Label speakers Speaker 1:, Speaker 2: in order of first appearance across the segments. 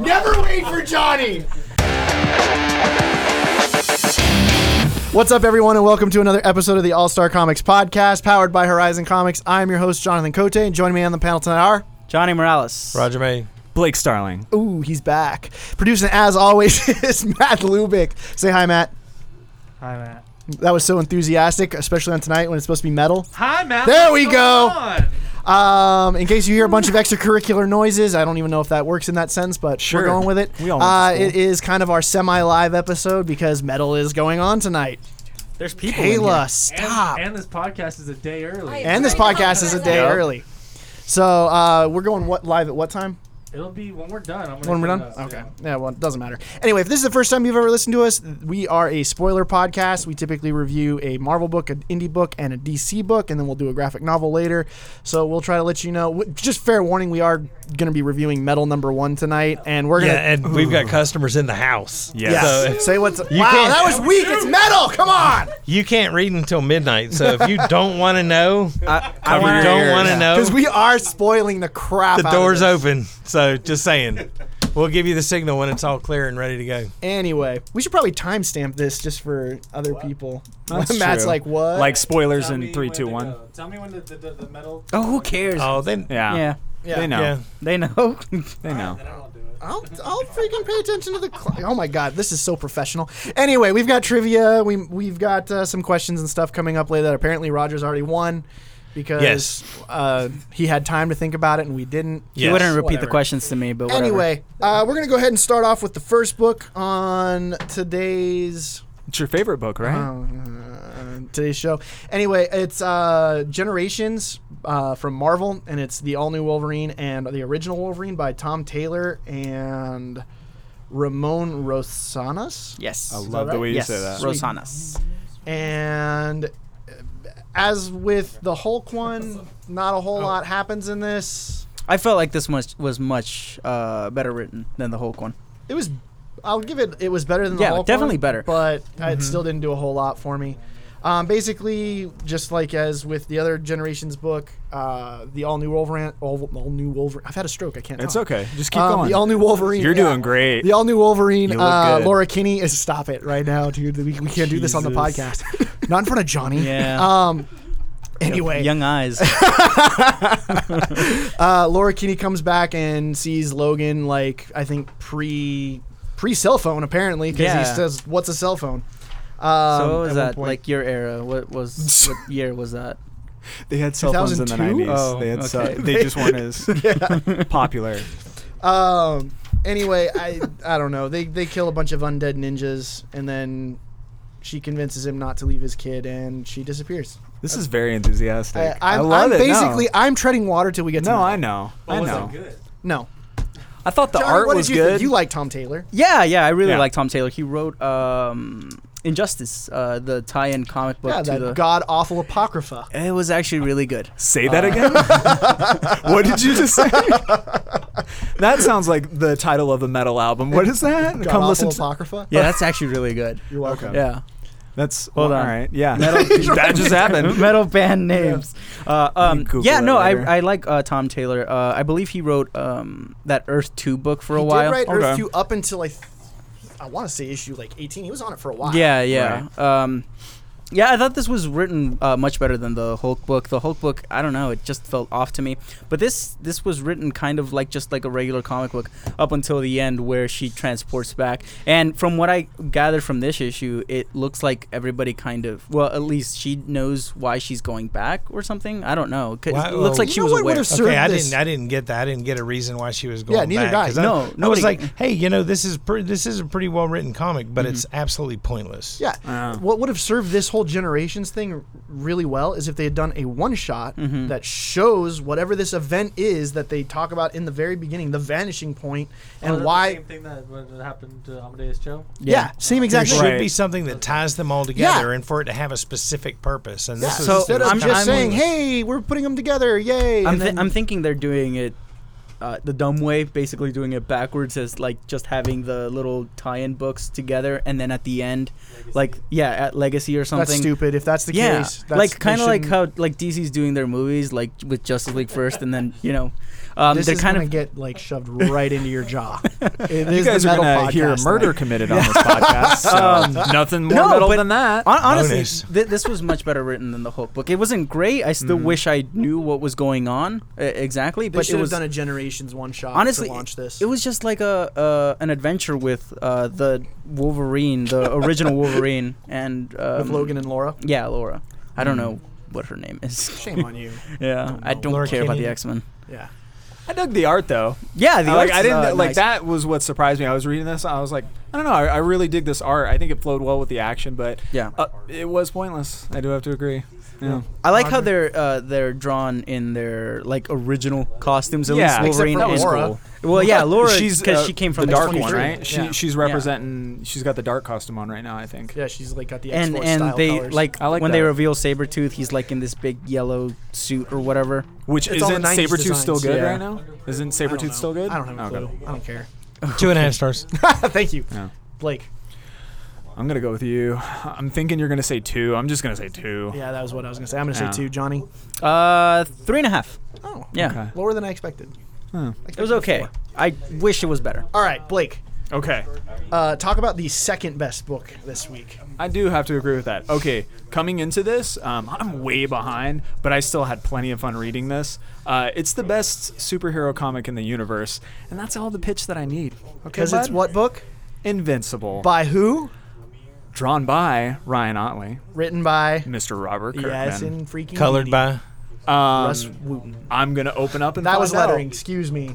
Speaker 1: Never wait for Johnny.
Speaker 2: What's up, everyone, and welcome to another episode of the All Star Comics Podcast, powered by Horizon Comics. I'm your host, Jonathan Cote, and joining me on the panel tonight are.
Speaker 3: Johnny Morales.
Speaker 4: Roger May.
Speaker 3: Blake Starling.
Speaker 2: Ooh, he's back. Producing, as always, is Matt Lubick. Say hi, Matt.
Speaker 5: Hi, Matt.
Speaker 2: That was so enthusiastic, especially on tonight when it's supposed to be metal.
Speaker 5: Hi, Matt.
Speaker 2: There we
Speaker 5: What's going
Speaker 2: go.
Speaker 5: on?
Speaker 2: Um, in case you hear a bunch of extracurricular noises, I don't even know if that works in that sense, but
Speaker 3: Sure.
Speaker 2: we're going with it.
Speaker 3: We all
Speaker 2: uh,
Speaker 3: went to
Speaker 2: it is kind of our semi-live episode because metal is going on tonight.
Speaker 3: There's people. in
Speaker 2: Kayla,
Speaker 5: And-
Speaker 2: stop.
Speaker 5: And, this podcast is a day early.
Speaker 2: And this podcast is a day
Speaker 3: Yeah.
Speaker 2: early. So uh, we're going what live at what time?
Speaker 5: It'll be when we're done. I'm gonna
Speaker 2: When we're
Speaker 5: put
Speaker 2: done?
Speaker 5: it up,
Speaker 2: Okay. Yeah, well, it doesn't matter. Anyway, if this is the first time you've ever listened to us, we are a spoiler podcast. We typically review a Marvel book, an indie book, and a DC book, and then we'll do a graphic novel later. So we'll try to let you know. w- Just fair warning, we are going to be reviewing Metal Number One tonight, and we're going
Speaker 4: Yeah,
Speaker 2: to.
Speaker 4: and we've got customers in the house.
Speaker 3: Yes.
Speaker 4: So if-
Speaker 2: Say what's.
Speaker 4: You
Speaker 2: wow,
Speaker 4: can't-
Speaker 2: that was weak. It's metal. Come on.
Speaker 4: you can't read until midnight. So if you don't want to know,
Speaker 3: I,
Speaker 4: if you don't want to know,
Speaker 2: Because we are spoiling the crap.
Speaker 4: Oh. the
Speaker 2: out of
Speaker 4: door's
Speaker 2: this.
Speaker 4: open. So just saying, we'll give you the signal when it's all clear and ready to go.
Speaker 2: Anyway, we should probably timestamp this just for other people. Matt's
Speaker 3: true.
Speaker 2: like, what?
Speaker 3: Like spoilers
Speaker 5: Tell me
Speaker 3: in three,
Speaker 5: when
Speaker 3: two,
Speaker 5: to
Speaker 3: one.
Speaker 5: go. Tell me when the, the, the, the metal.
Speaker 3: Oh, who cares?
Speaker 4: Oh, then
Speaker 3: Yeah.
Speaker 2: Yeah.
Speaker 3: yeah.
Speaker 2: Yeah.
Speaker 3: They know.
Speaker 4: Yeah.
Speaker 3: They know. they know.
Speaker 5: Then I won't do it.
Speaker 2: I'll, I'll freaking pay attention to the. Cl- oh my god, this is so professional. Anyway, we've got trivia. We we've got uh, some questions and stuff coming up later. That apparently Rogers already won because
Speaker 4: Yes.
Speaker 2: uh, he had time to think about it and we didn't.
Speaker 3: He
Speaker 4: Yes.
Speaker 3: wouldn't repeat
Speaker 2: Whatever.
Speaker 3: the questions to me, but whatever.
Speaker 2: Anyway, uh, we're gonna go ahead and start off with the first book on today's
Speaker 3: it's your favorite book, right?
Speaker 2: uh, today's show. Anyway, it's uh, Generations uh, from Marvel, and it's the all new Wolverine and the original Wolverine by Tom Taylor and Ramon Rosanas.
Speaker 3: yes.
Speaker 2: love the right? way
Speaker 3: yes.
Speaker 2: Sweet.
Speaker 3: Rosanas.
Speaker 2: And uh, as with the Hulk one, not a whole lot happens in this.
Speaker 3: I felt like this much was much uh, better written than the Hulk one.
Speaker 2: It was. I'll give it. It was better than the
Speaker 3: Yeah,
Speaker 2: Hulk
Speaker 3: definitely
Speaker 2: one,
Speaker 3: better.
Speaker 2: but
Speaker 6: Mm-hmm.
Speaker 2: it still didn't do a whole lot for me. Um, basically, just like as with the other generations book, uh, the all new Wolverine, all, all new Wolverine. I've had a stroke. I can't.
Speaker 6: It's
Speaker 2: talk.
Speaker 6: okay. Just keep
Speaker 2: Um,
Speaker 6: going.
Speaker 2: the all new Wolverine.
Speaker 6: You're
Speaker 2: yeah.
Speaker 6: doing great.
Speaker 2: The all new Wolverine.
Speaker 6: You look
Speaker 2: Uh,
Speaker 6: good.
Speaker 2: Laura Kinney is stop it right now, dude. We, we can't do this on the
Speaker 6: Jesus.
Speaker 2: podcast. Not in front of Johnny.
Speaker 3: Yeah.
Speaker 2: Um. Anyway,
Speaker 3: Young eyes.
Speaker 2: uh, Laura Kinney comes back and sees Logan like I think pre pre cell phone apparently because he
Speaker 3: Yeah.
Speaker 2: says what's a cell phone. Um,
Speaker 3: so what
Speaker 2: at
Speaker 3: was
Speaker 2: one
Speaker 3: that?
Speaker 2: point.
Speaker 3: Like your era? What was? what year was that?
Speaker 6: they had cell phones in the
Speaker 2: 2002?
Speaker 6: 90s.
Speaker 3: Oh,
Speaker 6: they, had
Speaker 3: okay.
Speaker 6: cell- they just weren't as popular.
Speaker 2: Um. Anyway, I I don't know. They they kill a bunch of undead ninjas and then she convinces him not to leave his kid and she disappears.
Speaker 6: This is very enthusiastic.
Speaker 2: I,
Speaker 6: I,
Speaker 2: I'm,
Speaker 6: love
Speaker 2: am
Speaker 6: it.
Speaker 2: basically
Speaker 6: no.
Speaker 2: I'm treading water till we get to
Speaker 6: No,
Speaker 2: Matt.
Speaker 6: I know.
Speaker 5: But
Speaker 6: I
Speaker 5: was
Speaker 6: know.
Speaker 5: it Oh, good?
Speaker 2: no.
Speaker 3: I thought the
Speaker 2: Johnny,
Speaker 6: art
Speaker 2: what did
Speaker 6: was
Speaker 2: you think?
Speaker 6: good.
Speaker 2: You like Tom Taylor?
Speaker 3: Yeah, yeah, I really
Speaker 6: Yeah.
Speaker 3: like Tom Taylor. He wrote um, Injustice, uh, the tie-in comic book
Speaker 2: Yeah,
Speaker 3: to
Speaker 2: that
Speaker 3: the.
Speaker 2: god awful apocrypha.
Speaker 3: it was actually really good.
Speaker 6: Say that again. what did you just say? that sounds like the title of a metal album. What is that?
Speaker 2: God
Speaker 6: Come listen
Speaker 2: awful
Speaker 6: to.
Speaker 2: apocrypha.
Speaker 3: Yeah, that's actually really good.
Speaker 2: You're welcome.
Speaker 3: Yeah,
Speaker 6: That's
Speaker 3: Hold
Speaker 6: well,
Speaker 3: on.
Speaker 6: All right. Yeah.
Speaker 3: metal,
Speaker 6: that just happened.
Speaker 3: metal band names. Uh,
Speaker 6: You
Speaker 3: um,
Speaker 6: Google
Speaker 3: yeah,
Speaker 6: that
Speaker 3: no, I,
Speaker 6: later.
Speaker 3: I like uh, Tom Taylor. Uh, I believe he wrote um, that Earth Two book for a
Speaker 2: he
Speaker 3: while.
Speaker 2: did write Earth
Speaker 6: Okay.
Speaker 2: 2 up until I, th- I want to say issue like 18. He was on it for a while.
Speaker 3: Yeah, yeah. Um, yeah, I thought this was written uh, much better than the Hulk book. The Hulk book, I don't know, it just felt off to me. But this this was written kind of like just like a regular comic book up until the end where she transports back. And from what I gathered from this issue, it looks like everybody kind of well, at least she knows why she's going back or something. I don't know. 'Cause
Speaker 4: Why-
Speaker 3: it looks like
Speaker 2: You
Speaker 3: she
Speaker 2: know
Speaker 3: was
Speaker 2: what
Speaker 3: aware.
Speaker 2: would've served
Speaker 4: Okay, I
Speaker 2: this-
Speaker 4: didn't. I didn't get that. I didn't get a reason why she was going.
Speaker 2: neither
Speaker 4: back,
Speaker 2: did I.
Speaker 4: 'cause
Speaker 3: No,
Speaker 4: I, I was
Speaker 3: nobody-
Speaker 4: like, hey, you know, this is pretty. This is a pretty well written comic, but it's absolutely pointless.
Speaker 2: Yeah.
Speaker 6: Uh.
Speaker 2: What would have served this whole generations thing really well is if they had done a one shot
Speaker 3: Mm-hmm.
Speaker 2: that shows whatever this event is that they talk about in the very beginning, the vanishing point, and
Speaker 5: Was that Oh, the
Speaker 2: why.
Speaker 5: Same thing that what happened to Amadeus Joe.
Speaker 2: yeah. same
Speaker 4: There
Speaker 2: exact
Speaker 4: should
Speaker 2: thing.
Speaker 6: Right.
Speaker 4: be something that ties them all together, and for it to have a specific purpose. And
Speaker 2: Yeah.
Speaker 4: this is
Speaker 3: So
Speaker 2: instead of
Speaker 3: I'm-
Speaker 2: just
Speaker 3: I'm-
Speaker 2: saying, "Hey, we're putting them together, yay!"
Speaker 3: I'm,
Speaker 2: and
Speaker 3: th-
Speaker 2: then-
Speaker 3: I'm thinking they're doing it uh, the dumb way, basically doing it backwards as like just having the little tie-in books together, and then at the end, like yeah, at Legacy or something.
Speaker 2: That's stupid. If that's the
Speaker 3: Yeah,
Speaker 2: case, that's,
Speaker 3: like
Speaker 2: they
Speaker 3: kind of like
Speaker 2: shouldn't-
Speaker 3: how like DC's doing their movies, like with Justice League first, and then you know, um,
Speaker 2: this
Speaker 3: they're
Speaker 2: is
Speaker 3: kind
Speaker 2: gonna
Speaker 3: of
Speaker 2: get like shoved right into your jaw. It
Speaker 6: You
Speaker 2: is
Speaker 6: guys
Speaker 2: the
Speaker 6: are
Speaker 2: metal
Speaker 6: gonna hear a
Speaker 2: podcast
Speaker 6: murder
Speaker 2: tonight.
Speaker 6: committed on this podcast. So nothing more
Speaker 3: No,
Speaker 6: metal
Speaker 3: but-
Speaker 6: than that.
Speaker 3: Hon- honestly,
Speaker 4: Bonus.
Speaker 3: th- this was much better written than the Hulk book. It wasn't great. I still wish I knew what was going on uh, exactly,
Speaker 2: Mm. They
Speaker 3: but
Speaker 2: should
Speaker 3: it
Speaker 2: have
Speaker 3: was
Speaker 2: done a Generations one shot.
Speaker 3: honestly
Speaker 2: to launch this.
Speaker 3: It was just like a uh, an adventure with uh, the Wolverine, the original Wolverine, and um,
Speaker 2: with Logan and Laura.
Speaker 3: Yeah, Laura. I
Speaker 6: Hmm.
Speaker 3: don't know what her name is.
Speaker 2: Shame on you.
Speaker 3: yeah, I don't
Speaker 4: Laura
Speaker 3: care about the
Speaker 4: Kinney?
Speaker 3: X Men.
Speaker 2: Yeah.
Speaker 6: I dug the art though.
Speaker 3: Yeah, the
Speaker 6: I, like
Speaker 3: art's,
Speaker 6: I didn't
Speaker 3: uh,
Speaker 6: like
Speaker 3: nice.
Speaker 6: that was what surprised me. I was reading this, I was like, I don't know, I, I really dig this art. I think it flowed well with the action, but
Speaker 3: Yeah.
Speaker 6: uh, it was pointless. I do have to agree. Yeah,
Speaker 3: I like how they're uh, they're drawn in their like original costumes. At
Speaker 6: Yeah,
Speaker 3: least
Speaker 6: except
Speaker 3: Wolverine
Speaker 2: for
Speaker 3: and
Speaker 2: Laura.
Speaker 3: Well, yeah, Laura,
Speaker 6: she's
Speaker 3: because
Speaker 6: uh,
Speaker 3: she came from
Speaker 6: the dark one,
Speaker 3: 23.
Speaker 6: right? She
Speaker 2: Yeah.
Speaker 6: she's representing. She's got the dark costume on right now. I think.
Speaker 2: Yeah, she's like got the
Speaker 3: and
Speaker 2: X-Force
Speaker 3: and
Speaker 2: style
Speaker 3: they
Speaker 2: colors.
Speaker 3: like,
Speaker 6: I like
Speaker 3: when they
Speaker 6: that.
Speaker 3: reveal Sabretooth, he's like in this big yellow suit or whatever.
Speaker 6: Which
Speaker 2: It's all
Speaker 6: isn't
Speaker 2: the 90s
Speaker 6: Sabretooth still
Speaker 2: designs.
Speaker 6: good
Speaker 3: Yeah.
Speaker 6: right now? Isn't
Speaker 2: I don't know.
Speaker 6: Sabretooth still good?
Speaker 2: I don't have a
Speaker 6: Okay.
Speaker 2: clue. I don't care.
Speaker 4: Two and a half stars.
Speaker 2: Thank you,
Speaker 6: No.
Speaker 2: Blake.
Speaker 6: I'm gonna go with you. I'm thinking you're gonna say two. I'm just gonna say two.
Speaker 2: Yeah, that was what I was gonna say. I'm gonna
Speaker 6: Yeah.
Speaker 2: say two, Johnny.
Speaker 3: Uh, three and a half.
Speaker 2: Oh,
Speaker 3: Yeah,
Speaker 6: Okay.
Speaker 2: lower than I expected.
Speaker 6: Huh.
Speaker 2: I
Speaker 3: it was
Speaker 2: expected
Speaker 3: okay.
Speaker 2: four.
Speaker 3: I wish it was better.
Speaker 2: All right, Blake.
Speaker 6: Okay.
Speaker 2: Uh, talk about the second best book this week.
Speaker 6: I do have to agree with that. Okay, coming into this, um, I'm way behind, but I still had plenty of fun reading this. Uh, it's the best superhero comic in the universe, and that's all the pitch that I need. Okay,
Speaker 2: Because it's
Speaker 6: bud?
Speaker 2: what book?
Speaker 6: Invincible,
Speaker 2: By who?
Speaker 6: drawn by Ryan Otley,
Speaker 2: Written by.
Speaker 6: Mr. Robert Kirkman.
Speaker 2: Yes, in freaking.
Speaker 4: Colored
Speaker 2: Unity.
Speaker 4: by
Speaker 6: Um,
Speaker 2: Russ Wooten.
Speaker 6: I'm gonna open up and
Speaker 2: That
Speaker 6: find
Speaker 2: was lettering.
Speaker 6: out.
Speaker 2: Excuse me.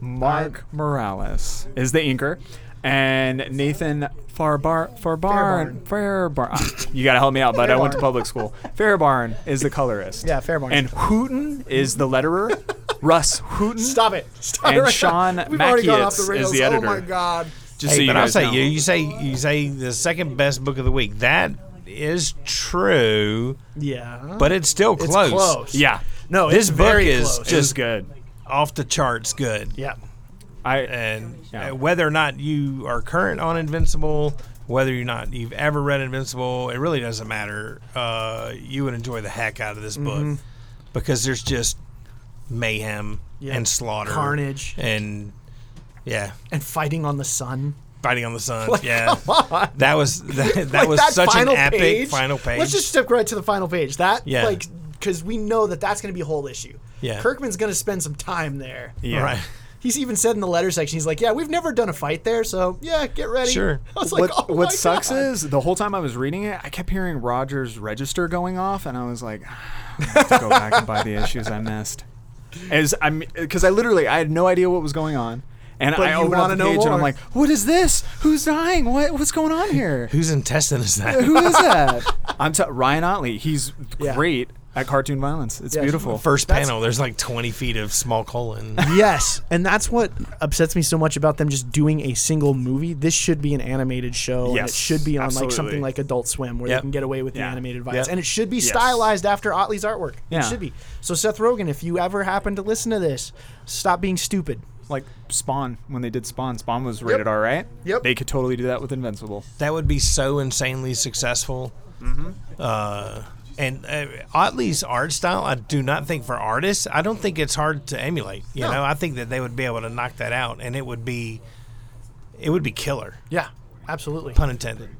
Speaker 6: Mark Morales is the inker, and Nathan Farbar Farbarn Fairbarn. Ah, you gotta help me out, bud. I went to
Speaker 2: Fairbarn.
Speaker 6: public school. Fairbarn is the colorist.
Speaker 2: Yeah, Fairbarn.
Speaker 6: And Hooten is the letterer. Russ Hooten.
Speaker 2: Stop it. Stop
Speaker 6: And
Speaker 2: it right
Speaker 6: Sean
Speaker 2: now. We've already gone off the
Speaker 6: Makietz is
Speaker 2: rails.
Speaker 6: the
Speaker 2: Oh my
Speaker 6: editor.
Speaker 2: god.
Speaker 6: Just so
Speaker 4: hey,
Speaker 6: you
Speaker 4: but I'll
Speaker 6: guys
Speaker 4: say
Speaker 6: know.
Speaker 4: you, you say you say the second best book of the week. That is true,
Speaker 2: Yeah.
Speaker 4: but it's still
Speaker 2: it's
Speaker 4: close.
Speaker 2: close.
Speaker 6: Yeah,
Speaker 2: No,
Speaker 4: This
Speaker 2: it's
Speaker 4: book
Speaker 2: very
Speaker 4: is
Speaker 2: close.
Speaker 6: just good.
Speaker 4: Off the charts, good.
Speaker 2: Yeah.
Speaker 6: I
Speaker 4: And
Speaker 6: Yeah.
Speaker 4: uh, whether or not you are current on Invincible, whether or not you've ever read Invincible, it really doesn't matter. Uh, you would enjoy the heck out of this book because there's just mayhem
Speaker 2: Mm-hmm. Yeah.
Speaker 4: and slaughter,
Speaker 2: Carnage
Speaker 4: and yeah,
Speaker 2: and fighting on the sun.
Speaker 4: fighting on the sun. yeah, that was that, that
Speaker 2: Like,
Speaker 4: was
Speaker 2: that
Speaker 4: such an
Speaker 2: final
Speaker 4: epic
Speaker 2: page,
Speaker 4: final page.
Speaker 2: Let's just step right to the final page. That
Speaker 4: Yeah.
Speaker 2: like because we know that that's going to be a whole issue.
Speaker 4: Yeah.
Speaker 2: Kirkman's going to spend some time there.
Speaker 4: yeah. right.
Speaker 2: He's even said in the letter section, he's like, "Yeah, we've never done a fight there, so yeah, get ready."
Speaker 4: Sure.
Speaker 2: I was like,
Speaker 6: what
Speaker 2: "Oh
Speaker 6: what
Speaker 2: my
Speaker 6: sucks
Speaker 2: God."
Speaker 6: is the whole time I was reading it, I kept hearing Roger's register going off, and I was like, "Ah, I have to go back and buy the issues I missed. As I'm, because I literally I had no idea what was going on, and
Speaker 2: But
Speaker 6: I
Speaker 2: you
Speaker 6: opened up
Speaker 2: wanna
Speaker 6: the
Speaker 2: know
Speaker 6: page and
Speaker 2: more.
Speaker 6: I'm like, what is this? Who's dying? What what's going on here?
Speaker 4: Whose intestine is that?
Speaker 6: Who is that? I'm t- Ryan Otley. He's
Speaker 2: Yeah.
Speaker 6: great at cartoon violence. It's
Speaker 2: Yeah,
Speaker 6: beautiful.
Speaker 4: First panel, there's like 20 feet of small colon.
Speaker 2: Yes, and that's what upsets me so much about them just doing a single movie. This should be an animated show. and it
Speaker 6: Yes,
Speaker 2: should be on like
Speaker 6: absolutely.
Speaker 2: something like Adult Swim, where
Speaker 4: Yep.
Speaker 2: they can get away with
Speaker 6: Yeah.
Speaker 2: the animated violence,
Speaker 4: Yep.
Speaker 2: and it should be stylized after Otley's artwork.
Speaker 6: Yeah.
Speaker 2: It should be. So Seth Rogen, if you ever happen to listen to this, stop being stupid.
Speaker 6: Like Spawn, when they did Spawn, Spawn was rated R, right?
Speaker 2: Yep.
Speaker 6: They could totally do that with Invincible.
Speaker 4: That would be so insanely successful.
Speaker 2: Mm-hmm.
Speaker 4: Uh, and uh, Otley's art style, I do not think for artists, I don't think it's hard to emulate. You
Speaker 2: No.
Speaker 4: know, I think that they would be able to knock that out, and it would be, it would be killer.
Speaker 2: Yeah, absolutely.
Speaker 4: Pun intended.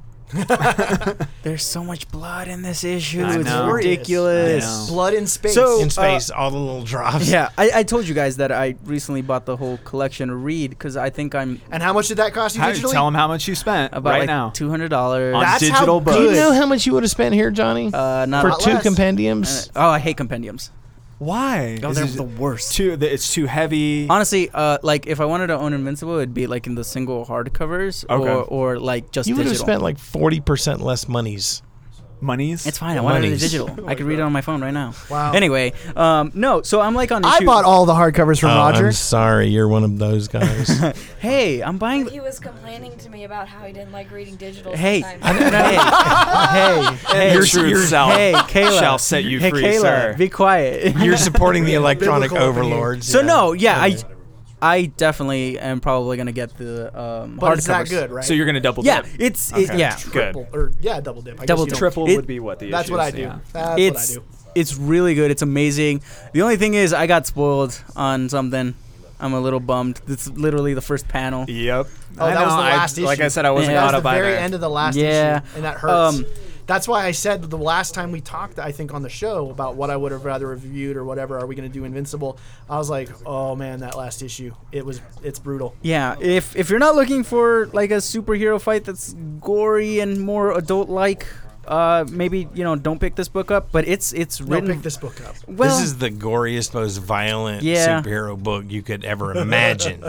Speaker 3: There's so much blood in this issue.
Speaker 6: I
Speaker 3: it's
Speaker 6: know.
Speaker 3: ridiculous.
Speaker 6: I know.
Speaker 2: Blood in space.
Speaker 3: So-
Speaker 4: In space, all the little drops.
Speaker 3: Yeah, I, I told you guys that I recently bought the whole collection to read because I think I'm
Speaker 2: and how much did that cost you
Speaker 6: How,
Speaker 2: digitally?
Speaker 6: tell them how much you spent
Speaker 3: about
Speaker 6: right
Speaker 3: like
Speaker 6: now.
Speaker 3: two hundred dollars.
Speaker 6: On
Speaker 2: That's
Speaker 6: digital
Speaker 2: how
Speaker 6: books.
Speaker 2: good-
Speaker 4: how much you would have spent here, Johnny?
Speaker 3: Uh, not
Speaker 2: For two less. Uh,
Speaker 4: compendiums?
Speaker 3: Oh, I hate compendiums.
Speaker 6: Why?
Speaker 3: Oh,
Speaker 6: Is
Speaker 3: they're
Speaker 6: it
Speaker 3: the worst.
Speaker 6: Too, th- it's too heavy.
Speaker 3: Honestly, uh, like if I wanted to own Invincible, it'd be like in the single hardcovers
Speaker 6: Okay.
Speaker 3: or or like just
Speaker 4: you would
Speaker 3: digital.
Speaker 4: have spent like 40% less monies
Speaker 6: monies.
Speaker 3: It's fine. I want it in
Speaker 4: Monies.
Speaker 3: digital. I could read it on my phone right now.
Speaker 2: Wow.
Speaker 3: Anyway, um, no. So I'm like on.
Speaker 2: I
Speaker 3: issue-
Speaker 2: bought all the hardcovers from
Speaker 4: Oh,
Speaker 2: Roger.
Speaker 4: I'm sorry, you're one of those guys.
Speaker 3: Hey, I'm buying.
Speaker 7: He was complaining to me about how he didn't like reading digital.
Speaker 3: Hey,
Speaker 7: sometimes.
Speaker 3: hey, hey,
Speaker 6: Your
Speaker 3: hey,
Speaker 6: truth shall-
Speaker 3: hey, Kayla,
Speaker 6: shall set you
Speaker 3: hey,
Speaker 6: free,
Speaker 3: Kayla,
Speaker 6: sir.
Speaker 3: Be quiet.
Speaker 4: you're supporting the electronic overlords.
Speaker 3: so
Speaker 4: yeah.
Speaker 3: no, yeah, I, I definitely am probably gonna get the um,
Speaker 2: but it's not
Speaker 3: hardcovers.
Speaker 2: good, right?
Speaker 6: So you're gonna double
Speaker 3: Yeah,
Speaker 6: dip.
Speaker 3: it's it,
Speaker 6: Okay.
Speaker 3: yeah.
Speaker 6: good.
Speaker 2: Triple- or yeah, double dip. I
Speaker 3: Double
Speaker 2: guess you
Speaker 6: Triple
Speaker 3: It-
Speaker 6: would be what the
Speaker 2: don't- That's
Speaker 6: issue
Speaker 2: what I
Speaker 6: is,
Speaker 2: do.
Speaker 6: yeah.
Speaker 2: That's
Speaker 3: It's
Speaker 2: what I do.
Speaker 3: it's really good. It's amazing. The only thing is, I got spoiled on something. I'm a little bummed. It's literally the first panel.
Speaker 6: Yep.
Speaker 2: Oh,
Speaker 6: I
Speaker 2: that was
Speaker 6: know,
Speaker 2: the
Speaker 6: I-
Speaker 2: last
Speaker 6: Like
Speaker 2: issue.
Speaker 6: I said, I wasn't
Speaker 3: Yeah.
Speaker 2: That
Speaker 6: caught
Speaker 2: was the
Speaker 6: up by
Speaker 2: very
Speaker 6: that.
Speaker 2: end of the last
Speaker 3: Yeah.
Speaker 2: issue, and that hurts.
Speaker 3: Um,
Speaker 2: That's why I said the last time we talked, I think on the show about what I would have rather reviewed or whatever. Are we going to do Invincible? I was like, oh man, that last issue, it was, it's brutal.
Speaker 3: Yeah, if if you're not looking for like a superhero fight that's gory and more adult like, uh, maybe you know don't pick this book up. But it's it's
Speaker 2: No,
Speaker 3: written
Speaker 2: pick this book up.
Speaker 3: well.
Speaker 4: this is the goriest, most violent
Speaker 3: Yeah.
Speaker 4: superhero book you could ever imagine.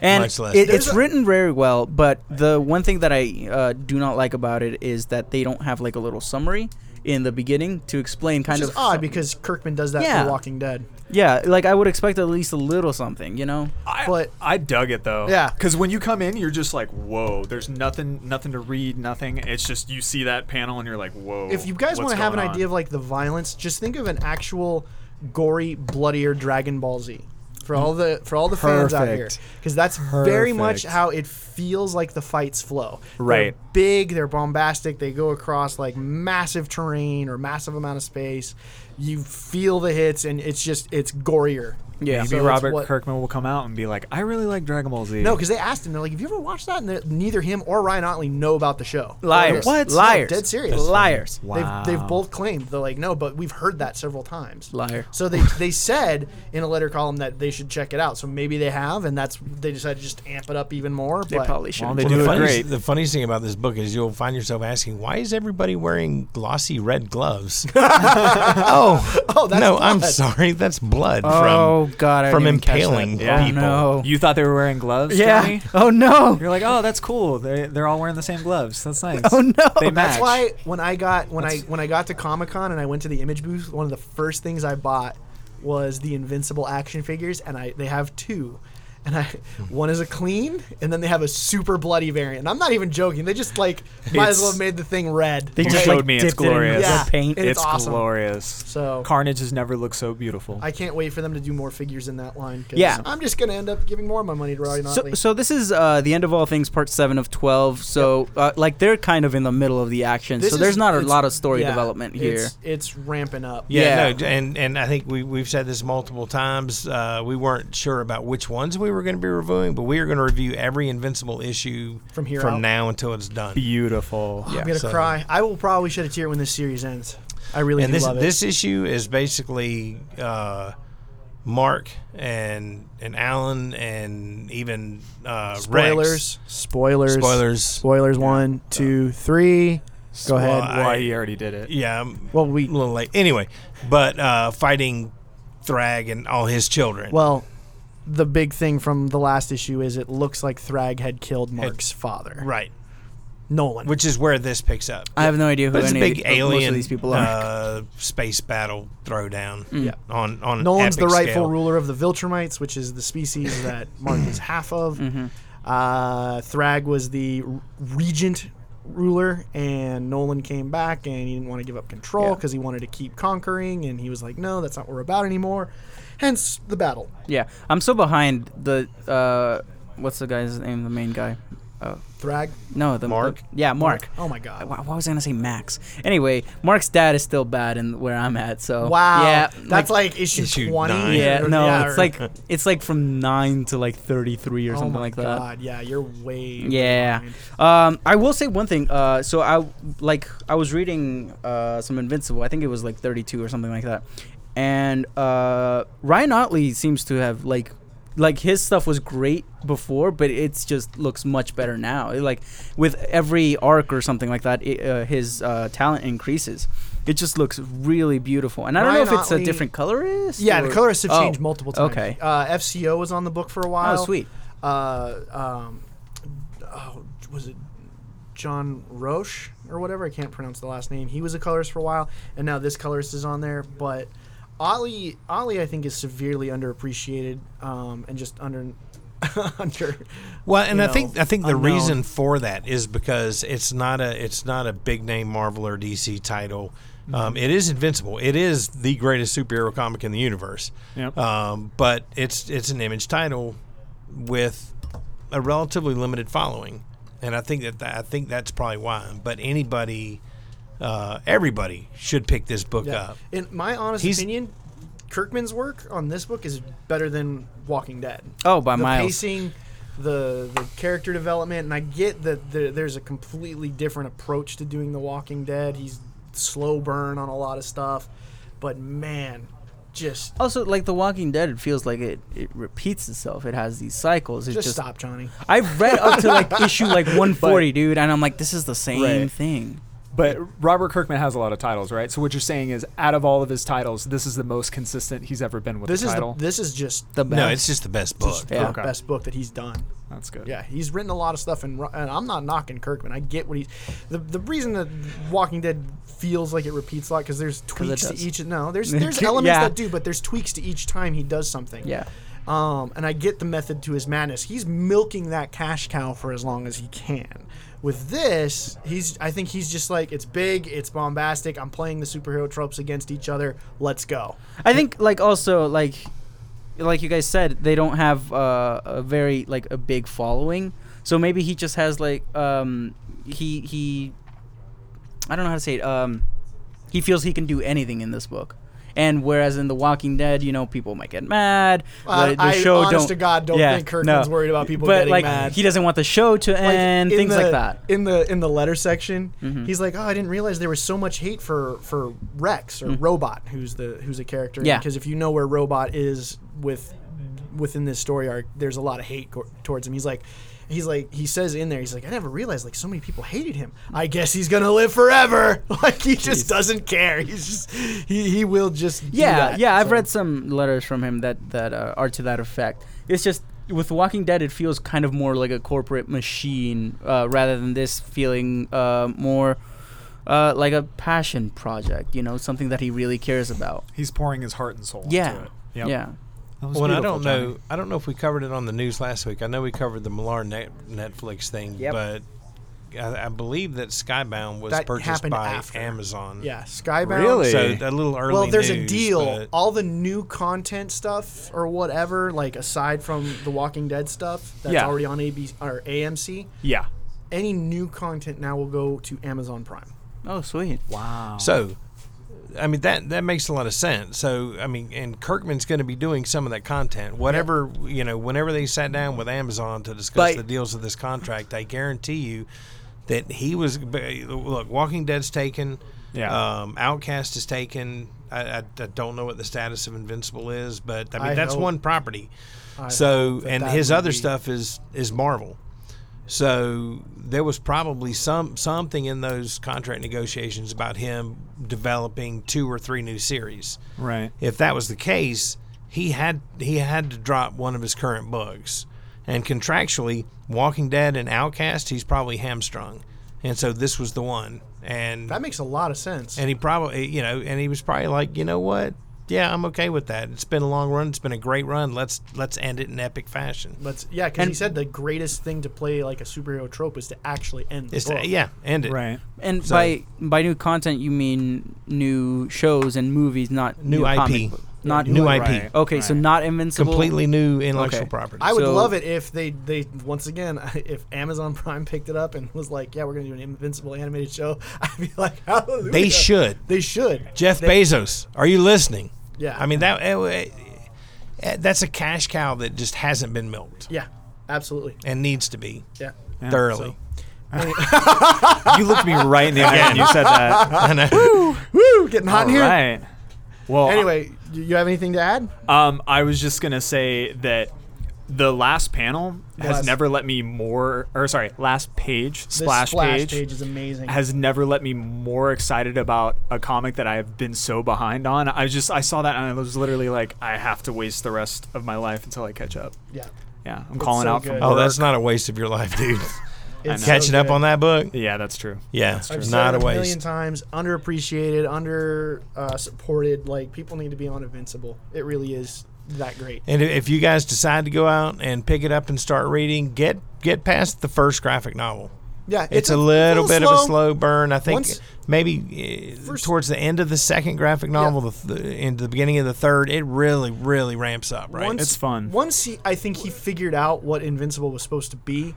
Speaker 3: and
Speaker 4: much less.
Speaker 3: it,
Speaker 4: There's
Speaker 3: it's written very well. But the one thing that I uh, do not like about it is that they don't have like a little summary in the beginning to explain kind
Speaker 2: Which
Speaker 3: of
Speaker 2: is odd because Kirkman does that
Speaker 3: Yeah.
Speaker 2: for Walking Dead.
Speaker 3: yeah, like I would expect at least a little something, you know.
Speaker 6: I,
Speaker 2: But-
Speaker 6: I dug it though.
Speaker 2: Yeah.
Speaker 6: Because when you come in, you're just like, whoa. There's nothing, nothing to read, nothing. It's just you see that panel and you're like, whoa.
Speaker 2: If you guys
Speaker 6: what's
Speaker 2: want to have an
Speaker 6: going
Speaker 2: idea
Speaker 6: on?
Speaker 2: of like the violence, just think of an actual gory, bloodier Dragon Ball Z. For all the for all the fans out here,
Speaker 6: Perfect.
Speaker 2: because that's very much
Speaker 6: Perfect.
Speaker 2: how it feels like the fights flow. They're
Speaker 6: Right.
Speaker 2: big, they're bombastic, they go across like massive terrain or massive amount of space. You feel the hits, and it's just it's gorier.
Speaker 3: Yeah.
Speaker 6: maybe
Speaker 2: So it's
Speaker 6: Robert
Speaker 2: what-
Speaker 6: Kirkman will come out and be like, I really like Dragon Ball Z.
Speaker 2: No, because they asked him, they're like, "Have you ever watched that?" And they're- neither him or Ryan Otley know about the show.
Speaker 3: Liars,
Speaker 2: What? No,
Speaker 3: liars,
Speaker 2: dead serious.
Speaker 3: liars,
Speaker 6: Wow.
Speaker 2: They've, they've both claimed they're like no, but we've heard that several times.
Speaker 3: liar.
Speaker 2: So they they said in a letter column that they should check it out. So maybe they have, and that's they decided to just amp it up even more.
Speaker 3: They
Speaker 2: but
Speaker 3: probably should.
Speaker 6: Well,
Speaker 3: not
Speaker 4: Well,
Speaker 6: they do
Speaker 4: the,
Speaker 6: it
Speaker 4: funniest-
Speaker 6: great.
Speaker 4: the funniest thing about this book is you'll find yourself asking, why is everybody wearing glossy red gloves? oh,
Speaker 2: oh, that's
Speaker 4: no, I'm
Speaker 2: blood.
Speaker 4: sorry. That's blood
Speaker 3: Oh God! I
Speaker 4: from
Speaker 3: didn't even catch that.
Speaker 4: impaling
Speaker 6: Yeah.
Speaker 4: people.
Speaker 3: No.
Speaker 6: You thought they were wearing gloves?
Speaker 3: Yeah.
Speaker 6: Johnny?
Speaker 3: Oh no.
Speaker 6: You're like, oh, that's cool. They they're all wearing the same gloves. That's nice.
Speaker 3: Oh, no.
Speaker 6: They match.
Speaker 2: That's why when I got when I
Speaker 6: That's-
Speaker 2: when I got to Comic Con and I went to the image booth, one of the first things I bought was the Invincible action figures, and I they have two. And I, one is a clean, and then they have a super bloody variant. And I'm not even joking. They just like might as
Speaker 6: It's-
Speaker 2: well have made the thing red.
Speaker 3: They
Speaker 6: You
Speaker 3: just
Speaker 6: showed
Speaker 3: like
Speaker 6: me, it's
Speaker 3: dipped it in
Speaker 6: glorious.
Speaker 3: red
Speaker 2: Yeah.
Speaker 3: paint.
Speaker 2: It's
Speaker 6: It's,
Speaker 2: awesome.
Speaker 6: glorious.
Speaker 2: so
Speaker 6: Carnage has never looked so beautiful.
Speaker 2: I can't wait for them to do more figures in that line. 'cause
Speaker 3: Yeah.
Speaker 2: I'm just gonna end up giving more of my money to Ryan
Speaker 3: So,
Speaker 2: Otley.
Speaker 3: so this is uh, the end of all things, part seven of twelve. So, uh, like they're kind of in the middle of the action.
Speaker 2: This
Speaker 3: so there's
Speaker 2: is-
Speaker 3: not a
Speaker 2: it's-
Speaker 3: lot of story
Speaker 2: yeah,
Speaker 3: development here.
Speaker 2: It's, it's ramping up.
Speaker 4: Yeah,
Speaker 3: Yeah.
Speaker 4: No, and and I think we we've said this multiple times. Uh, we weren't sure about which ones we were going to be reviewing, but we are going to review every Invincible issue
Speaker 2: From here
Speaker 4: from
Speaker 2: out.
Speaker 4: now until it's done.
Speaker 6: Beautiful.
Speaker 2: I'm gonna
Speaker 4: so-
Speaker 2: cry. I will probably shed a tear when this series ends. I really
Speaker 4: and
Speaker 2: do
Speaker 4: this
Speaker 2: love it.
Speaker 4: this issue is basically uh, Mark and and Alan and even uh, Rex.
Speaker 2: spoilers, spoilers,
Speaker 4: Spoilers.
Speaker 2: spoilers. One, two, three. Go ahead.
Speaker 4: Well,
Speaker 6: Why
Speaker 4: I-
Speaker 6: you already did it.
Speaker 4: Yeah, I'm
Speaker 2: Well,
Speaker 4: a
Speaker 2: we
Speaker 4: little late. Anyway, but uh, fighting Thrag and all his children.
Speaker 2: well, the big thing from the last issue is it looks like Thrag had killed Mark's father,
Speaker 4: right,
Speaker 2: Nolan.
Speaker 4: which is where this picks up.
Speaker 3: I have no idea who
Speaker 4: But it's a
Speaker 3: any
Speaker 4: big
Speaker 3: of, most
Speaker 4: alien
Speaker 3: of these people are.
Speaker 4: uh, space battle throwdown.
Speaker 2: Yeah.
Speaker 4: On on an
Speaker 2: Nolan's Mm. the
Speaker 4: epic
Speaker 2: rightful
Speaker 4: scale.
Speaker 2: ruler of the Viltrumites, which is the species that Mark is half of.
Speaker 3: Mm-hmm.
Speaker 2: Uh, Thrag was the r- regent ruler, and Nolan came back and he didn't want to give up control
Speaker 3: Yeah.
Speaker 2: because he wanted to keep conquering, and he was like, no, that's not what we're about anymore. Hence the battle.
Speaker 3: yeah, I'm so behind the. Uh, what's the guy's name? The main guy.
Speaker 2: Thrag.
Speaker 3: No, the
Speaker 4: Mark?
Speaker 3: the- yeah, Mark.
Speaker 2: Oh my
Speaker 3: Why
Speaker 2: God.
Speaker 3: why was I gonna say Max? Anyway, Mark's dad is still bad in where I'm at. So
Speaker 2: Wow.
Speaker 3: yeah,
Speaker 2: that's like, issue,
Speaker 4: Issue
Speaker 2: 20.
Speaker 4: nine.
Speaker 3: yeah,
Speaker 2: or-
Speaker 3: no,
Speaker 2: yeah,
Speaker 3: it's
Speaker 2: or-
Speaker 3: like it's like from nine to like thirty three or
Speaker 2: oh
Speaker 3: something
Speaker 2: my
Speaker 3: like that.
Speaker 2: God. Yeah, you're way.
Speaker 3: Yeah.
Speaker 2: behind.
Speaker 3: Um, I will say one thing. Uh, so I like I was reading uh, some Invincible. I think it was like 32 or something like that. And uh, Ryan Otley seems to have like like his stuff was great before, but it's just looks much better now. It, like with every arc or something like that, it, uh, his uh, talent increases. It just looks really beautiful. And I don't
Speaker 2: Ryan
Speaker 3: know if it's
Speaker 2: Otley-
Speaker 3: a different colorist.
Speaker 2: Yeah, the
Speaker 3: or-
Speaker 2: colorists have
Speaker 3: Oh,
Speaker 2: changed multiple times.
Speaker 3: Okay.
Speaker 2: Uh, FCO was on the book for a while.
Speaker 3: Oh, sweet.
Speaker 2: uh, um, oh, Uh, was it John Roche or whatever. I can't pronounce the last name. He was a colorist for a while, and now this colorist is on there. But Ollie, Ollie, I think is severely underappreciated um, and just under under.
Speaker 4: Well, and
Speaker 2: you
Speaker 4: I
Speaker 2: know,
Speaker 4: think I think the
Speaker 2: unknown.
Speaker 4: reason for that is because it's not a it's not a big name Marvel or DC title.
Speaker 2: Mm-hmm.
Speaker 4: Um, it is invincible. It is the greatest superhero comic in the universe.
Speaker 6: Yep.
Speaker 4: Um, but it's it's an image title with a relatively limited following, and I think that, that I think that's probably why. But anybody, uh, everybody should pick this book
Speaker 2: Yeah.
Speaker 4: up.
Speaker 2: In my honest
Speaker 4: He's-
Speaker 2: opinion, Kirkman's work on this book is better than Walking Dead.
Speaker 3: Oh, by
Speaker 2: the
Speaker 3: miles.
Speaker 2: pacing, the the character development, and I get that there, there's a completely different approach to doing The Walking Dead. He's slow burn on a lot of stuff, but man, just
Speaker 3: Also, like The Walking Dead, it feels like it, it repeats itself. It has these cycles. It's
Speaker 2: just,
Speaker 3: just,
Speaker 2: stop, Johnny.
Speaker 3: I've read up to like issue like 140, dude, and I'm like, this is the same
Speaker 6: Right.
Speaker 3: thing.
Speaker 6: But Robert Kirkman has a lot of titles, right? So what you're saying is, out of all of his titles, this is the most consistent he's ever been with
Speaker 2: This
Speaker 6: a
Speaker 2: is the,
Speaker 6: title.
Speaker 2: this is just
Speaker 3: The best.
Speaker 4: No, it's just the best book.
Speaker 2: the
Speaker 3: yeah.
Speaker 6: okay.
Speaker 2: best book that he's done.
Speaker 6: That's good.
Speaker 2: Yeah, he's written a lot of stuff, and, ro- and I'm not knocking Kirkman. I get what he's. The, the reason that Walking Dead feels like it repeats a lot because there's tweaks to
Speaker 3: does.
Speaker 2: each. No, there's there's elements
Speaker 3: Yeah.
Speaker 2: that do, but there's tweaks to each time he does something.
Speaker 3: Yeah.
Speaker 2: Um, and I get the method to his madness. He's milking that cash cow for as long as he can. With this, he's I think he's just like it's big, it's bombastic. I'm playing the superhero tropes against each other. Let's go.
Speaker 3: I think like also like like you guys said they don't have uh, a very like a big following. So maybe he just has like um he he I don't know how to say it. Um he feels he can do anything in this book. And whereas in The Walking Dead, you know, people might get mad.
Speaker 2: Uh,
Speaker 3: the- the
Speaker 2: I
Speaker 3: show
Speaker 2: honest
Speaker 3: don't,
Speaker 2: to God don't
Speaker 3: yeah,
Speaker 2: think Kirkman's
Speaker 3: no.
Speaker 2: worried about people
Speaker 3: but
Speaker 2: getting
Speaker 3: like
Speaker 2: mad.
Speaker 3: he doesn't want the show to
Speaker 2: Like,
Speaker 3: end,
Speaker 2: in
Speaker 3: things
Speaker 2: the-
Speaker 3: like that. Mm-hmm.
Speaker 2: In the in the letter section, he's like, "Oh, I didn't realize there was so much hate for for Rex or Robot, who's the who's a character.
Speaker 3: Mm-hmm. Yeah.
Speaker 2: because if you know where Robot is with within this story arc, there's a lot of hate go- towards him. He's like." He's like he says in there. He's like, I never realized like so many people hated him. I guess he's gonna live forever. Like he just doesn't care. He's just he, he will just do
Speaker 3: Yeah,
Speaker 2: that.
Speaker 3: yeah. I've
Speaker 2: So-
Speaker 3: read some letters from him that that uh, are to that effect. It's just with Walking Dead, it feels kind of more like a corporate machine uh, rather than this feeling uh, more uh, like a passion project. You know, something that he really cares about.
Speaker 6: He's pouring his heart and soul. Into
Speaker 3: Yeah,
Speaker 6: it.
Speaker 3: yeah.
Speaker 4: Well, and I don't know. I don't know if we covered it on the news last week. I know we covered the Millar net, Netflix thing,
Speaker 3: Yep.
Speaker 4: but I, I believe that Skybound was
Speaker 2: That
Speaker 4: purchased
Speaker 2: happened
Speaker 4: by
Speaker 2: after.
Speaker 4: Amazon.
Speaker 2: yeah Skybound.
Speaker 6: Really?
Speaker 4: So a little early.
Speaker 2: Well, there's a
Speaker 4: news,
Speaker 2: deal.
Speaker 4: but-
Speaker 2: All the new content stuff or whatever, like aside from the Walking Dead stuff that's
Speaker 6: Yeah.
Speaker 2: already on ABC or AMC,
Speaker 6: Yeah.
Speaker 2: any new content now will go to Amazon Prime.
Speaker 3: Oh, sweet.
Speaker 6: Wow.
Speaker 4: So, I mean that that makes a lot of sense. So, I mean, and Kirkman's going to be doing some of that content. Whatever you know, whenever they sat down with Amazon to discuss
Speaker 3: But-
Speaker 4: the deals of this contract, I guarantee you that he was b- look. Walking Dead's taken.
Speaker 6: Yeah.
Speaker 4: Um, Outcast is taken. I, I, I don't know what the status of Invincible is, but I mean
Speaker 2: I
Speaker 4: that's
Speaker 2: hope-
Speaker 4: one property.
Speaker 2: I
Speaker 4: so
Speaker 2: hope that
Speaker 4: and
Speaker 2: that
Speaker 4: his
Speaker 2: would
Speaker 4: other
Speaker 2: be-
Speaker 4: stuff is is Marvel. So there was probably some something in those contract negotiations about him developing two or three new series.
Speaker 6: Right.
Speaker 4: If that was the case, he had he had to drop one of his current books. And contractually, Walking Dead and Outcast, he's probably hamstrung. And so this was the one. And
Speaker 2: That makes a lot of sense.
Speaker 4: and he probably eh, you know, and he was probably like, you know what? Yeah, I'm okay with that. It's been a long run, it's been a great run. Let's let's end it in epic fashion.
Speaker 2: Let's yeah, because he
Speaker 3: And-
Speaker 2: said the greatest thing to play like a superhero trope is to actually end the
Speaker 4: It's
Speaker 2: book.
Speaker 4: yeah, end it.
Speaker 6: Right.
Speaker 3: And
Speaker 4: So-
Speaker 3: by by new content, you mean new shows and movies, not
Speaker 4: New IP.
Speaker 3: comic book- not
Speaker 4: New IP.
Speaker 6: Right.
Speaker 3: Okay, so
Speaker 6: Right.
Speaker 3: not Invincible.
Speaker 4: completely new intellectual
Speaker 3: Okay.
Speaker 4: property.
Speaker 2: I would
Speaker 3: So-
Speaker 2: love it if they they once again if Amazon Prime picked it up and was like, yeah, we're gonna do an Invincible animated show. I'd be like, hallelujah.
Speaker 4: they should.
Speaker 2: They should.
Speaker 4: Jeff Bezos, are you listening?
Speaker 2: Yeah.
Speaker 4: I mean that eh, eh, eh, that's a cash cow that just hasn't been milked
Speaker 2: Yeah. Absolutely.
Speaker 4: and needs to be
Speaker 2: Yeah.
Speaker 4: thoroughly.
Speaker 6: you looked me right in the eye when you said that.
Speaker 4: I know.
Speaker 2: Woo! Getting hot
Speaker 6: All
Speaker 2: in here.
Speaker 6: right. Well,
Speaker 2: Anyway, do you have anything to add?
Speaker 6: Um, I was just gonna say that the last panel has
Speaker 2: last-
Speaker 6: never let me more, or sorry, last page
Speaker 2: This
Speaker 6: splash,
Speaker 2: splash
Speaker 6: page,
Speaker 2: is amazing.
Speaker 6: has never let me more excited about a comic that I have been so behind on. I was just I saw that and I was literally like, I have to waste the rest of my life until I catch up.
Speaker 2: yeah.
Speaker 6: Yeah, I'm calling
Speaker 2: so
Speaker 6: out from
Speaker 2: good.
Speaker 4: Oh,
Speaker 6: work.
Speaker 4: that's not a waste of your life, dude.
Speaker 2: It's
Speaker 6: know.
Speaker 4: Catching up on that book?
Speaker 6: Yeah, that's true.
Speaker 4: Yeah,
Speaker 2: I've said
Speaker 4: not a
Speaker 2: it a million
Speaker 4: waste.
Speaker 2: times. Underappreciated, under uh, supported. Like people need to be on Invincible. It really is that great.
Speaker 4: And i- if you guys decide to go out and pick it up and start reading, get get past the first graphic novel.
Speaker 2: Yeah,
Speaker 4: It's, a, little bit of a
Speaker 2: slow-
Speaker 4: slow burn. I think
Speaker 2: Once-
Speaker 4: maybe uh,
Speaker 2: First-
Speaker 4: towards the end of the second graphic novel, the th- into the beginning of the third, it really, really ramps up. Right?
Speaker 2: Once,
Speaker 6: It's fun.
Speaker 2: Once he, I think he figured out what Invincible was supposed to be.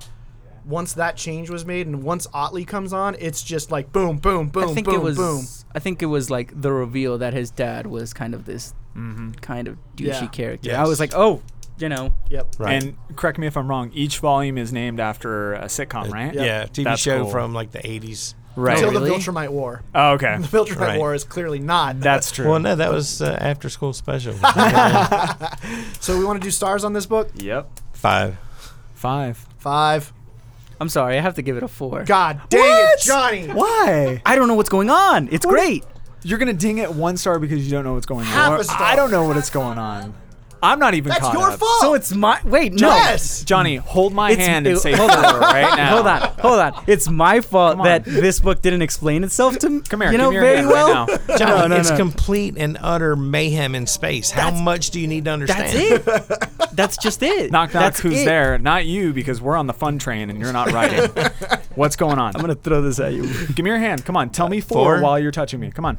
Speaker 2: Once that change was made, and once Otley comes on, it's just like boom, boom, boom,
Speaker 3: I think
Speaker 2: boom,
Speaker 3: it was.
Speaker 2: boom.
Speaker 3: I think it was like the reveal that his dad was kind of this
Speaker 6: Mm-hmm.
Speaker 3: kind of douchey
Speaker 2: Yeah.
Speaker 3: character. I
Speaker 4: Yes.
Speaker 3: was like, oh, you know,
Speaker 2: Yep.
Speaker 4: right.
Speaker 6: And correct me if I'm wrong. Each volume is named after a sitcom, right?
Speaker 4: Uh, yeah, TV
Speaker 6: That's
Speaker 4: show
Speaker 6: cool.
Speaker 4: from like the eighties.
Speaker 6: Right.
Speaker 2: Until
Speaker 3: really?
Speaker 2: the Viltrumite War.
Speaker 6: Oh, okay.
Speaker 2: The Viltrumite
Speaker 4: Right.
Speaker 2: War is clearly not.
Speaker 6: That's true.
Speaker 4: Well, no, that was uh, after school special. Uh,
Speaker 2: so we want to do stars on this book.
Speaker 6: Yep.
Speaker 4: Five.
Speaker 6: Five.
Speaker 2: Five.
Speaker 3: I'm sorry, I have to give it a four.
Speaker 2: God dang it,
Speaker 6: What?
Speaker 2: Johnny.
Speaker 6: Why?
Speaker 3: I don't know what's going on. It's great.
Speaker 6: You're gonna ding it one star because you don't know what's going
Speaker 2: Half
Speaker 6: on.
Speaker 2: a star.
Speaker 6: I don't know what it's going on. I'm not even
Speaker 2: That's
Speaker 6: caught
Speaker 2: your
Speaker 6: up.
Speaker 2: fault.
Speaker 3: So it's my wait. No.
Speaker 2: yes.
Speaker 6: Johnny, hold my
Speaker 3: It's-
Speaker 6: hand and
Speaker 3: it-
Speaker 6: say
Speaker 3: hold on.
Speaker 6: four right now.
Speaker 3: Hold on, hold on. It's my fault
Speaker 6: on.
Speaker 3: that this book didn't explain itself to me.
Speaker 6: Come here.
Speaker 3: You know
Speaker 6: give me your
Speaker 3: very
Speaker 6: hand
Speaker 3: well.
Speaker 6: Right now.
Speaker 4: John,
Speaker 3: no,
Speaker 4: it's
Speaker 3: no.
Speaker 4: complete and utter mayhem in space. How much do you need to understand?
Speaker 3: That's it. That's just it.
Speaker 6: Knock knock.
Speaker 3: That's
Speaker 6: who's
Speaker 3: it.
Speaker 6: there? Not you, because we're on the fun train and you're not riding. What's going on?
Speaker 3: I'm gonna throw this at you.
Speaker 6: Give me your hand. Come on. Tell me four,
Speaker 4: four?
Speaker 6: while you're touching me. Come on.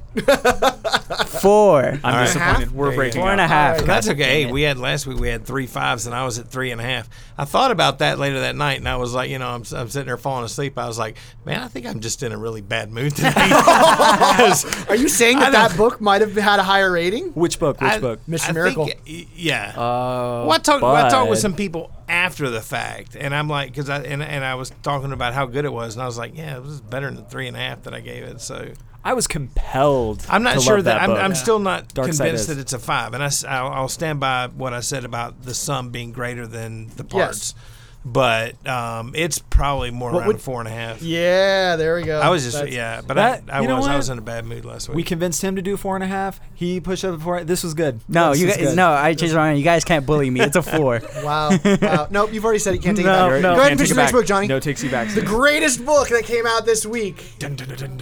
Speaker 3: Four.
Speaker 6: I'm
Speaker 4: All right.
Speaker 6: disappointed.
Speaker 2: Half?
Speaker 6: We're
Speaker 4: There you
Speaker 6: breaking.
Speaker 4: go.
Speaker 3: Four and a
Speaker 6: up.
Speaker 3: half.
Speaker 4: Well, that's
Speaker 3: God
Speaker 4: okay.
Speaker 3: damn it.
Speaker 4: We had last week. We had three fives, and I was at three and a half. I thought about that later that night, and I was like, you know, I'm, I'm sitting there falling asleep. I was like, man, I think I'm just in a really bad mood today. 'Cause
Speaker 2: Are you saying that
Speaker 4: I
Speaker 2: that book might have had a higher rating?
Speaker 6: Which book? Which
Speaker 4: I-
Speaker 6: book?
Speaker 2: Mr.
Speaker 4: I think-
Speaker 2: Miracle.
Speaker 4: y- yeah.
Speaker 3: Oh.
Speaker 4: well, I talked. well, I talked with
Speaker 6: bud.
Speaker 4: some people after the fact, and I'm like, because I and, and I was talking about how good it was, and I was like, yeah, it was better than the three and a half that I gave it. So
Speaker 6: I was compelled.
Speaker 4: I'm
Speaker 6: to
Speaker 4: not sure
Speaker 6: love
Speaker 4: that, I'm,
Speaker 6: book.
Speaker 4: I'm still not
Speaker 6: Dark Side
Speaker 4: convinced
Speaker 6: is.
Speaker 4: that it's a five, and I, will I'll stand by what I said about the sum being greater than the parts. But um, it's probably more around
Speaker 2: would-
Speaker 4: a four and a half.
Speaker 2: Yeah, there we go.
Speaker 4: I was just
Speaker 2: That's-
Speaker 4: yeah, but
Speaker 6: That-
Speaker 4: I, I
Speaker 6: you know
Speaker 4: was I
Speaker 6: what?
Speaker 4: was in a bad mood last week.
Speaker 6: We convinced him to do four and a half. He pushed up to four. This was good.
Speaker 3: No,
Speaker 6: This
Speaker 3: you
Speaker 6: was
Speaker 3: guys.
Speaker 6: good.
Speaker 3: No, I changed my mind. You guys can't bully me. It's a four.
Speaker 2: Wow. wow. Nope, you've already said it. Can't take
Speaker 3: No,
Speaker 2: it back. Go ahead
Speaker 3: no.
Speaker 6: Can't
Speaker 2: and
Speaker 6: take
Speaker 2: pitch
Speaker 6: it
Speaker 2: the next
Speaker 6: back.
Speaker 2: book, Johnny.
Speaker 6: No takesies backs.
Speaker 2: The greatest book that came out this week.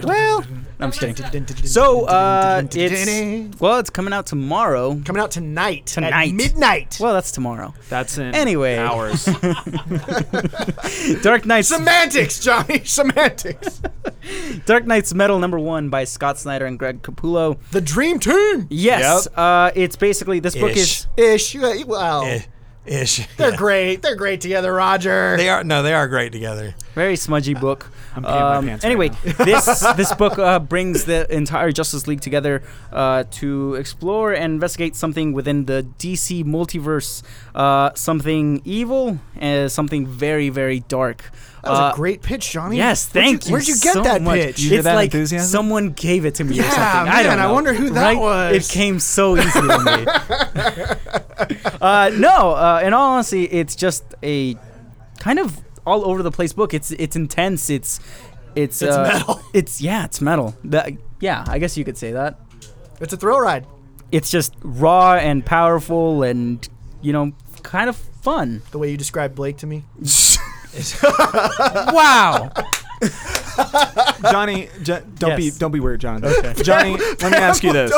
Speaker 3: well, I'm just kidding. So, uh, it's well, it's coming out tomorrow.
Speaker 2: coming out tonight. at
Speaker 3: Tonight.
Speaker 2: midnight.
Speaker 3: Well, that's tomorrow.
Speaker 6: That's in
Speaker 3: Anyway.
Speaker 6: hours.
Speaker 3: Dark Knight's
Speaker 2: Semantics, Johnny. Semantics.
Speaker 3: Dark Knight's Metal number one by Scott Snyder and Greg Capullo.
Speaker 2: the Dream Team.
Speaker 3: Yes, uh, it's basically this book
Speaker 4: Ish.
Speaker 3: is
Speaker 2: Ish. you- uh, Well,
Speaker 4: Eh, ish.
Speaker 2: they're great. They're great together, Roger.
Speaker 4: They are no, they are great together.
Speaker 3: very smudgy book.
Speaker 6: I'm peeing my
Speaker 3: Um,
Speaker 6: pants right
Speaker 3: anyway, this this book uh, brings the entire Justice League together uh, to explore and investigate something within the DC multiverse, uh, something evil and something very very dark.
Speaker 2: that was
Speaker 3: Uh,
Speaker 2: a great pitch, Johnny. Where'd
Speaker 3: Yes,
Speaker 2: you-
Speaker 3: thank you.
Speaker 2: Where'd you get
Speaker 3: so
Speaker 2: that
Speaker 3: much.
Speaker 2: pitch?
Speaker 6: You hear
Speaker 3: it's
Speaker 6: that
Speaker 3: like
Speaker 6: enthusiasm?
Speaker 3: someone gave it to me
Speaker 2: Yeah,
Speaker 3: or something. I don't
Speaker 2: man, I
Speaker 3: know.
Speaker 2: wonder who that
Speaker 3: Right?
Speaker 2: was.
Speaker 3: It came so easily to me. uh, no, uh, in all honesty, it's just a kind of all over the place book. It's it's intense. It's it's it's uh,
Speaker 2: metal.
Speaker 3: It's yeah, it's metal. That, yeah, I guess you could say that.
Speaker 2: It's a thrill ride.
Speaker 3: It's just raw and powerful and you know kind of fun.
Speaker 2: The way you described Blake to me.
Speaker 3: wow.
Speaker 6: Johnny, Jo- don't be
Speaker 3: Yes.
Speaker 6: don't be weird, Johnny. Johnny, let me ask you this: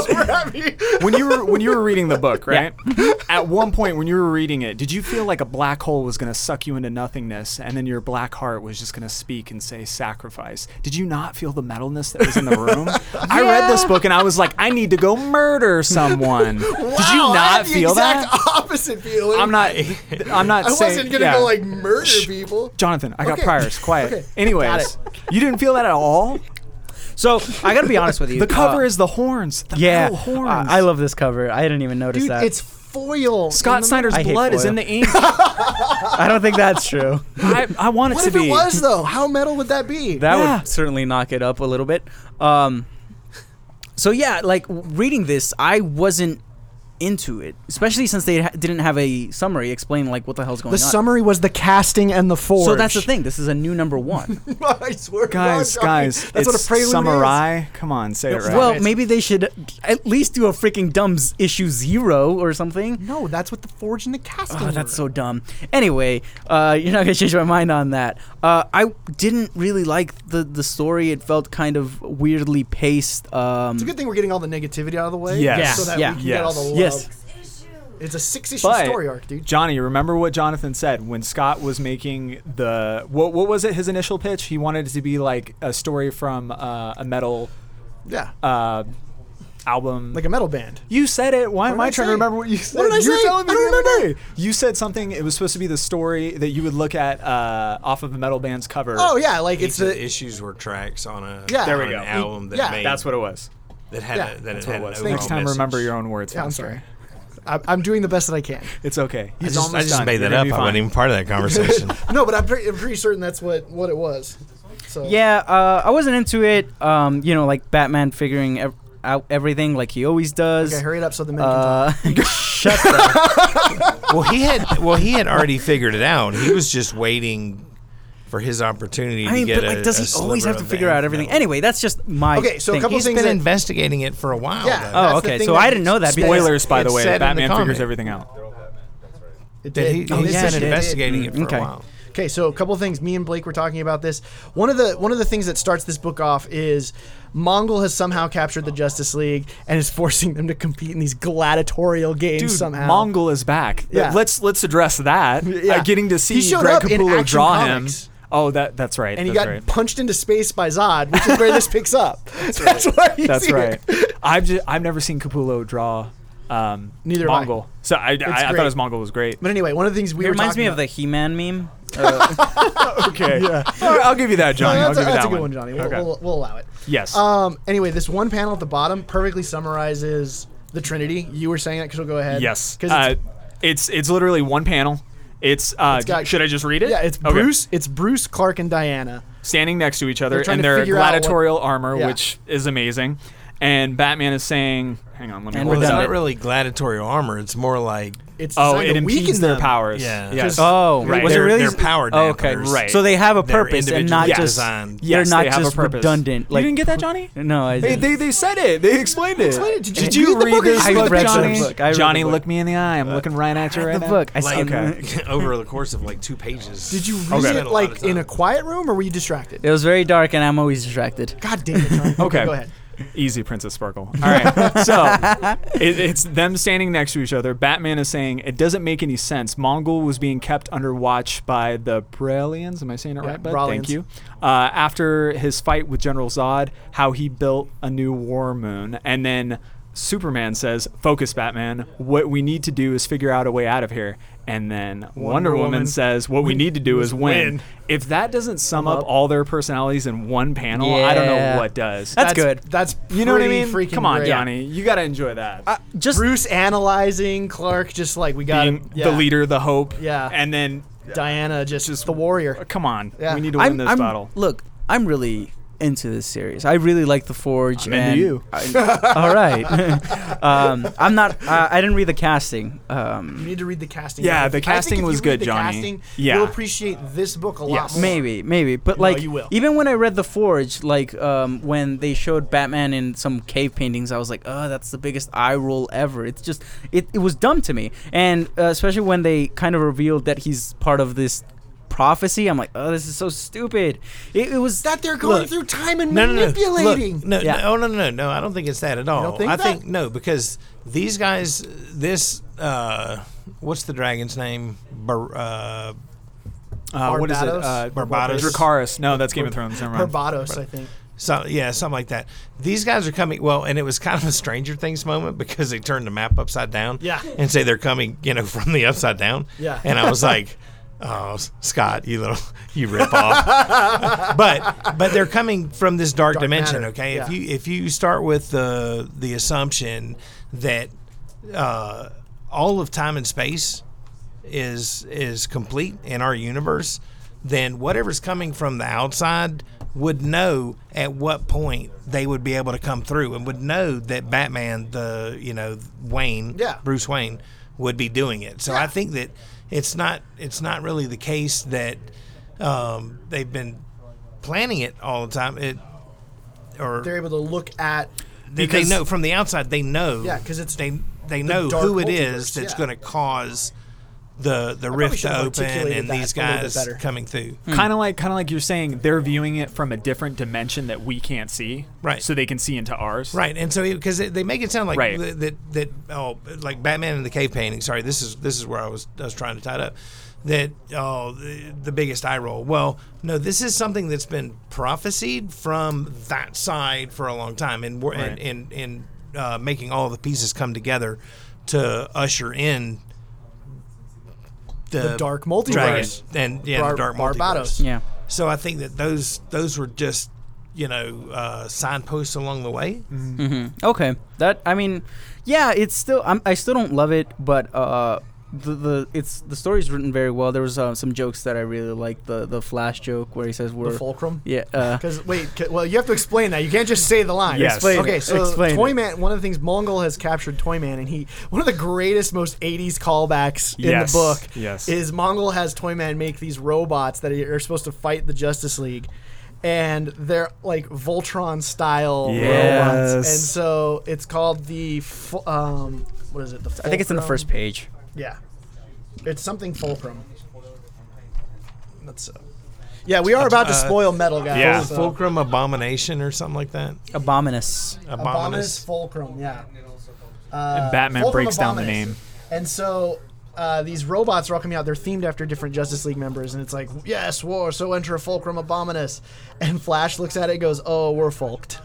Speaker 6: when you were when you were reading the book,
Speaker 3: Yeah.
Speaker 6: right? At one point, when you were reading it, did you feel like a black hole was going to suck you into nothingness, and then your black heart was just going to speak and say sacrifice? Did you not feel the metalness that was in the room? I read this book and I was like, I need to go murder someone. did you
Speaker 2: Wow, I
Speaker 6: not
Speaker 2: had the
Speaker 6: feel
Speaker 2: exact
Speaker 6: that?
Speaker 2: opposite feeling.
Speaker 6: I'm not. I'm not.
Speaker 2: I
Speaker 6: saying,
Speaker 2: wasn't gonna
Speaker 6: yeah.
Speaker 2: go like murder people.
Speaker 6: Jonathan, I got
Speaker 2: Okay.
Speaker 6: priors. Quiet.
Speaker 2: Okay.
Speaker 6: Anyways, you didn't feel that at all.
Speaker 3: So I gotta be honest with you.
Speaker 6: The cover
Speaker 3: uh,
Speaker 6: is the horns. The
Speaker 3: yeah.
Speaker 6: metal horns.
Speaker 3: uh, I love this cover. I didn't even notice
Speaker 2: Dude,
Speaker 3: that.
Speaker 2: it's foil. in
Speaker 6: Scott
Speaker 2: the-
Speaker 6: Snyder's
Speaker 3: I hate
Speaker 6: blood is
Speaker 3: foil.
Speaker 6: in the ink.
Speaker 3: I don't think that's true.
Speaker 6: I, I want it
Speaker 2: What
Speaker 6: to
Speaker 2: if
Speaker 6: be.
Speaker 2: it was though? How metal would that be?
Speaker 3: That
Speaker 6: Yeah.
Speaker 3: would certainly knock it up a little bit. Um, so yeah, like w- reading this, I wasn't into it, especially since they ha- didn't have a summary explaining like what the hell's going
Speaker 2: The
Speaker 3: on.
Speaker 2: summary was the casting and the forge.
Speaker 3: so that's the thing. This is a new number one.
Speaker 2: I swear to God,
Speaker 6: guys,
Speaker 2: Johnny,
Speaker 6: guys,
Speaker 2: That's
Speaker 6: it's
Speaker 2: what a prelude is.
Speaker 6: samurai. Come on, say it right.
Speaker 3: Well,
Speaker 2: Right.
Speaker 3: maybe they should at least do a freaking dumb s- issue zero or something.
Speaker 2: No, that's what the forge and the casting.
Speaker 3: Oh,
Speaker 2: were.
Speaker 3: that's so dumb. Anyway, uh, you're not gonna change my mind on that. Uh, I didn't really like the the story. It felt kind of weirdly paced. Um,
Speaker 2: It's a good thing we're getting all the negativity out of the way.
Speaker 6: Yes.
Speaker 2: So that
Speaker 3: Yeah.
Speaker 2: we can
Speaker 6: Yes.
Speaker 2: get all the love.
Speaker 3: Yes.
Speaker 2: It's a six-issue
Speaker 6: But-
Speaker 2: story arc, dude.
Speaker 6: Johnny, remember what Jonathan said when Scott was making the what? What was it? His initial pitch. He wanted it to be like a story from uh, a metal
Speaker 2: Yeah.
Speaker 6: uh, album.
Speaker 2: like a metal band.
Speaker 6: you said it. Why am
Speaker 2: What did
Speaker 6: I
Speaker 2: I say?
Speaker 6: trying to remember what you said?
Speaker 2: did I
Speaker 6: you were
Speaker 2: say?
Speaker 6: telling me
Speaker 2: I don't
Speaker 6: the other
Speaker 2: remember.
Speaker 6: day. You said something. It was supposed to be the story that you would look at uh, off of a metal band's cover.
Speaker 2: Oh yeah, like
Speaker 4: Each
Speaker 2: it's
Speaker 4: of
Speaker 2: the
Speaker 4: the issues were tracks on a
Speaker 2: Yeah. There
Speaker 6: we
Speaker 4: on
Speaker 6: go.
Speaker 4: an album that
Speaker 2: Yeah.
Speaker 4: made
Speaker 6: that's what it was.
Speaker 4: that had
Speaker 2: Yeah.
Speaker 4: a, that
Speaker 6: That's
Speaker 4: had
Speaker 6: what it
Speaker 4: an
Speaker 6: was.
Speaker 4: overall
Speaker 6: Next time,
Speaker 4: message.
Speaker 6: remember your own words.
Speaker 2: Yeah, I'm
Speaker 6: Foster.
Speaker 2: sorry. I- I'm doing the best that I can.
Speaker 6: It's okay.
Speaker 4: I
Speaker 6: He's
Speaker 4: just,
Speaker 6: almost
Speaker 4: I just
Speaker 6: done.
Speaker 4: made that
Speaker 6: You're gonna
Speaker 4: up.
Speaker 6: be
Speaker 4: I
Speaker 6: fine.
Speaker 4: wasn't even part of that conversation.
Speaker 2: No, but I'm pretty, I'm pretty certain that's what, what it was. So
Speaker 3: Yeah, uh, I wasn't into it. Um, you know, like Batman figuring ev- out everything like he always does.
Speaker 2: Okay, hurry it up so the men can talk.
Speaker 3: uh, shut up.
Speaker 4: well, he had well he had already figured it out. He was just waiting for his opportunity
Speaker 3: I mean,
Speaker 4: to get
Speaker 3: but
Speaker 4: a-
Speaker 3: like, does
Speaker 4: a
Speaker 3: he always have
Speaker 4: sliver
Speaker 3: to
Speaker 4: of
Speaker 3: figure
Speaker 4: the
Speaker 3: out everything?
Speaker 4: infinite.
Speaker 3: Anyway, that's just my.
Speaker 2: Okay, so a
Speaker 3: thing.
Speaker 2: couple
Speaker 4: He's
Speaker 2: things
Speaker 4: been
Speaker 2: that-
Speaker 4: investigating it for a while.
Speaker 2: Yeah.
Speaker 4: though.
Speaker 3: Oh,
Speaker 2: That's the
Speaker 3: okay,
Speaker 2: thing
Speaker 3: so
Speaker 2: that
Speaker 3: I didn't know that because-
Speaker 6: Spoilers, by
Speaker 4: It's
Speaker 6: the way.
Speaker 4: said in the
Speaker 6: Batman
Speaker 4: comic.
Speaker 6: figures everything out.
Speaker 4: That he,
Speaker 2: Oh,
Speaker 4: he's
Speaker 2: yeah,
Speaker 4: been
Speaker 2: it did.
Speaker 4: investigating it for
Speaker 3: Okay.
Speaker 4: a while.
Speaker 2: Okay, so a couple of things. Me and Blake were talking about this. One of the one of the things that starts this book off is Mongol has somehow captured the Justice League and is forcing them to compete in these gladiatorial games
Speaker 6: Dude,
Speaker 2: somehow.
Speaker 6: Mongol is back.
Speaker 2: Yeah.
Speaker 6: Let's let's address that.
Speaker 2: Yeah.
Speaker 6: Uh, getting to see
Speaker 2: He showed
Speaker 6: Greg
Speaker 2: up in
Speaker 6: Capullo
Speaker 2: Action
Speaker 6: draw
Speaker 2: Comics.
Speaker 6: him. Oh, that that's right.
Speaker 2: and he
Speaker 6: that's
Speaker 2: got
Speaker 6: right.
Speaker 2: punched into space by Zod, which is where this picks up. That's, why he's
Speaker 6: That's
Speaker 2: here.
Speaker 6: right. I've just, I've never seen Capullo draw um,
Speaker 2: Neither have I.
Speaker 6: Mongol. So I, I, I
Speaker 2: great.
Speaker 6: thought his Mongol was great.
Speaker 2: But anyway, one of the things we
Speaker 3: It
Speaker 2: were
Speaker 3: reminds
Speaker 2: talking
Speaker 3: me
Speaker 2: about,
Speaker 3: of the He-Man meme. Uh,
Speaker 6: Okay. yeah. I'll give you that, Johnny.
Speaker 2: No, that's,
Speaker 6: I'll
Speaker 2: a,
Speaker 6: give you
Speaker 2: that's a
Speaker 6: that
Speaker 2: good one, Johnny. We'll,
Speaker 6: Okay.
Speaker 2: we'll, we'll allow it.
Speaker 6: Yes.
Speaker 2: Um, anyway, this one panel at the bottom perfectly summarizes the Trinity. You were saying that because we'll go ahead.
Speaker 6: yes.
Speaker 2: Because
Speaker 6: uh, it's it's literally one panel. It's, uh,
Speaker 2: It's got-
Speaker 6: should I just read it?
Speaker 2: yeah, it's
Speaker 6: Okay.
Speaker 2: Bruce. It's Bruce, Clark, and Diana.
Speaker 6: standing next to each other
Speaker 2: They're trying to
Speaker 6: in their
Speaker 2: figure out what-
Speaker 6: gladiatorial armor,
Speaker 2: Yeah.
Speaker 6: which is amazing. And Batman is saying, "Hang on, let me."
Speaker 3: And
Speaker 6: hold
Speaker 4: Well,
Speaker 3: we're
Speaker 6: this
Speaker 4: it's
Speaker 3: done.
Speaker 6: up.
Speaker 4: not really gladiatorial armor. It's more like
Speaker 2: It's
Speaker 6: Oh,
Speaker 2: designed
Speaker 6: it
Speaker 2: to
Speaker 6: impedes
Speaker 2: weaken
Speaker 6: their
Speaker 2: them.
Speaker 6: powers.
Speaker 4: Yeah.
Speaker 6: Yes.
Speaker 3: oh,
Speaker 6: Right.
Speaker 3: was it
Speaker 6: They're-
Speaker 3: really?
Speaker 4: they're power
Speaker 3: oh, okay,
Speaker 4: dampers.
Speaker 3: right. So they have a
Speaker 4: They're
Speaker 3: purpose and not
Speaker 4: individually
Speaker 6: Yes.
Speaker 3: just.
Speaker 4: designed.
Speaker 3: They're
Speaker 6: Yes,
Speaker 3: not
Speaker 6: they have a
Speaker 3: just
Speaker 6: purpose.
Speaker 3: redundant, like-
Speaker 6: you didn't get that, Johnny?
Speaker 3: No, I
Speaker 6: They,
Speaker 3: didn't.
Speaker 6: they, they said it. They explained it.
Speaker 2: explained it. Did you read
Speaker 6: Did you
Speaker 2: the
Speaker 6: read
Speaker 2: book or
Speaker 6: this
Speaker 2: you
Speaker 6: book,
Speaker 2: read the
Speaker 6: Johnny?
Speaker 3: book? I read the
Speaker 6: Johnny,
Speaker 3: book.
Speaker 6: look me in the eye. I'm looking right at you
Speaker 3: I
Speaker 6: right
Speaker 3: read the
Speaker 6: now.
Speaker 3: book. I saw
Speaker 4: like
Speaker 3: it.
Speaker 4: over the course of like two pages.
Speaker 2: Did you read
Speaker 6: Okay.
Speaker 2: it like in a quiet room, or were you distracted?
Speaker 3: It was very dark, and I'm always distracted.
Speaker 2: God damn it! Johnny.
Speaker 6: Okay.
Speaker 2: go ahead.
Speaker 6: Easy, Princess Sparkle. All right. so it, it's them standing next to each other. Batman is saying it doesn't make any sense. Mongol was being kept under watch by the Bralians. Am I saying it
Speaker 2: Yeah,
Speaker 6: right? Bud?
Speaker 2: Bralians.
Speaker 6: Thank you. Uh, after his fight with General Zod, how he built a new war moon, and then Superman says, "Focus, Batman. What we need to do is figure out a way out of here." And then Wonder, Woman,
Speaker 2: Woman
Speaker 6: says, "What we need to do is win."
Speaker 4: win.
Speaker 6: If that doesn't sum up all their personalities in one panel, I don't know
Speaker 3: Yeah.
Speaker 6: what does.
Speaker 3: That's good.
Speaker 2: That's
Speaker 6: You know what I
Speaker 2: pretty
Speaker 6: mean?
Speaker 2: Freaking
Speaker 6: Come on,
Speaker 2: great.
Speaker 6: Johnny. You gotta enjoy that.
Speaker 3: Just
Speaker 2: Bruce analyzing Clark, just like we got
Speaker 6: Being the leader, the hope.
Speaker 2: Yeah.
Speaker 6: And then,
Speaker 2: Diana, just,
Speaker 6: Just-
Speaker 2: the warrior.
Speaker 6: come on,
Speaker 2: Yeah.
Speaker 6: we need to win
Speaker 3: I'm,
Speaker 6: this
Speaker 3: I'm-
Speaker 6: battle.
Speaker 3: Look, I'm really into this series. I really like the Forge.
Speaker 6: into
Speaker 3: and
Speaker 6: you.
Speaker 2: uh,
Speaker 3: I- all right. um, I'm not. Uh, I didn't read the casting.
Speaker 2: You
Speaker 3: Um,
Speaker 2: need to read the casting.
Speaker 6: Yeah,
Speaker 2: I
Speaker 6: the
Speaker 2: think- I
Speaker 6: casting
Speaker 2: think if
Speaker 6: was
Speaker 2: you read
Speaker 6: good,
Speaker 2: the
Speaker 6: Johnny.
Speaker 2: Casting,
Speaker 6: Yeah.
Speaker 2: you'll appreciate this book a lot.
Speaker 6: Yes.
Speaker 2: more.
Speaker 3: maybe, maybe, but like,
Speaker 2: you will.
Speaker 3: even when I read the Forge, like um, when they showed Batman in some cave paintings, I was like, oh, that's the biggest eye roll ever. It's just, it, it was dumb to me, and uh, especially when they kind of revealed that he's part of this prophecy, I'm like, oh, this is so stupid. It, it was
Speaker 2: that they're going
Speaker 4: Look.
Speaker 2: through time and
Speaker 4: no, no, no.
Speaker 2: manipulating.
Speaker 4: Look, no,
Speaker 3: Yeah.
Speaker 4: no, oh, no, no, no, no. I don't think it's that at all.
Speaker 2: don't think
Speaker 4: I
Speaker 2: that?
Speaker 4: think no, because these guys, this, uh, what's the dragon's name? Bar, uh,
Speaker 6: Uh, what is it?
Speaker 2: Barbados?
Speaker 6: Uh,
Speaker 4: Barbados.
Speaker 6: Dracarys. No, that's Game of Thrones. Never mind.
Speaker 2: Barbados, I think.
Speaker 4: so, yeah, something like that. These guys are coming. Well, and it was kind of a Stranger Things moment because they turned the map upside down.
Speaker 2: Yeah.
Speaker 4: and say they're coming, you know, from the upside down.
Speaker 2: Yeah.
Speaker 4: and I was like. Oh, S- Scott, you little, you rip off. but but they're coming from this dark, dimension.
Speaker 2: matter,
Speaker 4: Okay, if
Speaker 2: yeah.
Speaker 4: you if you start with the the assumption that uh, all of time and space is is complete in our universe, then whatever's coming from the outside would know at what point they would be able to come through and would know that Batman, the you know Wayne,
Speaker 2: Yeah.
Speaker 4: Bruce Wayne, would be doing it. So I think that it's not it's not really the case that um, they've been planning it all the time. It or
Speaker 2: They're able to look at
Speaker 4: they, they
Speaker 2: Because-
Speaker 4: know from the outside they know
Speaker 2: Yeah, 'cause it's
Speaker 4: they they know
Speaker 2: dark
Speaker 4: who it
Speaker 2: multiverse,
Speaker 4: is that's
Speaker 2: yeah.
Speaker 4: going to cause the the rift
Speaker 2: should
Speaker 4: to
Speaker 2: have
Speaker 4: open
Speaker 2: articulated
Speaker 4: and
Speaker 2: that
Speaker 4: these
Speaker 2: a little bit
Speaker 4: guys
Speaker 2: better.
Speaker 4: coming through.
Speaker 6: Kind of like, kind of like you're saying, they're viewing it from a different dimension that we can't see,
Speaker 4: Right.
Speaker 6: So they can see into ours,
Speaker 4: Right, and so because they make it sound like
Speaker 6: Right.
Speaker 4: th- that that oh like Batman and the cave painting. Sorry, this is this is where I was I was trying to tie it up. That oh the, the biggest eye roll. Well, no, this is something that's been prophesied from that side for a long time, and we're
Speaker 6: Right.
Speaker 4: and and, and uh, making all the pieces come together to usher in the,
Speaker 2: the dark multiverse.
Speaker 4: dragon and yeah
Speaker 2: Bar-
Speaker 4: the dark
Speaker 2: Barbados.
Speaker 4: Barbados.
Speaker 3: Yeah.
Speaker 4: So I think that those those were just you know uh, signposts along the way.
Speaker 6: Mm-hmm.
Speaker 3: Okay. That I mean, yeah, it's still I'm, I still don't love it, but uh, the the it's the story's written very well. There was uh, some jokes that I really liked. The the Flash joke where he says we're
Speaker 2: The fulcrum.
Speaker 3: yeah. Uh,
Speaker 2: Because wait, 'cause- well, you have to explain that. You can't just say the line.
Speaker 6: Yes. Explain
Speaker 2: okay,
Speaker 3: it.
Speaker 2: so
Speaker 3: Explain
Speaker 2: Toy
Speaker 3: it.
Speaker 2: Man. One of the things Mongol has captured Toy Man, and he one of the greatest, most '80s callbacks in
Speaker 6: Yes.
Speaker 2: the book.
Speaker 6: Yes.
Speaker 2: is Mongol has Toy Man make these robots that are supposed to fight the Justice League. And they're like Voltron style
Speaker 6: Yes.
Speaker 2: robots, and so it's called the fu- um, what is it? The
Speaker 3: I think it's in the
Speaker 2: Fulcrum?
Speaker 3: first page.
Speaker 2: Yeah. It's something fulcrum. That's uh, Yeah, we are about to
Speaker 4: uh,
Speaker 2: spoil metal guys.
Speaker 6: yeah.
Speaker 2: so-
Speaker 4: Fulcrum Abomination or something like that.
Speaker 3: Abominus.
Speaker 2: Abominus
Speaker 4: Abominus.
Speaker 2: fulcrum, yeah. Uh,
Speaker 6: Batman
Speaker 2: Fulcrum
Speaker 6: breaks down the
Speaker 2: Abominus.
Speaker 6: name.
Speaker 2: And so uh, these robots are all coming out. They're themed after different Justice League members, and it's like, yes, war. So enter Fulcrum Abominus. And Flash looks at it, and goes, oh, we're fulked.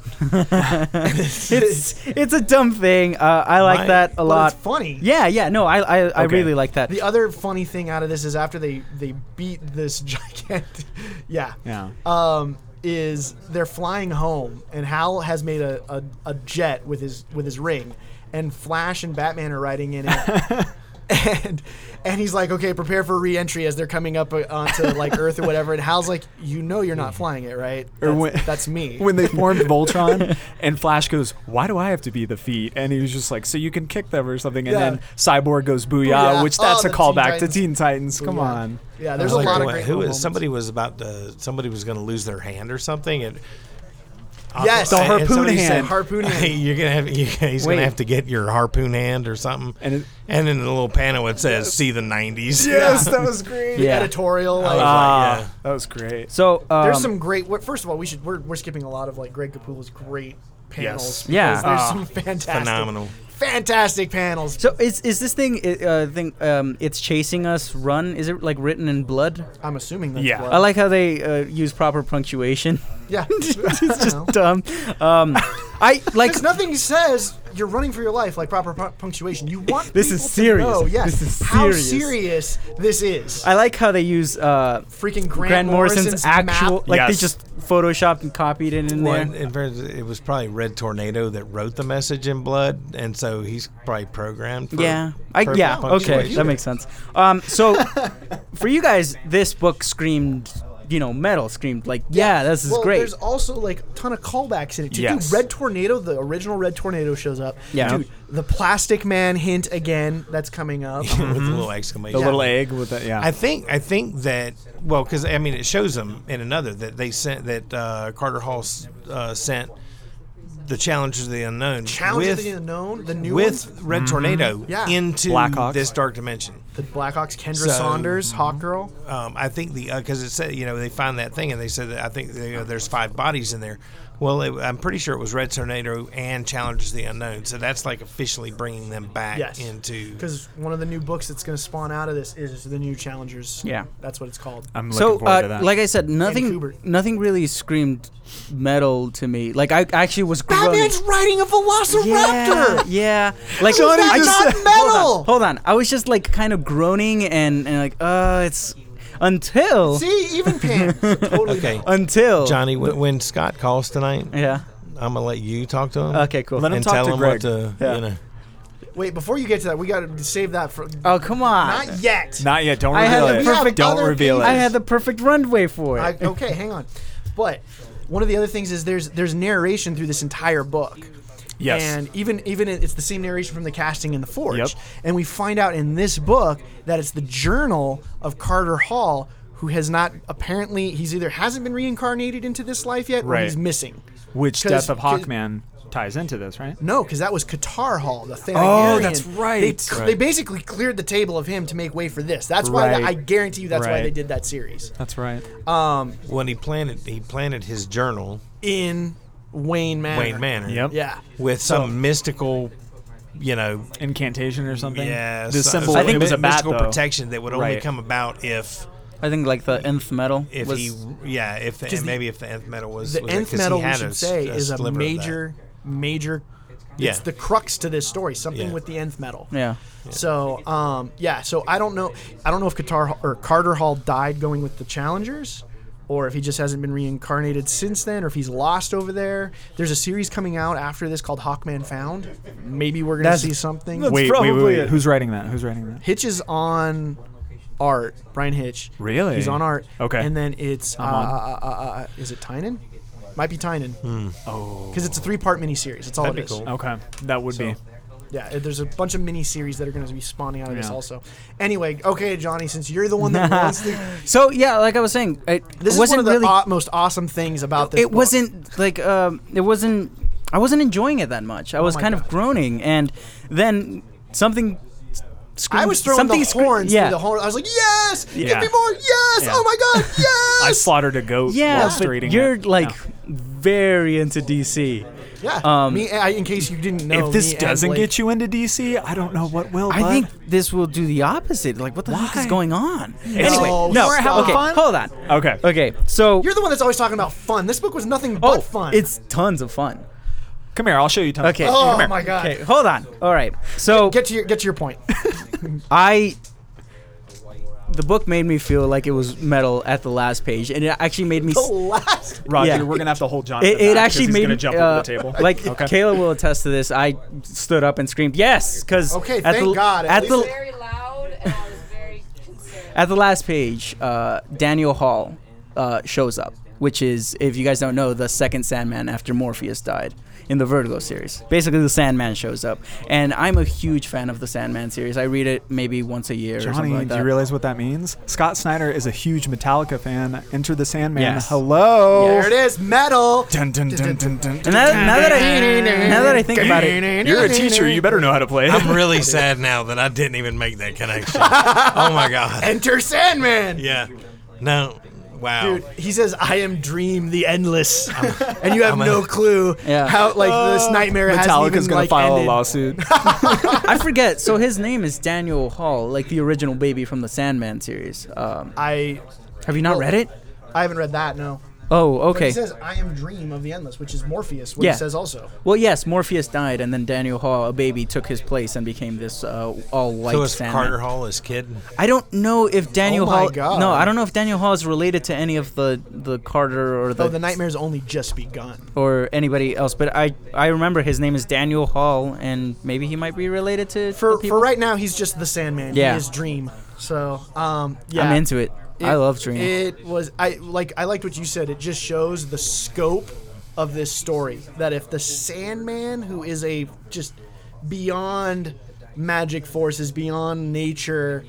Speaker 3: It's it's a dumb thing. Uh, I like
Speaker 4: Right.
Speaker 3: that a
Speaker 2: But
Speaker 3: lot.
Speaker 2: it's funny.
Speaker 3: Yeah, yeah. No, I I, I
Speaker 6: Okay.
Speaker 3: really like that.
Speaker 2: The other funny thing out of this is after they they beat this gigantic, yeah,
Speaker 6: Yeah.
Speaker 2: um, is they're flying home, and Hal has made a, a, a jet with his with his ring, and Flash and Batman are riding in it. And, and he's like, okay, prepare for re-entry as they're coming up uh, onto like Earth or whatever. And Hal's like, you know, you're not flying it, right?
Speaker 6: Or
Speaker 2: That's,
Speaker 6: when-
Speaker 2: that's me.
Speaker 6: when they formed Voltron, and Flash goes, "Why do I have to be the feet?" And he was just like, "So you can kick them or something." And
Speaker 2: Yeah.
Speaker 6: then Cyborg goes, "Booyah!"
Speaker 2: Booyah.
Speaker 6: which that's
Speaker 2: Oh,
Speaker 6: a
Speaker 2: the
Speaker 6: callback
Speaker 2: Teen
Speaker 6: to
Speaker 2: Titans.
Speaker 6: Teen Titans. Come
Speaker 2: Yeah.
Speaker 6: on.
Speaker 2: yeah, there's
Speaker 4: I
Speaker 2: a
Speaker 4: was
Speaker 2: lot
Speaker 4: like,
Speaker 2: of
Speaker 4: what-
Speaker 2: great.
Speaker 4: who
Speaker 2: little
Speaker 4: is
Speaker 2: moments.
Speaker 4: somebody was about to somebody was going to lose their hand or something and
Speaker 2: Yes,
Speaker 4: and-
Speaker 6: The
Speaker 4: and
Speaker 6: harpoon
Speaker 4: somebody said,
Speaker 6: hand.
Speaker 2: Harpoon hand.
Speaker 4: you're gonna have you, he's
Speaker 3: Wait.
Speaker 4: gonna have to get your harpoon hand or something
Speaker 6: And it-
Speaker 4: and then the little panel it says see the 90s
Speaker 6: Yes, that was great.
Speaker 3: Yeah.
Speaker 2: editorial. Like,
Speaker 6: Ah,
Speaker 4: yeah.
Speaker 6: that was great.
Speaker 3: so um,
Speaker 2: there's some great. wor- First of all, we should we're, we're skipping a lot of like Greg Capullo's great panels. because
Speaker 3: Yeah.
Speaker 6: Yes.
Speaker 2: there's
Speaker 6: Ah.
Speaker 2: some fantastic,
Speaker 4: phenomenal
Speaker 2: fantastic panels.
Speaker 3: So is is this thing i- uh, thing um, it's chasing us run? Is it like written in blood?
Speaker 2: I'm assuming that's
Speaker 6: Yeah.
Speaker 2: blood.
Speaker 3: I like how they uh, use proper punctuation.
Speaker 2: yeah.
Speaker 3: it's
Speaker 2: No.
Speaker 3: just dumb. Um, I like.
Speaker 2: Because nothing says you're running for your life like proper pu- punctuation. You want
Speaker 3: This is
Speaker 2: people to
Speaker 3: serious.
Speaker 2: know, yes,
Speaker 3: This is
Speaker 2: how
Speaker 3: serious.
Speaker 2: serious this is.
Speaker 3: I like how they use uh,
Speaker 2: Freaking Grant,
Speaker 3: Grant, Morrison's, actual.
Speaker 2: map.
Speaker 3: Like they
Speaker 6: Yes.
Speaker 3: just photoshopped and copied it in
Speaker 4: Well,
Speaker 3: there.
Speaker 4: in- in fairness, it was probably Red Tornado that wrote the message in blood, and so he's probably programmed. For
Speaker 3: yeah. I,
Speaker 4: for
Speaker 3: yeah. Okay.
Speaker 4: punctuation.
Speaker 3: That makes sense. Um, so, for you guys, this book screamed, you know, metal screamed like, yeah, this is
Speaker 2: well,
Speaker 3: great.
Speaker 2: There's also like a ton of callbacks in it too.
Speaker 6: Yes.
Speaker 2: Dude, Red Tornado, the original Red Tornado shows up.
Speaker 3: Yeah.
Speaker 2: Dude, the Plastic Man hint again. That's coming up.
Speaker 4: with a
Speaker 3: Mm-hmm.
Speaker 4: little exclamation.
Speaker 6: The
Speaker 4: Yeah.
Speaker 6: little egg with that. Yeah.
Speaker 4: I think I think that well, because I mean, it shows them in another that they sent that uh, Carter Hall s- uh, sent the Challenge of the Unknown
Speaker 2: Challenge
Speaker 4: with
Speaker 2: of the Unknown, the new
Speaker 4: with
Speaker 2: ones, Mm-hmm.
Speaker 4: Red Tornado
Speaker 2: Yeah.
Speaker 4: into
Speaker 6: Blackhawks.
Speaker 4: this dark dimension.
Speaker 2: the Blackhawks, Kendra
Speaker 4: So-
Speaker 2: Saunders, Hawk Girl.
Speaker 4: Um, I think the because it said you know they find that thing and they said that I think you know, there's five bodies in there. Well, it, I'm pretty sure it was Red Tornado and Challenges of the Unknown, so that's like officially bringing them back
Speaker 2: Yes.
Speaker 4: into
Speaker 2: Because one of the new books that's going to spawn out of this is the new Challengers.
Speaker 3: Yeah.
Speaker 2: that's what it's called.
Speaker 6: I'm looking
Speaker 3: so,
Speaker 6: forward to
Speaker 3: uh,
Speaker 6: that.
Speaker 3: like I said, nothing,
Speaker 2: Kubert.
Speaker 3: nothing really screamed metal to me. Like I actually was. groaning.
Speaker 2: riding a
Speaker 3: Yeah, yeah. Like
Speaker 2: Johnny
Speaker 3: I
Speaker 2: just
Speaker 3: just-
Speaker 2: said- metal?
Speaker 3: Hold on, hold on. I was just like kind of groaning and, and like, uh, it's until
Speaker 2: See, even Pam. totally.
Speaker 4: okay.
Speaker 3: until
Speaker 4: Johnny, when, when Scott calls tonight,
Speaker 3: Yeah.
Speaker 4: I'm gonna let you talk to him.
Speaker 3: Okay. Cool.
Speaker 6: Let him
Speaker 4: and
Speaker 6: talk
Speaker 4: tell
Speaker 6: to
Speaker 4: him
Speaker 6: Greg.
Speaker 4: what to
Speaker 6: Yeah.
Speaker 4: you know.
Speaker 2: Wait, before you get to that, we got to save that for.
Speaker 3: oh come on.
Speaker 2: Not yet.
Speaker 6: Not yet. Don't
Speaker 3: I had
Speaker 6: reveal
Speaker 3: the
Speaker 6: it.
Speaker 3: perfect
Speaker 6: Don't
Speaker 2: other
Speaker 6: reveal it.
Speaker 2: thing.
Speaker 3: I had the perfect runway for it.
Speaker 2: I, okay, hang on. But one of the other things is there's there's narration through this entire book.
Speaker 6: Yes.
Speaker 2: And even even it- it's the same narration from the casting in the forge.
Speaker 6: Yep.
Speaker 2: And we find out in this book that it's the journal of Carter Hall who has not apparently he's either hasn't been reincarnated into this life yet or
Speaker 6: Right.
Speaker 2: he's missing.
Speaker 6: Which
Speaker 2: 'Cause-
Speaker 6: Death of
Speaker 2: 'cause-
Speaker 6: Hawkman ties into this, right?
Speaker 2: No, because that was Qatar Hall, the thing.
Speaker 6: Oh, that's right.
Speaker 2: They, cl- they basically cleared the table of him to make way for this. That's why
Speaker 6: Right.
Speaker 2: I guarantee you that's why
Speaker 6: Right.
Speaker 2: they did that series.
Speaker 6: That's right.
Speaker 4: When he planted, he planted his journal,
Speaker 2: In Wayne Manor.
Speaker 4: Wayne Manor.
Speaker 6: Yep.
Speaker 2: Yeah.
Speaker 4: With some mystical, you know,
Speaker 6: Incantation or something.
Speaker 4: yeah,
Speaker 6: The
Speaker 4: so-
Speaker 6: symbol.
Speaker 4: so
Speaker 3: I think
Speaker 6: it was a bat
Speaker 4: mystical
Speaker 6: though.
Speaker 4: protection that would only
Speaker 6: Right.
Speaker 4: come about if
Speaker 3: I think like the nth metal
Speaker 4: if
Speaker 3: was
Speaker 4: he yeah if the,
Speaker 2: Because
Speaker 4: and
Speaker 2: the-
Speaker 4: maybe if the nth metal was
Speaker 2: The
Speaker 4: was it,
Speaker 2: nth
Speaker 4: 'cause
Speaker 2: metal,
Speaker 4: he
Speaker 2: we
Speaker 4: had
Speaker 2: should
Speaker 4: s-
Speaker 2: say, is a
Speaker 4: sliver of that.
Speaker 2: major, major.
Speaker 4: yeah
Speaker 2: It's the crux to this story. Something
Speaker 4: Yeah.
Speaker 2: with the nth metal.
Speaker 3: yeah.
Speaker 2: So, um, yeah. So I don't know. I don't know if Qatar or Carter Hall died going with the Challengers, or if he just hasn't been reincarnated since then, or if he's lost over there. There's a series coming out after this called Hawkman Found. Maybe we're gonna
Speaker 6: That's-
Speaker 2: see something.
Speaker 6: Wait, wait, wait,
Speaker 3: probably
Speaker 6: wait.
Speaker 3: it.
Speaker 6: Who's writing that? Who's writing that?
Speaker 2: Hitch is on art. Brian Hitch.
Speaker 6: Really?
Speaker 2: He's on art.
Speaker 6: Okay.
Speaker 2: And then it's uh,
Speaker 6: I'm on.
Speaker 2: uh, uh, uh, is it Tynan? Might be Tynan.
Speaker 6: Hmm.
Speaker 2: Oh. Because it's a three-part miniseries. That's all
Speaker 4: That'd
Speaker 2: it
Speaker 4: be
Speaker 2: is.
Speaker 4: cool.
Speaker 6: Okay, that would be.
Speaker 2: Yeah, uh, there's a bunch of mini series that are going to be spawning out of this
Speaker 6: Yeah.
Speaker 2: also. Anyway, okay, Johnny, since you're the one that wants to,
Speaker 3: So yeah, like I was saying, it
Speaker 2: this is one
Speaker 3: wasn't
Speaker 2: of the
Speaker 3: really.
Speaker 2: aw- most awesome things about this.
Speaker 3: it
Speaker 2: book.
Speaker 3: wasn't like um, it wasn't. I wasn't enjoying it that much. I was
Speaker 2: Oh my
Speaker 3: kind
Speaker 2: God.
Speaker 3: of groaning, and then something. Screamed,
Speaker 2: I was throwing
Speaker 3: something
Speaker 2: the
Speaker 3: screamed-
Speaker 2: horns
Speaker 3: yeah.
Speaker 2: through the horn. I was like, yes, give
Speaker 6: Yeah.
Speaker 2: me more, yes,
Speaker 6: Yeah.
Speaker 2: oh my god, yes.
Speaker 6: I slaughtered a goat.
Speaker 3: Yeah,
Speaker 6: while
Speaker 3: but
Speaker 6: straighting
Speaker 3: you're
Speaker 6: it.
Speaker 3: like
Speaker 6: Yeah.
Speaker 3: very into DC.
Speaker 2: yeah,
Speaker 3: um,
Speaker 2: me. I, in case you didn't know,
Speaker 3: oh,
Speaker 6: if this
Speaker 2: me and
Speaker 6: doesn't
Speaker 2: Blake-
Speaker 6: get you into DC, I don't know what will.
Speaker 3: I
Speaker 6: bud.
Speaker 3: think this will do the opposite. Like, what the heck is
Speaker 6: Why?
Speaker 3: going on? anyway,
Speaker 2: no,
Speaker 3: no.
Speaker 2: we're having
Speaker 3: okay,
Speaker 2: fun.
Speaker 3: hold on.
Speaker 6: Okay.
Speaker 3: Okay, so
Speaker 2: you're the one that's always talking about fun. This book was nothing
Speaker 3: oh,
Speaker 2: but fun.
Speaker 3: it's tons of fun.
Speaker 6: Come here. I'll show you. Tons
Speaker 3: Okay.
Speaker 2: oh
Speaker 3: come here.
Speaker 2: my god.
Speaker 3: Okay, hold on. All right. So
Speaker 2: Get to your get to your point.
Speaker 3: I the book made me feel like it was metal at the last page, and it actually made me.
Speaker 2: the
Speaker 3: s-
Speaker 2: last.
Speaker 6: Roger,
Speaker 3: Yeah.
Speaker 6: we're gonna have to hold John.
Speaker 3: It, it actually
Speaker 6: he's
Speaker 3: made
Speaker 6: gonna
Speaker 3: me
Speaker 6: jump
Speaker 3: uh,
Speaker 6: over the table.
Speaker 3: Like
Speaker 6: Okay.
Speaker 3: Kayla will attest to this. I stood up and screamed yes because
Speaker 2: Okay,
Speaker 3: at
Speaker 2: thank
Speaker 3: the,
Speaker 2: God, at
Speaker 3: at
Speaker 7: was
Speaker 3: the
Speaker 7: very loud and I was very concerned.
Speaker 3: at the last page, uh, Daniel Hall uh, shows up, which is if you guys don't know, the second Sandman after Morpheus died in the Vertigo series. Basically, the Sandman shows up, and I'm a huge fan of the Sandman series. I read it maybe once a year or
Speaker 6: Johnny,
Speaker 3: something like that.
Speaker 6: do you realize what that means? Scott Snyder is a huge Metallica fan. Enter the Sandman.
Speaker 3: Yes.
Speaker 6: Hello.
Speaker 2: There it is, metal.
Speaker 6: Dun, dun, dun, dun, dun, dun.
Speaker 3: and now, now that I now that I think about it,
Speaker 6: You're a teacher. You better know how to play.
Speaker 4: i'm really sad now that i didn't even make that connection oh my god
Speaker 2: Enter Sandman.
Speaker 4: yeah no wow
Speaker 2: Dude, he says, "I am Dream, the Endless," and you have
Speaker 4: I'm a-
Speaker 2: no clue
Speaker 3: Yeah. Uh,
Speaker 2: how like this nightmare has
Speaker 6: Metallica's
Speaker 2: even
Speaker 6: gonna
Speaker 2: like
Speaker 6: file
Speaker 2: ended.
Speaker 6: a lawsuit.
Speaker 3: I forget. So his name is Daniel Hall, like the original baby from the Sandman series. Um,
Speaker 2: I
Speaker 3: have you not read it?
Speaker 2: I haven't read that. No.
Speaker 3: Oh, okay.
Speaker 2: He says, "I am Dream of the Endless," which is Morpheus. What
Speaker 3: Yeah.
Speaker 2: he says also.
Speaker 3: Well, yes, Morpheus died, and then Daniel Hall, a baby, took his place and became this uh, all white
Speaker 4: so is
Speaker 3: Sandman.
Speaker 4: carter hall his kid
Speaker 3: I don't know if Daniel
Speaker 2: Oh my
Speaker 3: Hall.
Speaker 2: God.
Speaker 3: No, I don't know if Daniel Hall is related to any of the the Carter or the,
Speaker 2: Though Oh, the nightmare's only just begun.
Speaker 3: or anybody else. But I I remember his name is Daniel Hall, and maybe he might be related to the
Speaker 2: For
Speaker 3: people.
Speaker 2: for right now, he's just the Sandman.
Speaker 3: Yeah.
Speaker 2: He is Dream. So um yeah.
Speaker 3: I'm into it. I love Dream.
Speaker 2: It was I like I liked what you said. It just shows the scope of this story. That if the Sandman, who is a just beyond magic forces, beyond nature,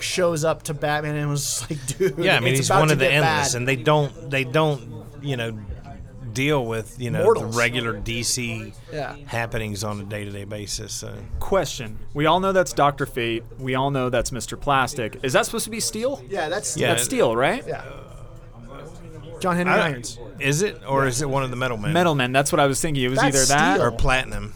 Speaker 2: shows up to Batman and was just like, dude,
Speaker 4: yeah i mean
Speaker 2: it's
Speaker 4: he's
Speaker 2: about
Speaker 4: one
Speaker 2: to
Speaker 4: of the
Speaker 2: get
Speaker 4: endless
Speaker 2: bad.
Speaker 4: and they don't they don't you know deal with you know
Speaker 2: Mortals.
Speaker 4: the regular dc
Speaker 2: Yeah.
Speaker 4: happenings on a day-to-day basis so
Speaker 6: Question: We all know that's Doctor Fate. We all know that's Mister Plastic. Is that supposed to be Steel?
Speaker 2: yeah, that's
Speaker 4: Yeah.
Speaker 6: That's Steel, right?
Speaker 2: yeah. John Henry
Speaker 4: I-
Speaker 2: Irons.
Speaker 4: is it or is it one of the metal men
Speaker 6: Metalman. That's what I was thinking. It was
Speaker 2: That's
Speaker 6: either that,
Speaker 2: Steel.
Speaker 4: or platinum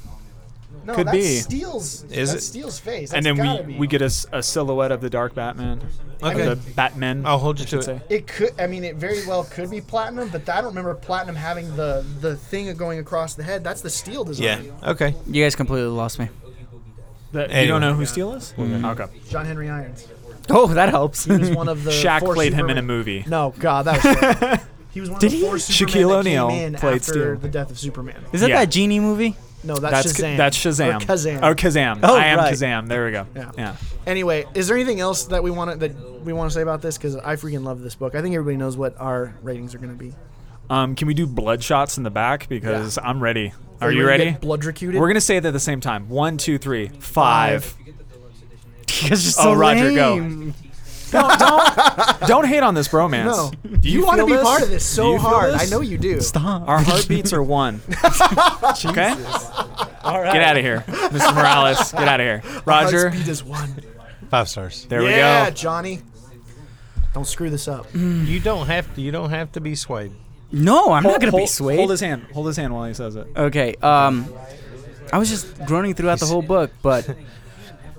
Speaker 2: No,
Speaker 6: could
Speaker 2: that's
Speaker 6: be.
Speaker 2: Steele's.
Speaker 4: Is
Speaker 2: that's
Speaker 4: it?
Speaker 2: Steele's face?
Speaker 6: and
Speaker 2: That's
Speaker 6: then
Speaker 2: gotta
Speaker 6: we
Speaker 2: be.
Speaker 6: we get a, s- a silhouette of the Dark Batman.
Speaker 4: Okay.
Speaker 6: Or the Batman.
Speaker 4: i'll hold you to
Speaker 6: should
Speaker 4: it
Speaker 6: say.
Speaker 2: It could. I mean, it very well could be platinum, but I don't remember platinum having the the thing going across the head. That's the steel
Speaker 4: yeah
Speaker 2: design.
Speaker 4: okay
Speaker 3: you guys completely lost me.
Speaker 6: That- You
Speaker 4: Anyway.
Speaker 6: don't know who Steel is? Okay.
Speaker 2: John Henry Irons.
Speaker 3: Oh, that helps.
Speaker 2: He was one of the.
Speaker 6: Shaq
Speaker 2: four
Speaker 6: played him in a
Speaker 2: Superman-
Speaker 6: movie.
Speaker 2: No, God, that was. terrible. He was one
Speaker 6: Did
Speaker 2: of the
Speaker 6: he?
Speaker 2: four Supermen
Speaker 6: Shaquille
Speaker 2: that
Speaker 6: O'Neal
Speaker 2: came in
Speaker 6: played
Speaker 2: after
Speaker 6: Steel.
Speaker 2: the death of Superman.
Speaker 3: Is that
Speaker 6: Yeah.
Speaker 3: that genie movie?
Speaker 2: No, that's,
Speaker 6: That's
Speaker 2: Shazam.
Speaker 6: that's
Speaker 2: Or
Speaker 6: Shazam.
Speaker 2: Kazam.
Speaker 6: Or Kazam.
Speaker 3: Oh,
Speaker 6: I am
Speaker 3: right.
Speaker 6: Kazam. There we go.
Speaker 2: Yeah.
Speaker 6: Yeah.
Speaker 2: Anyway, is there anything else that we want to that we want to say about this? Because I freaking love this book. I think everybody knows what our ratings are going to be.
Speaker 6: Um, can we do blood shots in the back because I'm ready. Are, you
Speaker 2: ready to
Speaker 6: ready?
Speaker 2: get bloodrocuted?
Speaker 6: We're gonna say it at the same time. One, two, three, five. oh, Roger, go. No, don't don't hate on this bromance.
Speaker 2: No.
Speaker 6: Do you,
Speaker 2: You want to
Speaker 6: feel
Speaker 2: be part of this
Speaker 6: Do
Speaker 2: so
Speaker 6: you feel
Speaker 2: hard.
Speaker 6: this?
Speaker 2: I know you do.
Speaker 6: Our heartbeats are one. okay. All right. Get out of here, Mr. Morales. Get out of here, Roger.
Speaker 2: Speed is one.
Speaker 4: Five stars.
Speaker 6: There
Speaker 2: yeah,
Speaker 6: we go.
Speaker 2: Johnny. Don't screw this up.
Speaker 4: You don't have to. You don't have to be swayed.
Speaker 3: No, I'm not
Speaker 6: Hold-
Speaker 3: gonna be
Speaker 6: hold- Hold
Speaker 3: swayed.
Speaker 6: his hand. Hold his hand while he says it.
Speaker 3: Okay. Um, I was just groaning throughout the whole book, but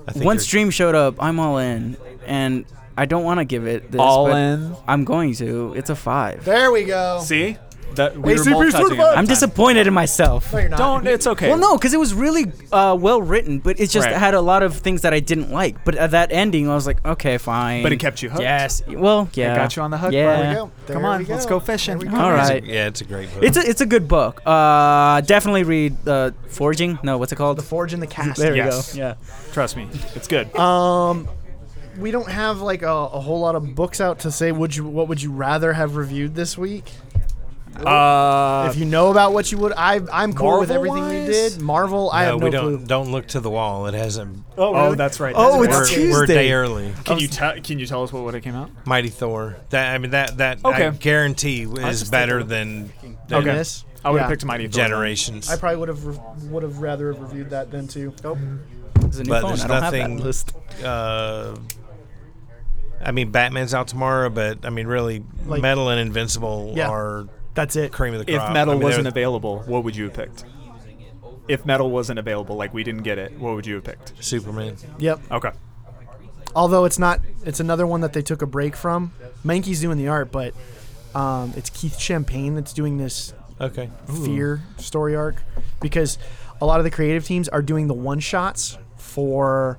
Speaker 4: I think
Speaker 3: once
Speaker 4: you're-
Speaker 3: Dream showed up, I'm all in, and I don't want to give it this.
Speaker 6: All
Speaker 3: but
Speaker 6: in.
Speaker 3: I'm going to. It's a five.
Speaker 2: There we go.
Speaker 6: See that we were
Speaker 2: ACP
Speaker 6: multitasking
Speaker 2: certified.
Speaker 6: at the
Speaker 3: I'm
Speaker 6: time.
Speaker 3: disappointed in myself.
Speaker 2: No, you're not.
Speaker 6: Don't. It's okay.
Speaker 3: Well, no, because it was really uh, well written, but it just
Speaker 6: Right.
Speaker 3: had a lot of things that I didn't like. But at that ending, I was like, okay, fine.
Speaker 6: But it kept you hooked.
Speaker 3: Yes. Well, yeah.
Speaker 6: It got you on the hook.
Speaker 3: Yeah.
Speaker 6: bro.
Speaker 2: There we go. There
Speaker 6: Come on,
Speaker 2: we go.
Speaker 6: let's go fishing.
Speaker 2: There we
Speaker 3: All right.
Speaker 4: Yeah, it's a great book.
Speaker 3: It's a it's a good book. Uh, definitely read the forging. No, what's it called?
Speaker 2: The forge and the cast.
Speaker 3: there
Speaker 6: Yes.
Speaker 3: we go. Yeah.
Speaker 6: Trust me, it's good.
Speaker 2: Um, we don't have like a, a whole lot of books out to say. Would you? What would you rather have reviewed this week?
Speaker 6: Uh,
Speaker 2: if you know about what you would, I I'm cool with everything we
Speaker 6: Marvel-wise?
Speaker 2: did. Marvel, I
Speaker 4: no,
Speaker 2: have no
Speaker 4: we don't.
Speaker 2: clue.
Speaker 4: Don't look to the wall. It hasn't.
Speaker 6: oh, that's right.
Speaker 3: Oh,
Speaker 6: that's
Speaker 3: it's
Speaker 4: we're,
Speaker 2: right.
Speaker 4: we're a
Speaker 3: Tuesday.
Speaker 4: day early.
Speaker 6: right. Can you tell? Can you tell us what what it came out?
Speaker 4: Mighty Thor. That I mean that that I
Speaker 6: Okay.
Speaker 4: guarantee
Speaker 6: was
Speaker 4: is
Speaker 6: just
Speaker 4: better
Speaker 6: thinking-
Speaker 4: than, than
Speaker 6: Okay.
Speaker 2: This?
Speaker 6: I would
Speaker 2: Yeah.
Speaker 6: have picked Mighty Thor.
Speaker 4: generations.
Speaker 2: I probably would have re- would have rather have reviewed that then too. Nope.
Speaker 3: It's a new
Speaker 4: But
Speaker 3: phone.
Speaker 4: there's
Speaker 3: I don't have
Speaker 4: nothing-
Speaker 3: that list.
Speaker 4: uh, I mean, Batman's out tomorrow, but I mean, really,
Speaker 2: Like-
Speaker 4: Metal and Invincible
Speaker 2: Yeah.
Speaker 4: are
Speaker 2: That's it.
Speaker 4: cream of the
Speaker 6: If
Speaker 4: crop.
Speaker 6: metal
Speaker 4: I mean,
Speaker 6: wasn't
Speaker 4: they're-
Speaker 6: available, what would you have picked? If metal wasn't available, like we didn't get it, what would you have picked?
Speaker 4: Superman.
Speaker 2: Yep.
Speaker 6: Okay.
Speaker 2: Although it's not, it's another one that they took a break from. Mankey's doing the art, but um, it's Keith Champagne that's doing this
Speaker 4: Okay.
Speaker 3: Hmm.
Speaker 2: fear story arc because a lot of the creative teams are doing the one shots for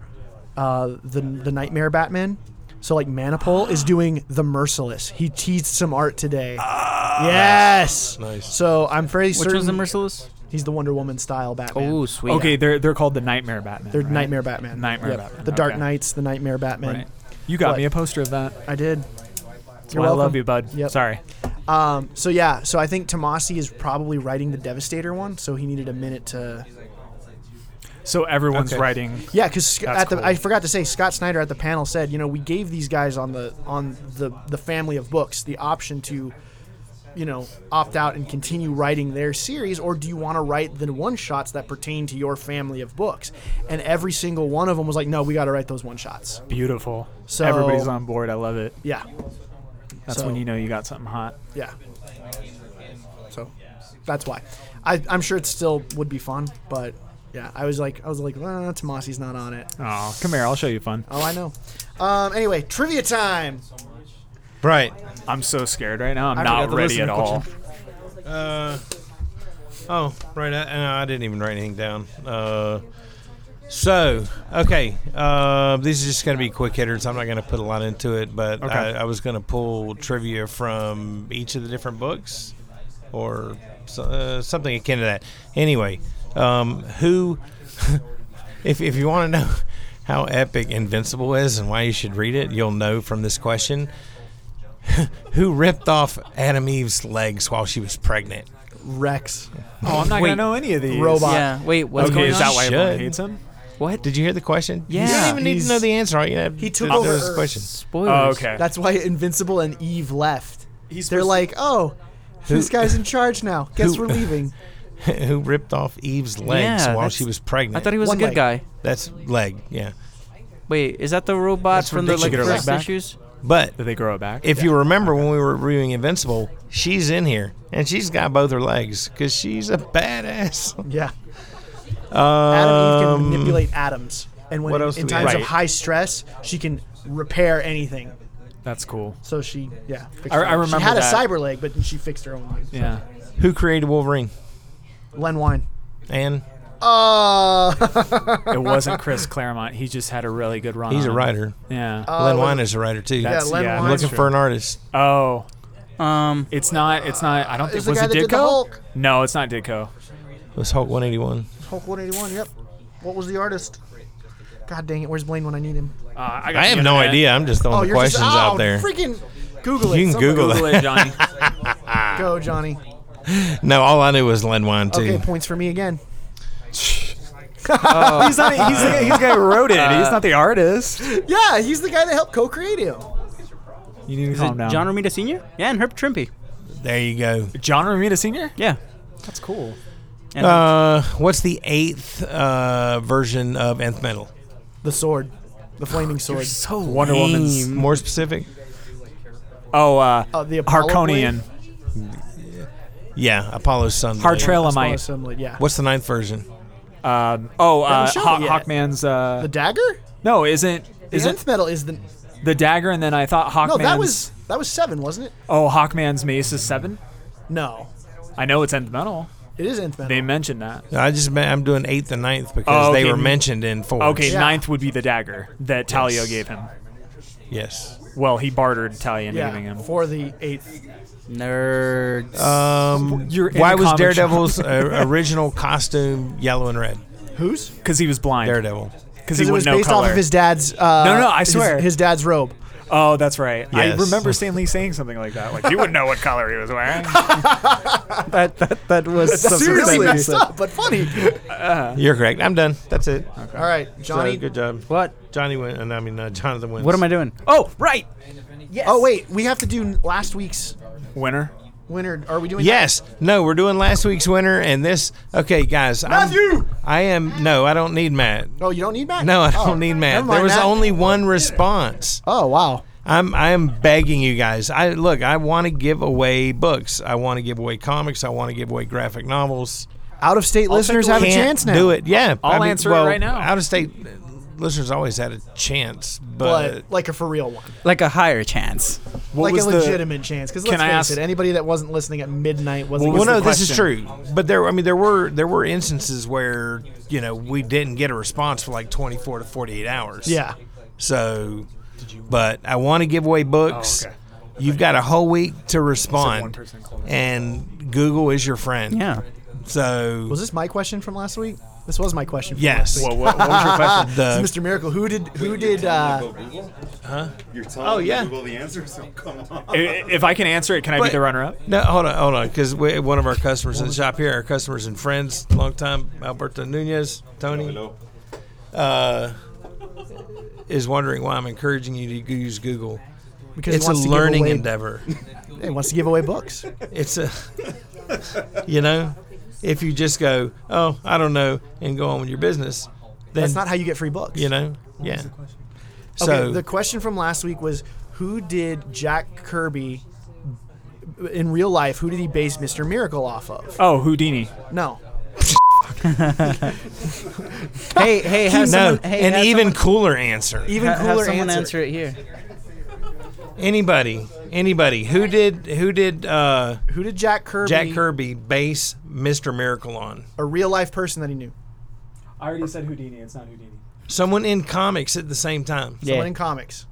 Speaker 2: uh, the the Nightmare Batman. So like Manipul is doing the Merciless. He teased some art today. yes.
Speaker 4: Nice.
Speaker 2: So I'm fairly
Speaker 3: Ah, Which
Speaker 2: certain
Speaker 3: was the merciless?
Speaker 2: he's the Wonder Woman style Batman.
Speaker 3: Oh, sweet.
Speaker 6: Okay, they're they're called the Nightmare Batman.
Speaker 2: They're
Speaker 6: right?
Speaker 2: Nightmare Batman.
Speaker 6: Nightmare Batman,
Speaker 2: The Dark
Speaker 6: okay.
Speaker 2: Knights, the Nightmare Batman.
Speaker 6: Right. You got
Speaker 2: What?
Speaker 6: me a poster of that.
Speaker 2: I did.
Speaker 6: That's
Speaker 2: You're
Speaker 6: why I love
Speaker 2: welcome.
Speaker 6: you, bud.
Speaker 2: Yep.
Speaker 6: Sorry.
Speaker 2: Um, so yeah, so I think Tomasi is probably writing the Devastator one, so he needed a minute to
Speaker 6: So everyone's
Speaker 4: Okay.
Speaker 6: writing.
Speaker 2: Yeah, because
Speaker 6: That's
Speaker 2: at the
Speaker 6: cool.
Speaker 2: I forgot to say Scott Snyder at the panel said, you know, we gave these guys on the on the the family of books the option to, you know, opt out and continue writing their series, or do you want to write the one shots that pertain to your family of books? And every single one of them was like, no, we got to write those one shots.
Speaker 6: Beautiful.
Speaker 2: So-
Speaker 6: everybody's on board. I love it.
Speaker 2: Yeah,
Speaker 6: That's
Speaker 2: So-
Speaker 6: when you know you got something hot.
Speaker 2: yeah. So that's why. I, I'm sure it still would be fun, but yeah, I was like, I was like, ah, Tomasi's not on it.
Speaker 6: Oh, come here. I'll show you fun.
Speaker 2: Oh, I know. Um, anyway, trivia time.
Speaker 4: Right.
Speaker 6: I'm so scared right now. I'm
Speaker 2: I forgot
Speaker 6: not
Speaker 2: to
Speaker 6: ready
Speaker 2: listen to
Speaker 6: at all.
Speaker 4: Uh, oh, right. I, no, I didn't even write anything down. Uh, so, okay. Uh, these are just going to be quick hitters. I'm not going to put a lot into it, but
Speaker 6: Okay.
Speaker 4: I, I was going to pull trivia from each of the different books or so- uh, something akin to that. Anyway, um, who, if, if you want to know how epic Invincible is and why you should read it, you'll know from this question. Who ripped off Adam Eve's legs while she was pregnant?
Speaker 2: Rex.
Speaker 6: Oh, I'm not
Speaker 4: Wait.
Speaker 6: gonna know any of these.
Speaker 2: Robot.
Speaker 3: Yeah. Wait. What's
Speaker 6: Okay,
Speaker 3: going
Speaker 6: is that
Speaker 3: on?
Speaker 6: why everyone
Speaker 4: Should.
Speaker 6: hates him?
Speaker 3: What?
Speaker 4: Did you hear the question?
Speaker 3: Yeah.
Speaker 4: You don't even need to
Speaker 2: He's-
Speaker 4: know the answer. All you Uh, oh, have
Speaker 2: He took
Speaker 4: to know
Speaker 2: over
Speaker 4: is the
Speaker 2: Earth.
Speaker 4: question.
Speaker 3: Spoilers.
Speaker 6: Oh, okay.
Speaker 2: That's why Invincible and Eve left.
Speaker 6: He's
Speaker 2: They're
Speaker 6: supposed-
Speaker 2: like, oh, this guy's in charge now. Guess
Speaker 4: Who-
Speaker 2: we're leaving.
Speaker 4: Who ripped off Eve's legs
Speaker 3: Yeah,
Speaker 4: while
Speaker 3: that's-
Speaker 4: she was pregnant?
Speaker 3: I thought he was
Speaker 2: One
Speaker 3: a good
Speaker 2: leg.
Speaker 3: guy.
Speaker 4: That's leg, yeah.
Speaker 3: Wait, is that the robot
Speaker 4: That's
Speaker 3: from the like
Speaker 4: ridiculous.
Speaker 3: first
Speaker 6: Get her leg back?
Speaker 3: issues?
Speaker 4: But
Speaker 6: Did they grow it back?
Speaker 4: if you remember when we were reviewing Invincible, she's in here and she's got both her legs because she's a badass.
Speaker 2: Yeah.
Speaker 4: Um,
Speaker 2: Adam Eve can manipulate atoms. And when
Speaker 4: what else
Speaker 2: in
Speaker 4: do we
Speaker 2: times of
Speaker 4: have? Right.
Speaker 2: high stress, she can repair anything.
Speaker 6: That's cool.
Speaker 2: So she, yeah. fixed
Speaker 6: I-
Speaker 2: her
Speaker 6: I
Speaker 2: own.
Speaker 6: remember
Speaker 2: She had
Speaker 6: that.
Speaker 2: a cyber leg, but she fixed her own leg.
Speaker 6: Yeah.
Speaker 4: Who created Wolverine?
Speaker 2: Len Wine.
Speaker 4: And
Speaker 2: Uh,
Speaker 6: It wasn't Chris Claremont. He just had a really good run.
Speaker 4: he's a
Speaker 6: on it.
Speaker 4: writer.
Speaker 6: Yeah.
Speaker 2: Len-
Speaker 4: Len Wein is a writer too.
Speaker 2: yeah, Oh, Len
Speaker 6: Uh, yeah,
Speaker 2: Wein.
Speaker 4: looking for an artist.
Speaker 6: oh,
Speaker 3: Um.
Speaker 6: it's not. It's not. I don't think
Speaker 2: the
Speaker 6: was
Speaker 2: guy
Speaker 6: it
Speaker 2: that did the
Speaker 6: Ditko.
Speaker 2: Hulk.
Speaker 6: No, it's not Ditko.
Speaker 4: It was Hulk 181.
Speaker 2: Hulk 181, yep. What was the artist? God dang it, where's Blaine when I need him?
Speaker 6: Uh, I,
Speaker 4: I
Speaker 6: got the
Speaker 4: have no
Speaker 6: internet.
Speaker 4: idea. I'm just throwing the questions
Speaker 2: just, oh,
Speaker 4: out there.
Speaker 2: Freaking Google it.
Speaker 4: You can
Speaker 2: Somebody
Speaker 4: Google
Speaker 6: Google it, Johnny.
Speaker 2: Go, Johnny.
Speaker 4: No, all I knew was Len Wine too.
Speaker 2: Okay, points for me again. Oh.
Speaker 6: he's not. He's the, he's the guy who wrote it.
Speaker 4: Uh,
Speaker 6: he's not the artist.
Speaker 2: Yeah, he's the guy that helped co-create him.
Speaker 6: You need to
Speaker 3: Is
Speaker 6: calm
Speaker 3: it
Speaker 6: down.
Speaker 3: John Romita Sr.? Yeah, and Herb Trimpe.
Speaker 4: There you go.
Speaker 6: John Romita Sr.
Speaker 3: Yeah.
Speaker 6: That's cool.
Speaker 3: And
Speaker 4: Uh, what's the eighth uh, version of nth metal?
Speaker 2: The sword, the flaming sword.
Speaker 3: so
Speaker 6: Wonder
Speaker 3: lame.
Speaker 6: Woman's-
Speaker 4: More specific?
Speaker 6: Oh, uh,
Speaker 2: Uh, the Apollo
Speaker 6: Harkonian.
Speaker 4: Yeah, Apollo's son.
Speaker 2: blade.
Speaker 6: Hartrailomite.
Speaker 2: Assembly, yeah.
Speaker 4: What's the ninth version?
Speaker 6: Um, oh, uh,
Speaker 2: shown
Speaker 6: Hawk,
Speaker 2: it yet.
Speaker 6: Hawkman's. Uh,
Speaker 2: The dagger?
Speaker 6: no, isn't
Speaker 2: Is
Speaker 6: isn't
Speaker 2: nth metal is the
Speaker 6: the dagger? And then I thought Hawkman's.
Speaker 2: no? That was that was seven, wasn't it?
Speaker 6: Oh, Hawkman's mace is seven.
Speaker 2: No,
Speaker 6: I know it's nth metal.
Speaker 2: it is nth metal.
Speaker 6: They mentioned that.
Speaker 4: I just meant- I'm doing eighth and ninth because
Speaker 6: Oh, okay.
Speaker 4: they were mentioned in four.
Speaker 6: Okay,
Speaker 2: Yeah.
Speaker 6: ninth would be the dagger that Talia
Speaker 4: Yes.
Speaker 6: gave him.
Speaker 4: Yes.
Speaker 6: Well, he bartered Talia into giving
Speaker 2: yeah,
Speaker 6: him.
Speaker 2: for the eighth.
Speaker 3: Nerds.
Speaker 4: Um,
Speaker 6: You're in
Speaker 4: why
Speaker 6: the
Speaker 4: was
Speaker 6: comic
Speaker 4: Daredevil's uh, original costume yellow and red?
Speaker 2: Who's?
Speaker 6: Because he was blind.
Speaker 4: Daredevil.
Speaker 6: Because he
Speaker 2: Because it was
Speaker 6: wouldn't know
Speaker 2: based
Speaker 6: color.
Speaker 2: off of his dad's. Uh,
Speaker 6: No, no, I
Speaker 2: his-
Speaker 6: swear.
Speaker 2: his, dad's robe.
Speaker 6: Oh, that's right.
Speaker 4: Yes.
Speaker 6: I remember Stanley saying something like that. Like he wouldn't know what color he was wearing.
Speaker 3: that, that, that was
Speaker 2: Seriously
Speaker 3: something-
Speaker 2: messed up, but funny.
Speaker 4: You're correct. I'm done. That's it.
Speaker 2: All right, Johnny.
Speaker 4: So, good job.
Speaker 3: What?
Speaker 4: Johnny win. and I mean, uh, Jonathan wins.
Speaker 3: What am I doing? Oh, right. Yes.
Speaker 2: Oh wait, we have to do last week's
Speaker 6: Winner.
Speaker 2: winner. Are we doing?
Speaker 4: Yes. No, we're doing last week's winner and this. Okay, guys.
Speaker 2: Matthew!
Speaker 4: I'm, I am. No, I don't need Matt.
Speaker 2: Oh, you don't need Matt.
Speaker 4: No, I
Speaker 2: Oh,
Speaker 4: don't need Matt.
Speaker 2: never
Speaker 4: There
Speaker 2: mind,
Speaker 4: was
Speaker 2: Matt.
Speaker 4: only one response.
Speaker 2: Oh wow.
Speaker 4: I'm I am begging you guys. I look. I want to give away books. I want to give away comics. I want to give away graphic novels.
Speaker 2: Out of state listeners
Speaker 4: Can't
Speaker 2: have a chance now.
Speaker 4: do it. Yeah,
Speaker 6: I'll answer it right now.
Speaker 4: Out of state listeners always had a chance, but,
Speaker 2: but like a for real one,
Speaker 3: Like a higher chance.
Speaker 6: What
Speaker 2: like
Speaker 6: was
Speaker 2: a
Speaker 6: the-
Speaker 2: legitimate chance. Because let's
Speaker 6: Can I
Speaker 2: face
Speaker 6: ask-
Speaker 2: it, anybody that wasn't listening at midnight wasn't.
Speaker 6: What
Speaker 4: well,
Speaker 6: was
Speaker 4: no,
Speaker 6: the
Speaker 4: this is
Speaker 6: question?
Speaker 4: true. But there, I mean, there were there were instances where you know we didn't get a response for like 24 to 48 hours.
Speaker 2: yeah.
Speaker 4: So, but I want to give away books.
Speaker 6: Oh, okay.
Speaker 4: You've got a whole week to
Speaker 6: one
Speaker 4: respond,
Speaker 6: person called.
Speaker 4: and Google is your friend.
Speaker 3: Yeah.
Speaker 4: So
Speaker 2: Was this my question from last week? This was my question. From
Speaker 4: yes,
Speaker 6: Whoa, what, what was your question?
Speaker 4: the
Speaker 2: last week. Mr. Miracle, who did who did? Uh,
Speaker 8: Google?
Speaker 4: Huh?
Speaker 8: You're
Speaker 4: Oh,
Speaker 8: telling me
Speaker 4: yeah.
Speaker 8: Google the answer, so come on.
Speaker 6: I- If I can answer it, can I be
Speaker 4: But-
Speaker 6: the runner-up?
Speaker 4: No, hold on, hold on, because one of our customers in the shop here, our customers and friends, long time, Alberto Nunez, Tony,
Speaker 8: Hello.
Speaker 4: uh, is wondering why I'm encouraging you to go use Google.
Speaker 2: because he
Speaker 4: It's a
Speaker 2: wants to give
Speaker 4: learning
Speaker 2: away-
Speaker 4: endeavor.
Speaker 2: He wants to give away books.
Speaker 4: It's a, you know, if you just go, oh, I don't know, and go on with your business, then
Speaker 2: That's not how you get free books.
Speaker 4: you know, yeah. So
Speaker 2: Okay, the question from last week was who did Jack Kirby in real life? Who did he base Mr. Miracle off of?
Speaker 6: Oh, Houdini.
Speaker 2: No.
Speaker 3: hey, hey, have
Speaker 4: no,
Speaker 3: someone, hey,
Speaker 4: an
Speaker 3: have someone-
Speaker 4: even cooler answer.
Speaker 2: Even
Speaker 3: ha- have
Speaker 2: cooler
Speaker 3: someone
Speaker 2: answer.
Speaker 3: answer it here.
Speaker 4: Anybody, anybody who did who did uh,
Speaker 2: Who did Jack Kirby,
Speaker 4: Jack Kirby base Mr. Miracle on?
Speaker 2: a real life person that he knew?
Speaker 6: I already said Houdini. It's not Houdini.
Speaker 4: Someone in comics at the same time.
Speaker 2: Someone in comics.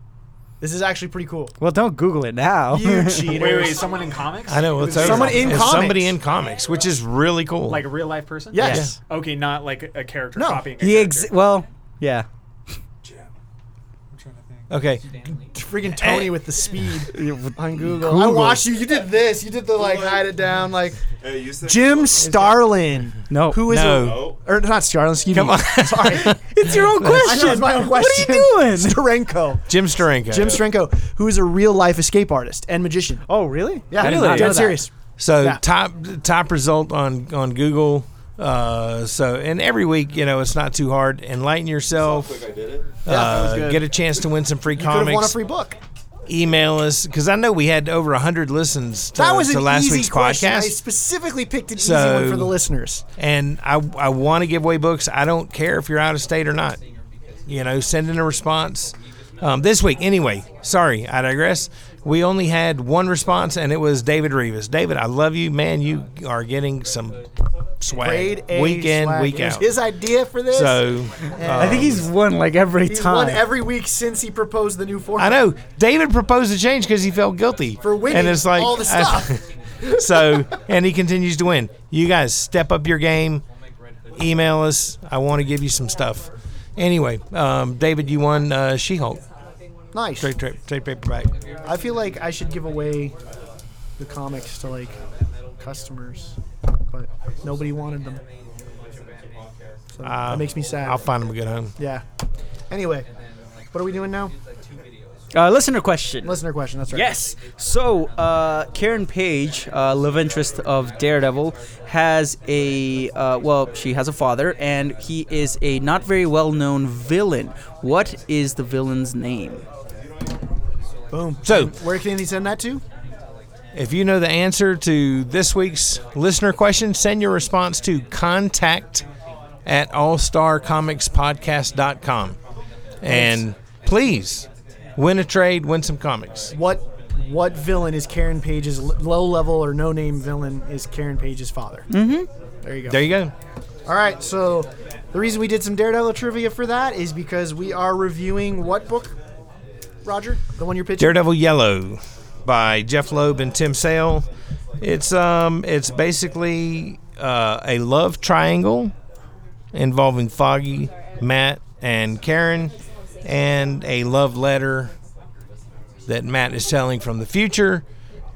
Speaker 2: This is actually pretty cool.
Speaker 3: Well, don't Google it now.
Speaker 2: You cheaters.
Speaker 6: Wait, wait, someone in comics?
Speaker 4: I know. It's over.
Speaker 2: Someone in
Speaker 4: It's
Speaker 2: comics.
Speaker 4: Somebody in comics, which is really cool.
Speaker 6: Like a real life person?
Speaker 2: Yes.
Speaker 4: Yes.
Speaker 6: Okay, not like a- a character
Speaker 2: No.
Speaker 6: copying. A
Speaker 3: The
Speaker 6: character.
Speaker 3: ex- well, yeah.
Speaker 4: okay,
Speaker 2: Friggin'
Speaker 3: Eh.
Speaker 2: Tony with the speed on Google. I watched you. You did this. You did the like hide it down like
Speaker 8: Hey, you said
Speaker 2: Jim Starlin.
Speaker 3: No.
Speaker 2: Who is
Speaker 4: no.
Speaker 2: it?
Speaker 8: Oh,
Speaker 2: Or not Starlin, excuse
Speaker 4: Come
Speaker 2: me.
Speaker 4: on,
Speaker 2: Sorry.
Speaker 3: It's your own question.
Speaker 2: I know, it's my own question.
Speaker 3: What are you doing?
Speaker 2: Starenko.
Speaker 4: Jim Steranko.
Speaker 2: Jim Strenko, who is a real life escape artist and magician.
Speaker 3: Oh, really?
Speaker 2: Yeah,
Speaker 3: I did not know
Speaker 2: dead
Speaker 3: that. Uh,
Speaker 2: serious.
Speaker 4: So
Speaker 2: Yeah.
Speaker 4: top top result on on Google. Uh, so and every week, you know, it's not too hard. Enlighten yourself.
Speaker 8: quick, I did it.
Speaker 4: Uh, get a chance to win some free
Speaker 2: Could have won a
Speaker 4: comics.
Speaker 2: free book.
Speaker 4: Email us because I know we had over hundred listens to,
Speaker 2: That was
Speaker 4: to
Speaker 2: an
Speaker 4: last
Speaker 2: easy
Speaker 4: week's
Speaker 2: question. I
Speaker 4: podcast.
Speaker 2: specifically picked an easy
Speaker 4: So-
Speaker 2: one for the listeners.
Speaker 4: and I, I want to give away books. I don't care if you're out of state or not. You know, send in a response um, this week. Anyway, sorry, I digress. We only had one response, and it was David Rivas. David, I love you, man. You are getting some swag
Speaker 2: Grade A
Speaker 4: week in,
Speaker 2: swag.
Speaker 4: week
Speaker 2: It was
Speaker 4: out.
Speaker 2: His idea for this.
Speaker 4: So
Speaker 3: I think he's won like every
Speaker 2: He's
Speaker 3: time.
Speaker 2: won every week since he proposed the new
Speaker 4: I
Speaker 2: format.
Speaker 4: know David proposed a change because he felt guilty
Speaker 2: For winning
Speaker 4: and it's like
Speaker 2: all the
Speaker 4: I-
Speaker 2: stuff.
Speaker 4: so, and he continues to win. You guys step up your game. Email us. I want to give you some stuff. Anyway, um, David, you won uh, She Hulk.
Speaker 2: nice.
Speaker 4: Trade, trade, trade paperback.
Speaker 2: I feel like I should give away the comics to like customers, but nobody wanted them. So
Speaker 4: Uh,
Speaker 2: that makes me sad.
Speaker 4: I'll find him a good home.
Speaker 2: yeah. Anyway, what are we doing now?
Speaker 3: Uh, listener question.
Speaker 2: Listener question. That's right.
Speaker 3: Yes. So, uh, Karen Page, uh, love interest of Daredevil, has a uh, well, she has a father, and he is a not very well-known villain. What is the villain's name?
Speaker 2: Boom.
Speaker 4: So,
Speaker 2: Where can he send that to?
Speaker 4: if you know the answer to this week's listener question, send your response to contact at allstarcomicspodcast.com. And please win a trade, win some comics.
Speaker 2: What what villain is Karen Page's low level or no name villain is Karen Page's father? Mm-hmm. There you go.
Speaker 4: There you go.
Speaker 2: All right, so the reason we did some Daredevil trivia for that is because we are reviewing what book, Roger? The one you're pitching?
Speaker 4: Daredevil Yellow by Jeff Loeb and Tim Sale. It's um it's basically uh, a love triangle involving Foggy, Matt, and Karen, and a love letter that Matt is telling from the future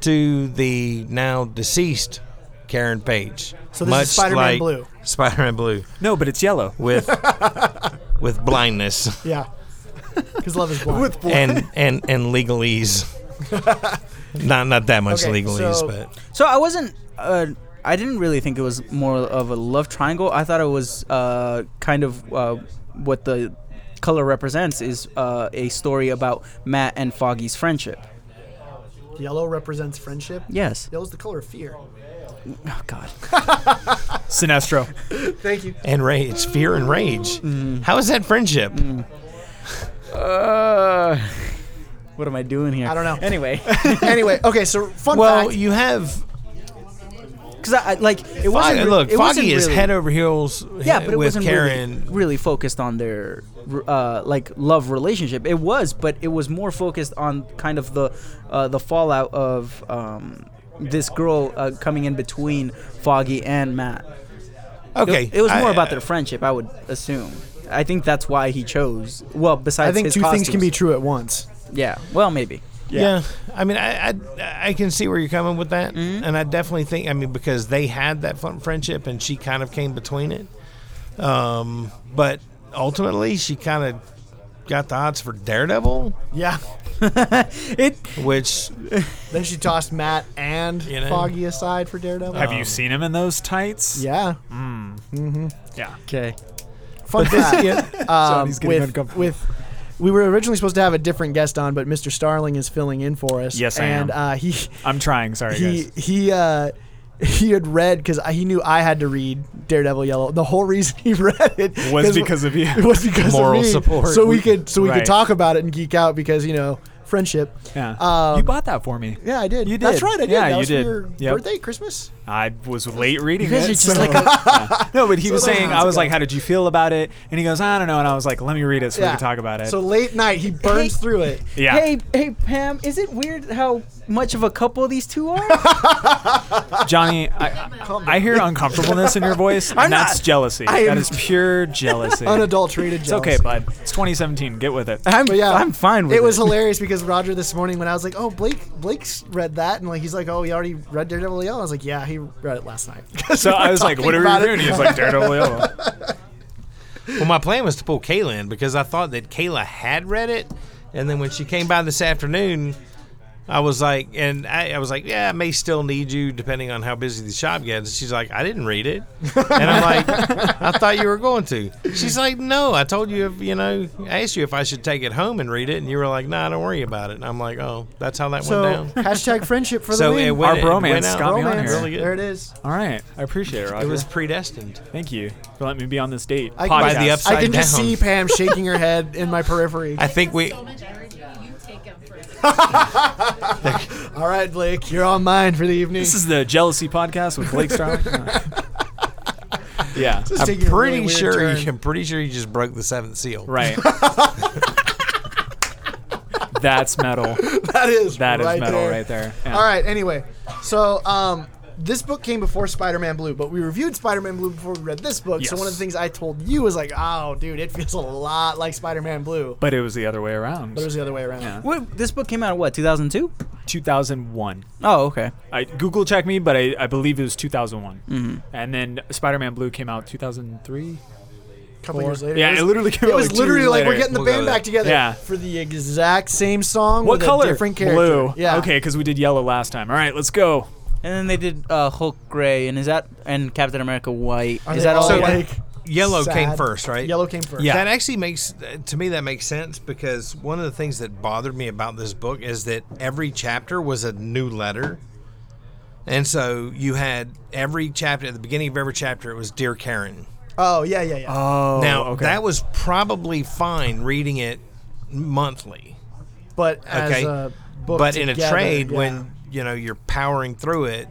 Speaker 4: to the now deceased Karen Page.
Speaker 2: So this is Spider-Man Blue.
Speaker 4: Spider-Man Blue
Speaker 6: No, but it's yellow.
Speaker 4: with with blindness
Speaker 2: Yeah. Because love is blind.
Speaker 4: and and and legalese. not not that much
Speaker 2: Okay,
Speaker 4: legalese,
Speaker 2: so-
Speaker 4: but
Speaker 3: So I wasn't. Uh, I didn't really think it was more of a love triangle. I thought it was uh, kind of uh, what the color represents is uh, a story about Matt and Foggy's friendship.
Speaker 2: Yellow represents friendship.
Speaker 3: Yes.
Speaker 2: Yellow's the color of fear.
Speaker 3: Oh God.
Speaker 6: Sinestro.
Speaker 2: Thank you.
Speaker 4: and rage, fear and rage.
Speaker 3: Mm.
Speaker 4: How is that friendship?
Speaker 3: Uh, what am I doing here?
Speaker 2: I don't know.
Speaker 3: Anyway,
Speaker 2: anyway, okay, so fun
Speaker 4: Well,
Speaker 2: fact.
Speaker 4: you have
Speaker 3: because I, I like it wasn't.
Speaker 4: Foggy,
Speaker 3: re-
Speaker 4: look.
Speaker 3: it wasn't
Speaker 4: Foggy is
Speaker 3: really-
Speaker 4: head over heels.
Speaker 3: Yeah, but it
Speaker 4: with
Speaker 3: wasn't
Speaker 4: Karen.
Speaker 3: really, really focused on their uh, like love relationship. It was, but it was more focused on kind of the uh, the fallout of um, this girl uh, coming in between Foggy and Matt. It-
Speaker 4: Okay,
Speaker 3: It, was more
Speaker 4: I- uh,
Speaker 3: about their friendship, I would assume. I think that's why he chose. Well, besides
Speaker 2: I think
Speaker 3: his
Speaker 2: two things can be
Speaker 3: costumes.
Speaker 2: true at once.
Speaker 3: Yeah. Well, maybe.
Speaker 4: Yeah. I mean, I, I I can see where you're coming with that,
Speaker 3: Mm-hmm.
Speaker 4: and I definitely think I mean because they had that fun friendship, and she kind of came between it. Um, but ultimately, she kind of got the odds for Daredevil,
Speaker 2: Yeah.
Speaker 3: It
Speaker 4: which
Speaker 2: Then she tossed Matt and
Speaker 4: You know.
Speaker 2: Foggy aside for Daredevil.
Speaker 6: Have you seen him in those tights?
Speaker 2: um, yeah.
Speaker 6: Yeah.
Speaker 3: okay.
Speaker 2: Fun fact. um,
Speaker 6: Johnny's getting
Speaker 2: with,
Speaker 6: uncomfortable.
Speaker 2: with we were originally supposed to have a different guest on, but Mr. Starling is filling in for us.
Speaker 6: Yes, I
Speaker 2: and,
Speaker 6: am.
Speaker 2: uh, he
Speaker 6: I'm trying. Sorry,
Speaker 2: he
Speaker 6: guys.
Speaker 2: he uh he had read because he knew I had to read Daredevil Yellow. The whole reason he read it
Speaker 6: Was because of you.
Speaker 2: It was because
Speaker 4: Moral
Speaker 2: of me,
Speaker 4: support.
Speaker 2: So we could so we
Speaker 6: Right.
Speaker 2: could talk about it and geek out because you know friendship.
Speaker 6: Yeah.
Speaker 2: Um,
Speaker 6: you bought that for me.
Speaker 2: Yeah, I did.
Speaker 6: You
Speaker 2: That's
Speaker 6: did.
Speaker 2: right. I did.
Speaker 6: Yeah,
Speaker 2: that
Speaker 6: you
Speaker 2: was
Speaker 6: did.
Speaker 2: For your
Speaker 6: Yep.
Speaker 2: birthday, Christmas.
Speaker 6: I was late reading
Speaker 3: guys
Speaker 6: it.
Speaker 3: are just
Speaker 6: so-
Speaker 3: like
Speaker 6: Yeah. No, but he was
Speaker 2: like
Speaker 6: saying,
Speaker 2: months
Speaker 6: I was
Speaker 2: ago.
Speaker 6: like, how did you feel about it? And he goes, I don't know. And I was like, let me read it so we
Speaker 2: yeah.
Speaker 6: can talk about it.
Speaker 2: So late night, he burns
Speaker 3: Hey.
Speaker 2: through it.
Speaker 6: yeah.
Speaker 3: Hey, hey, Pam. Is it weird how much of a couple these two are?
Speaker 6: Johnny, I, I hear uncomfortableness in your voice, and that's jealousy.
Speaker 2: I am-
Speaker 6: that is pure jealousy.
Speaker 2: Unadulterated.
Speaker 6: It's okay,
Speaker 2: jealousy.
Speaker 6: bud. It's 2017. Get with it.
Speaker 3: I'm
Speaker 2: But yeah,
Speaker 3: I'm fine with it.
Speaker 2: It was hilarious because Roger this morning when I was like, "Oh, Blake, Blake's read that," and like he's like, "Oh, he already read Daredevil Yellow." I was like, "Yeah, he read it last night."
Speaker 6: So I was like, what are we doing? He's like, Daredevil Yellow.
Speaker 4: Well, my plan was to pull Kayla in because I thought that Kayla had read it, and then when she came by this afternoon, I was like, and I, I was like, yeah, I may still need you depending on how busy the shop gets. And she's like, I didn't read it, and I'm like, I thought you were going to. She's like, no, I told you, if, you know, I asked you if I should take it home and read it, and you were like, nah, don't worry about it. And I'm like, oh, that's how that
Speaker 2: so
Speaker 4: went down.
Speaker 2: hashtag friendship for the
Speaker 4: So
Speaker 2: win.
Speaker 4: it went,
Speaker 6: Our
Speaker 4: it
Speaker 6: bromance
Speaker 4: went out.
Speaker 6: got me on
Speaker 2: Romance.
Speaker 6: here.
Speaker 4: Really good.
Speaker 2: There it is.
Speaker 6: All right. I appreciate it, Roger.
Speaker 4: It was predestined.
Speaker 6: Thank you for letting me be on this date.
Speaker 2: I-
Speaker 4: By the
Speaker 6: Podcast.
Speaker 4: upside
Speaker 2: I can just
Speaker 4: down.
Speaker 2: see Pam shaking her head in my periphery.
Speaker 4: I think we.
Speaker 7: So much energy, you take him for it.
Speaker 2: All right, Blake, you're on mine for the evening.
Speaker 6: This is the Jealousy Podcast with Blake Strong. yeah.
Speaker 2: This is
Speaker 4: I'm
Speaker 2: taking a really
Speaker 4: pretty
Speaker 2: weird
Speaker 4: sure.
Speaker 2: turn.
Speaker 4: You, I'm pretty sure you just broke the seventh seal.
Speaker 6: Right. That's metal.
Speaker 2: that is
Speaker 6: That is
Speaker 2: right
Speaker 6: metal
Speaker 2: there.
Speaker 6: right there. Yeah.
Speaker 2: All right. Anyway, so um, this book came before Spider-Man Blue, but we reviewed Spider-Man Blue before we read this book. So
Speaker 6: Yes.
Speaker 2: one of the things I told you was like, "Oh, dude, it feels a lot like Spider-Man Blue."
Speaker 6: But it was the other way around.
Speaker 2: But it was the other way around.
Speaker 6: Yeah.
Speaker 3: What, this book came out in what 2002?
Speaker 6: 2001.
Speaker 3: Oh, okay.
Speaker 6: I Google checked me, but I, I believe it was 2001.
Speaker 2: Mm-hmm.
Speaker 6: And then Spider-Man Blue came out 2003.
Speaker 2: A couple years later.
Speaker 6: Yeah,
Speaker 2: it was,
Speaker 6: it literally came
Speaker 2: it
Speaker 6: out
Speaker 2: was
Speaker 6: like two
Speaker 2: literally
Speaker 6: years
Speaker 2: like we're
Speaker 6: later.
Speaker 2: getting the
Speaker 4: We'll go
Speaker 2: band
Speaker 4: with
Speaker 2: back
Speaker 4: it.
Speaker 2: together
Speaker 6: Yeah.
Speaker 2: for the exact same song.
Speaker 6: What
Speaker 2: with
Speaker 6: color?
Speaker 2: A different character.
Speaker 6: Blue.
Speaker 2: Yeah.
Speaker 6: Okay, because we did yellow last time. All right, let's go.
Speaker 3: And then they did uh, Hulk Gray, and is that and Captain America White?
Speaker 2: Are
Speaker 3: is
Speaker 2: they
Speaker 3: that all?
Speaker 2: all
Speaker 4: So
Speaker 3: one?
Speaker 2: Oh, like
Speaker 4: Yellow came
Speaker 2: sad?
Speaker 4: first, right?
Speaker 2: Yellow came first.
Speaker 4: That actually makes to me that makes sense because one of the things that bothered me about this book is that every chapter was a new letter. And so you had every chapter at the beginning of every chapter it was Dear Karen.
Speaker 2: Oh yeah, yeah, yeah.
Speaker 6: Oh,
Speaker 4: now
Speaker 6: okay.
Speaker 4: that was probably fine reading it monthly.
Speaker 2: but as
Speaker 4: Okay.
Speaker 2: a book
Speaker 4: but in a
Speaker 2: together,
Speaker 4: trade
Speaker 2: yeah.
Speaker 4: when you know you're powering through it,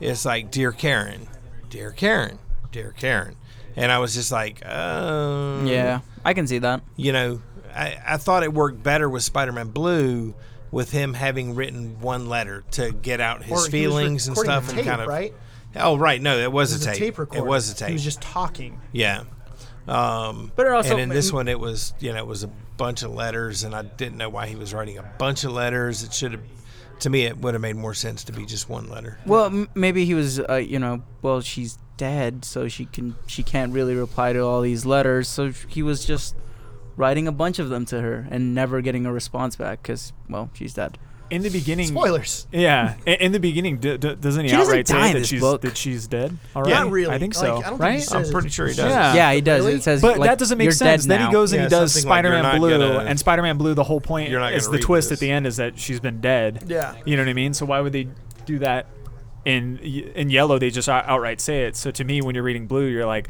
Speaker 4: it's like Dear Karen, Dear Karen, Dear Karen. And I was just like, oh
Speaker 3: Yeah, I can see that.
Speaker 4: you know, I, I thought it worked better with Spider Man Blue with him having written one letter to get out
Speaker 2: Or he
Speaker 4: his
Speaker 2: was
Speaker 4: feelings and
Speaker 2: recording
Speaker 4: stuff
Speaker 2: the
Speaker 4: and
Speaker 2: tape,
Speaker 4: kind of
Speaker 2: right.
Speaker 4: Oh right, no, it was,
Speaker 2: It was
Speaker 4: a tape.
Speaker 2: recorder.
Speaker 4: It was a tape.
Speaker 2: He was just talking.
Speaker 4: yeah. Um,
Speaker 3: But it also-
Speaker 4: and in this one, it was you know it was a bunch of letters, and I didn't know why he was writing a bunch of letters. It should have, to me, it would have made more sense to be just one letter.
Speaker 3: Well, m- maybe he was, uh, you know, well, she's dead, so she can she can't really reply to all these letters. So he was just writing a bunch of them to her and never getting a response back because, well, she's dead.
Speaker 6: in the beginning.
Speaker 2: Spoilers.
Speaker 6: Yeah, i- in the beginning, d- d- doesn't he
Speaker 3: She doesn't
Speaker 6: outright
Speaker 3: die
Speaker 6: say
Speaker 3: in
Speaker 6: that
Speaker 3: this
Speaker 6: she's
Speaker 3: book.
Speaker 6: that she's dead?
Speaker 2: Not
Speaker 6: Already?
Speaker 2: really.
Speaker 6: I think
Speaker 2: Like,
Speaker 6: so.
Speaker 2: I don't think
Speaker 6: right?
Speaker 2: he says
Speaker 4: I'm pretty sure he
Speaker 2: it.
Speaker 4: does.
Speaker 6: Yeah.
Speaker 3: yeah, he does.
Speaker 2: really?
Speaker 3: It says,
Speaker 6: But
Speaker 3: like,
Speaker 6: that doesn't make
Speaker 3: "You're
Speaker 6: sense.
Speaker 3: dead
Speaker 6: Then
Speaker 3: now."
Speaker 6: he goes and
Speaker 4: Yeah,
Speaker 6: he does
Speaker 4: something like you're
Speaker 6: Spider-Man
Speaker 4: not
Speaker 6: Blue,
Speaker 4: gonna-
Speaker 6: and Spider-Man Blue. The whole point
Speaker 4: You're not
Speaker 6: is
Speaker 4: gonna
Speaker 6: the
Speaker 4: read
Speaker 6: twist
Speaker 4: this.
Speaker 6: at the end is that she's been dead.
Speaker 2: Yeah.
Speaker 6: You know what I mean? So why would they do that? In in yellow, they just ou- outright say it. So to me, when you're reading blue, you're like,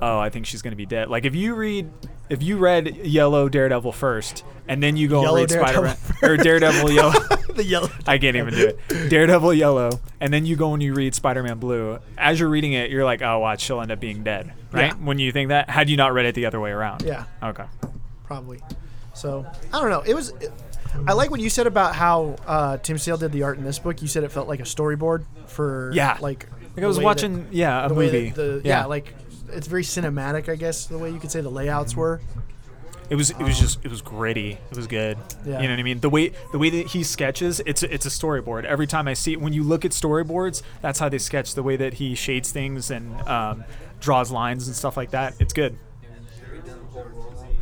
Speaker 6: oh, I think she's gonna be dead. Like if you read. If you read Yellow Daredevil first, and then you go
Speaker 2: Yellow
Speaker 6: and read Spider
Speaker 2: Daredevil
Speaker 6: Man or Daredevil Yellow,
Speaker 2: the yellow.
Speaker 6: I can't even do it. Daredevil Yellow, and then you go and you read Spider Man Blue. As you're reading it, you're like, oh, watch, she'll end up being dead, right?
Speaker 2: Yeah.
Speaker 6: When you think that, had you not read it the other way around?
Speaker 2: Yeah.
Speaker 6: Okay.
Speaker 2: probably. So I don't know. It was. I like what you said about how uh, Tim Sale did the art in this book. You said it felt like a storyboard for
Speaker 6: Yeah.
Speaker 2: like.
Speaker 6: Like I was
Speaker 2: the way
Speaker 6: watching,
Speaker 2: that-
Speaker 6: yeah, a
Speaker 2: the way
Speaker 6: movie.
Speaker 2: that the, yeah.
Speaker 6: yeah.
Speaker 2: like it's very cinematic. I guess the way you could say the layouts were.
Speaker 6: it was, it was just, it was gritty. It was good.
Speaker 2: um, Yeah.
Speaker 6: You know what I mean? The way, the way that he sketches, it's, a- it's a storyboard. Every time I see, when you look at storyboards, that's how they sketch. The way that he shades things and um, draws lines and stuff like that. It's good.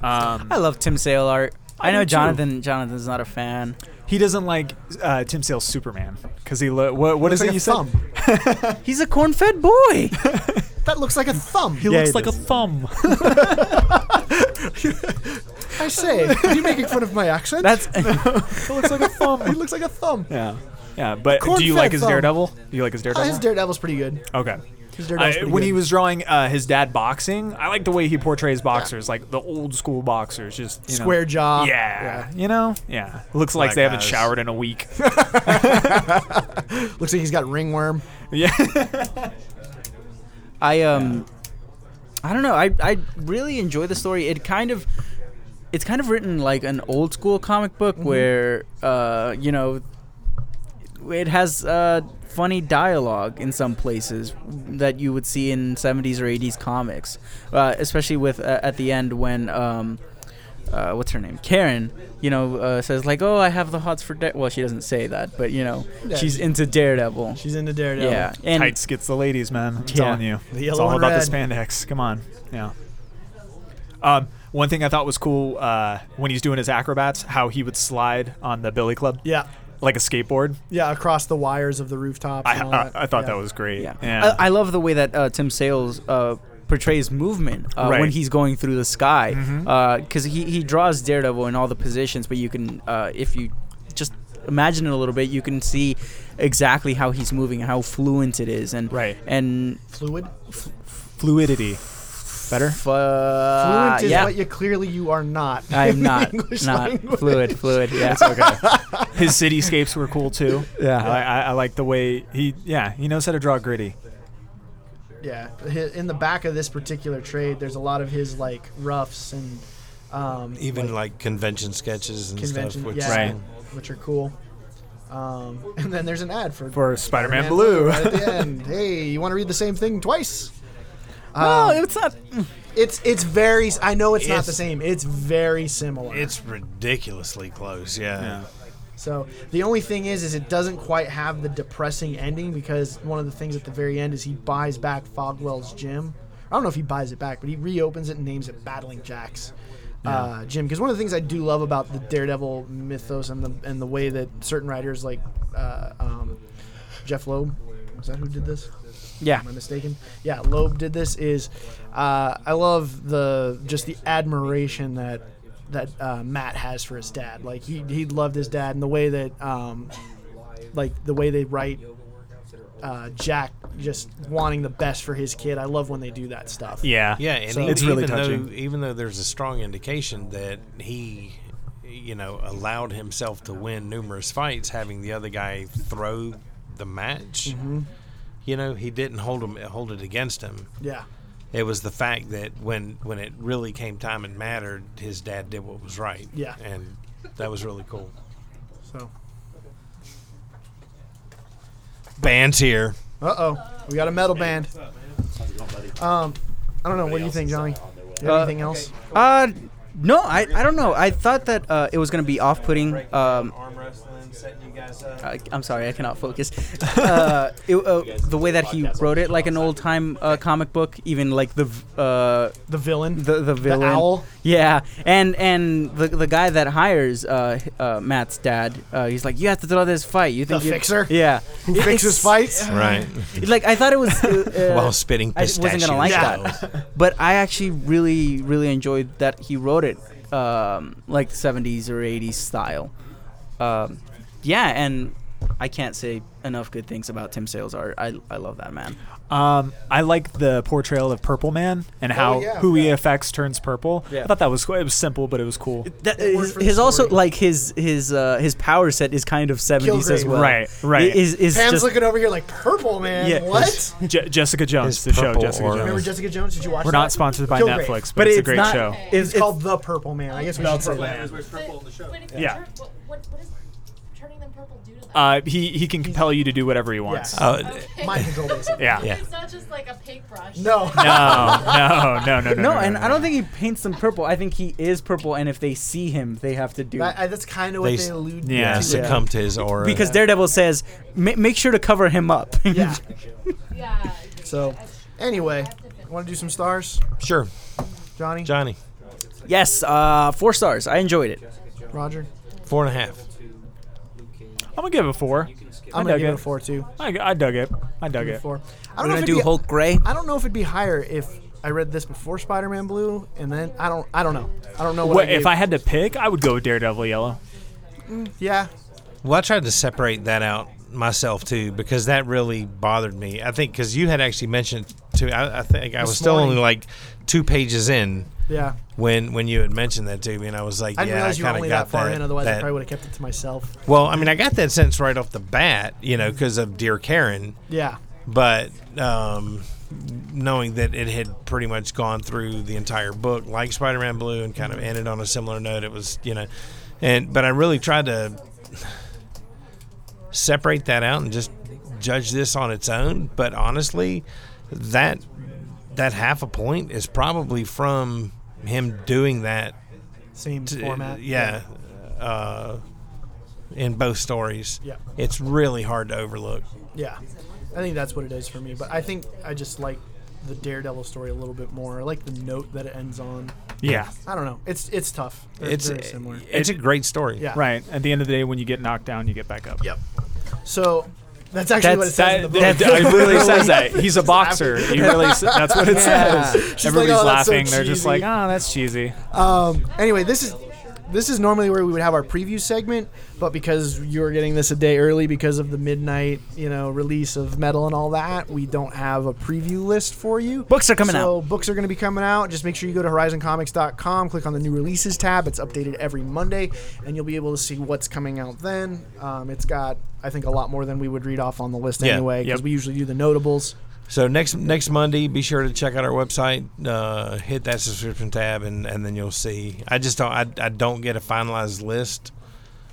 Speaker 6: Um,
Speaker 3: I love Tim Sale art. I,
Speaker 6: I
Speaker 3: know
Speaker 6: do too.
Speaker 3: Jonathan. Jonathan's not a fan.
Speaker 6: he doesn't like uh, Tim Sale's Superman because he lo- what, what is
Speaker 2: like
Speaker 6: it
Speaker 2: a
Speaker 6: you said?
Speaker 2: thumb.
Speaker 3: He's a corn-fed boy.
Speaker 2: That looks like a thumb.
Speaker 6: He
Speaker 2: Yeah,
Speaker 6: looks
Speaker 2: it
Speaker 6: like
Speaker 2: does.
Speaker 6: a thumb.
Speaker 2: I say, are you making fun of my accent?
Speaker 3: That's
Speaker 6: he looks like a
Speaker 2: he
Speaker 6: thumb.
Speaker 2: lings like a thumb.
Speaker 6: yeah. Yeah, but
Speaker 2: corn
Speaker 6: do you
Speaker 2: fed
Speaker 6: like his
Speaker 2: thumb.
Speaker 6: Daredevil? Do you like his Daredevil?
Speaker 2: Uh, his Daredevil's pretty good.
Speaker 6: okay.
Speaker 2: His Daredevil's
Speaker 6: I-
Speaker 2: pretty
Speaker 6: when
Speaker 2: good.
Speaker 6: he was drawing uh, his dad boxing, I like the way he portrays boxers, like the old school boxers, just you know-
Speaker 2: square jaw.
Speaker 6: Yeah, you know, yeah. Looks like
Speaker 4: Black
Speaker 6: they haven't
Speaker 4: guys.
Speaker 6: showered in a week.
Speaker 2: yeah. Looks like he's got ringworm.
Speaker 6: yeah,
Speaker 3: I um I don't know. I I really enjoy the story. It kind of it's kind of written like an old school comic book
Speaker 2: Mm-hmm.
Speaker 3: where uh you know it has uh funny dialogue in some places that you would see in 70s or 80s comics. Uh, especially with uh, at the end when um uh, what's her name? Karen, you know, uh, says like, "Oh, I have the hots for." Dare-. Well, she doesn't say that, but you know,
Speaker 2: Yeah.
Speaker 3: she's into Daredevil.
Speaker 2: She's into Daredevil.
Speaker 3: yeah, and
Speaker 6: tights gets the ladies, man. I'm telling you,
Speaker 2: The
Speaker 6: it's
Speaker 2: yellow
Speaker 6: all
Speaker 2: and
Speaker 6: about the
Speaker 2: red.
Speaker 6: spandex. Come on, yeah. Um, one thing I thought was cool uh, when he's doing his acrobats, how he would slide on the billy club,
Speaker 2: Yeah.
Speaker 6: like a skateboard.
Speaker 2: Yeah, across the wires of the rooftops.
Speaker 6: I,
Speaker 2: and all
Speaker 6: I, I thought
Speaker 2: Yeah.
Speaker 6: that was great.
Speaker 3: Yeah,
Speaker 6: Yeah,
Speaker 3: I, I love the way that uh, Tim Sales uh, portrays movement uh, when
Speaker 6: Right.
Speaker 3: he's going through the sky,
Speaker 2: Mm-hmm.
Speaker 3: because he, he draws Daredevil in all the positions. But you can, uh, if you just imagine it a little bit, you can see exactly how he's moving, how fluent it is, and
Speaker 6: Right.
Speaker 3: and
Speaker 2: fluid.
Speaker 6: fluidity. Better.
Speaker 3: f- uh,
Speaker 2: Fluent is
Speaker 3: yeah.
Speaker 2: what you clearly you are not.
Speaker 3: I'm not
Speaker 2: English
Speaker 3: not fluid fluid yeah
Speaker 6: His cityscapes were cool too.
Speaker 3: Yeah.
Speaker 6: I, I, I like the way he. Yeah, he knows how to draw gritty.
Speaker 2: Yeah, hi- in the back of this particular trade, there's a lot of his like roughs and um,
Speaker 4: Even like convention sketches and
Speaker 2: convention,
Speaker 4: stuff, which
Speaker 2: yeah,
Speaker 6: Right.
Speaker 2: which are cool. Um, and then there's an ad for,
Speaker 6: for Spider-Man Blue.
Speaker 2: right at the end. Hey, you want to read the same thing twice?
Speaker 3: No,
Speaker 2: Um,
Speaker 3: Oh, it's not.
Speaker 2: It's it's very. I know it's, not
Speaker 4: It's-
Speaker 2: the same. It's very similar.
Speaker 4: It's ridiculously close. Yeah.
Speaker 6: Yeah.
Speaker 2: so the only thing is, is it doesn't quite have the depressing ending because one of the things at the very end is he buys back Fogwell's gym. I don't know if he buys it back, but he reopens it and names it Battling Jacks. Uh, Jim, because one of the things I do love about the Daredevil mythos and the and the way that certain writers like uh, um, Jeff Loeb, is that who did this?
Speaker 3: Yeah.
Speaker 2: am I mistaken? Yeah, Loeb did this. Is uh, I love the just the admiration that that uh, Matt has for his dad. Like he he loved his dad, and the way that um, like the way they write uh, Jack just wanting the best for his kid. I love when they do that stuff.
Speaker 6: Yeah.
Speaker 4: Yeah, and
Speaker 6: So-
Speaker 4: even,
Speaker 6: it's really
Speaker 4: even
Speaker 6: touching.
Speaker 4: though even though there's a strong indication that he, you know, allowed himself to win numerous fights, having the other guy throw the match,
Speaker 6: Mm-hmm.
Speaker 4: you know, he didn't hold him hold it against him.
Speaker 2: Yeah.
Speaker 4: It was the fact that when when it really came time and mattered, his dad did what was right.
Speaker 2: Yeah.
Speaker 4: and that was really cool.
Speaker 2: So
Speaker 4: Band's here.
Speaker 2: uh oh, we got a metal band. Um, I don't know. What do you think, Johnny? You have anything else?
Speaker 3: Uh, no, I, I don't know. I thought that uh, it was gonna be off-putting. Um,
Speaker 4: arm wrestling, setting you guys up.
Speaker 3: I, I'm sorry, I cannot focus. Uh, it, uh, the way that he wrote it, like an old-time uh, comic book, even like the v- uh,
Speaker 2: The villain.
Speaker 3: the the villain.
Speaker 2: owl.
Speaker 3: Yeah, and and the the guy that hires uh, uh, Matt's dad, uh, he's like, you have to throw this fight. You think
Speaker 2: The
Speaker 3: you-"
Speaker 2: fixer?
Speaker 3: Yeah,
Speaker 2: Who fixes fights?
Speaker 6: Mm-hmm.
Speaker 4: right,
Speaker 3: Like I thought it was. Uh, uh,
Speaker 4: while spitting
Speaker 3: I wasn't
Speaker 4: pistachios.
Speaker 3: gonna like
Speaker 4: though.
Speaker 3: that. but I actually really, really enjoyed that he wrote it um, like 70s or 80s style. Um, yeah, and I can't say enough good things about Tim Sales art. I, I love that man.
Speaker 6: Um, I like the portrayal of Purple Man and how
Speaker 2: yeah,
Speaker 6: who he
Speaker 2: yeah.
Speaker 6: affects turns purple.
Speaker 3: Yeah.
Speaker 6: I thought that was cool. It was simple, but it was cool.
Speaker 3: That,
Speaker 2: It worked
Speaker 3: his
Speaker 2: for the
Speaker 3: his also
Speaker 2: story.
Speaker 3: like his his uh, his power set is kind of 70s as
Speaker 2: Kilgrave.
Speaker 3: well.
Speaker 6: Right, right.
Speaker 3: It Is is
Speaker 2: Pam's
Speaker 3: just
Speaker 2: looking over here like purple man.
Speaker 6: Yeah.
Speaker 2: What?
Speaker 6: Je- Jessica Jones,
Speaker 4: His
Speaker 6: the show
Speaker 4: purple
Speaker 6: Jessica
Speaker 4: aura.
Speaker 2: Remember
Speaker 6: Jones.
Speaker 2: Jessica Jones? Did you watch?
Speaker 6: We're
Speaker 2: that?
Speaker 6: not sponsored by
Speaker 2: Kilgrave.
Speaker 6: Netflix, but,
Speaker 3: But
Speaker 6: it's, a
Speaker 3: it's
Speaker 6: great
Speaker 3: not-
Speaker 6: show.
Speaker 2: It's, called The Purple Man. I guess we should
Speaker 3: That's
Speaker 2: say
Speaker 3: it.
Speaker 2: that.
Speaker 5: Where's purple in the show?
Speaker 7: But if
Speaker 6: Yeah.
Speaker 7: yeah. what, what, what does turning them purple do to them?
Speaker 6: Uh, he he can compel you to do whatever he wants.
Speaker 2: Yeah.
Speaker 4: Uh,
Speaker 7: Okay.
Speaker 2: Mind control, basically.
Speaker 6: Yeah.
Speaker 4: Yeah.
Speaker 7: It's not just like a paintbrush.
Speaker 2: No.
Speaker 6: No, no, no, no, no.
Speaker 3: no, and I don't think he paints them purple. I think he is purple, and if they see him, they have to do
Speaker 2: That- I- that's kind of what
Speaker 4: They
Speaker 2: they,
Speaker 4: s-
Speaker 2: allude
Speaker 4: yeah,
Speaker 6: Yeah.
Speaker 2: to.
Speaker 4: succumb to his aura.
Speaker 3: because Daredevil says, "Ma- "Make sure to cover him up."
Speaker 2: Yeah.
Speaker 7: Yeah.
Speaker 2: So, anyway, want to do some stars,
Speaker 4: sure,
Speaker 2: Johnny,
Speaker 4: Johnny,
Speaker 3: Yes, uh, four stars. I enjoyed it.
Speaker 2: Roger?
Speaker 4: four and a half.
Speaker 6: I'm gonna give it a four.
Speaker 2: I'm
Speaker 6: dug
Speaker 2: gonna give
Speaker 6: it.
Speaker 2: it a four too.
Speaker 6: I, I dug it. I dug it.
Speaker 2: Four. I
Speaker 3: We're
Speaker 2: don't know
Speaker 3: gonna
Speaker 2: if
Speaker 3: do
Speaker 2: it'd be,
Speaker 3: Hulk Gray.
Speaker 2: I don't know if it'd be higher if I read this before Spider-Man Blue, and then I don't. I don't know. I don't know what.
Speaker 6: What,
Speaker 2: I
Speaker 6: if
Speaker 2: gave.
Speaker 6: I had to pick, I would go with Daredevil Yellow.
Speaker 2: Yeah.
Speaker 4: Well, I tried to separate that out myself too because that really bothered me. I think because you had actually mentioned to, I, I think I was still
Speaker 2: morning.
Speaker 4: only like two pages in
Speaker 2: Yeah.
Speaker 4: when when you had mentioned that to me, and I was like,
Speaker 2: I didn't
Speaker 4: yeah, I
Speaker 2: realize you were
Speaker 4: kind of
Speaker 2: only
Speaker 4: got
Speaker 2: that far
Speaker 4: that,
Speaker 2: in. Otherwise, I
Speaker 4: that-
Speaker 2: probably would have kept it to myself.
Speaker 4: Well, I mean, I got that sense right off the bat, you know, because of Dear Karen,
Speaker 2: Yeah.
Speaker 4: but. um Knowing that it had pretty much gone through the entire book, like Spider-Man Blue, and
Speaker 2: Mm-hmm.
Speaker 4: kind of ended on a similar note, it was you know, and but I really tried to separate that out and just judge this on its own. But honestly, that that half a point is probably from him doing that.
Speaker 2: Same
Speaker 4: t-
Speaker 2: format.
Speaker 4: yeah. Uh, in both stories,
Speaker 2: Yeah.
Speaker 4: it's really hard to overlook.
Speaker 2: Yeah, I think that's what it is for me. But I think I just like the Daredevil story a little bit more. I like the note that it ends on.
Speaker 6: Yeah.
Speaker 2: I don't know. It's it's tough. They're
Speaker 4: It's
Speaker 2: very similar.
Speaker 4: It's a great story.
Speaker 2: Yeah.
Speaker 6: Right. At the end of the day, when you get knocked down, you get back up.
Speaker 2: Yep. So that's actually what it says in the book.
Speaker 6: that- it literally says that he's a boxer. He really s- that's what it
Speaker 3: Yeah.
Speaker 6: says.
Speaker 2: She's like,
Speaker 6: Everybody's
Speaker 2: "Oh, that's so
Speaker 6: laughing. They're just
Speaker 2: cheesy."
Speaker 6: like, "Ah, that's cheesy."
Speaker 2: Um, anyway, this is this is normally where we would have our preview segment, but because you're getting this a day early because of the midnight, you know, release of metal and all that, we don't have a preview list for you.
Speaker 3: Books are coming
Speaker 2: So books are going to be coming out. Just make sure you go to horizoncomics.com, click on the new releases tab. It's updated every Monday, and you'll be able to see what's coming out then. Um, it's got, I think, a lot more than we would read off on the list
Speaker 4: Yeah.
Speaker 2: anyway, because
Speaker 6: Yep.
Speaker 2: we usually do the notables.
Speaker 4: So next next Monday, be sure to check out our website. Uh, hit that subscription tab, and, and then you'll see. I just don't I, I don't get a finalized list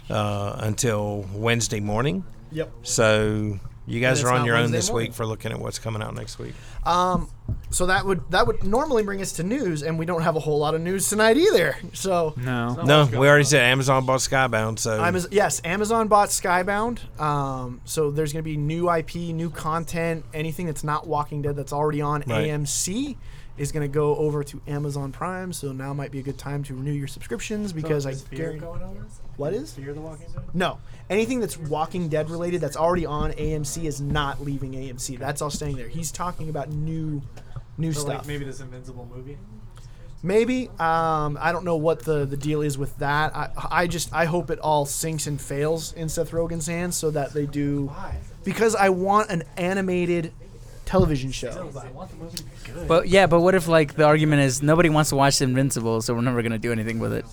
Speaker 4: uh, until Wednesday morning.
Speaker 2: Yep.
Speaker 4: So you guys
Speaker 2: it's
Speaker 4: are on
Speaker 2: not
Speaker 4: your own
Speaker 2: Wednesday
Speaker 4: this
Speaker 2: morning.
Speaker 4: week for looking at what's coming out next week.
Speaker 2: Um, so that would that would normally bring us to news, and we don't have a whole lot of news tonight either. So
Speaker 4: No,
Speaker 6: No.
Speaker 5: what's
Speaker 4: we
Speaker 5: going
Speaker 4: already
Speaker 5: on.
Speaker 4: said Amazon bought Skybound, so
Speaker 2: Oh, I'm as- yes, Amazon bought Skybound. Um, so there's going to be new IP, new content, anything that's not Walking Dead that's already on
Speaker 4: Right.
Speaker 2: AMC is going to go over to Amazon Prime. So now might be a good time to renew your subscriptions because
Speaker 5: so
Speaker 2: I
Speaker 5: is Fear
Speaker 2: guarantee.
Speaker 5: going over?
Speaker 2: What is?
Speaker 5: Fear the Walking Dead.
Speaker 2: No, anything that's Walking Dead related that's already on AMC is not leaving AMC. That's all staying there. He's talking about new, new
Speaker 5: So
Speaker 2: stuff.
Speaker 5: like maybe this Invincible movie.
Speaker 2: Maybe. Um, I don't know what the, the deal is with that. I, I just I hope it all sinks and fails in Seth Rogen's hands so that they do because I want an animated television show.
Speaker 5: I want the movie to be good.
Speaker 3: But yeah, but what if like the argument is nobody wants to watch Invincible, so we're never gonna do anything with it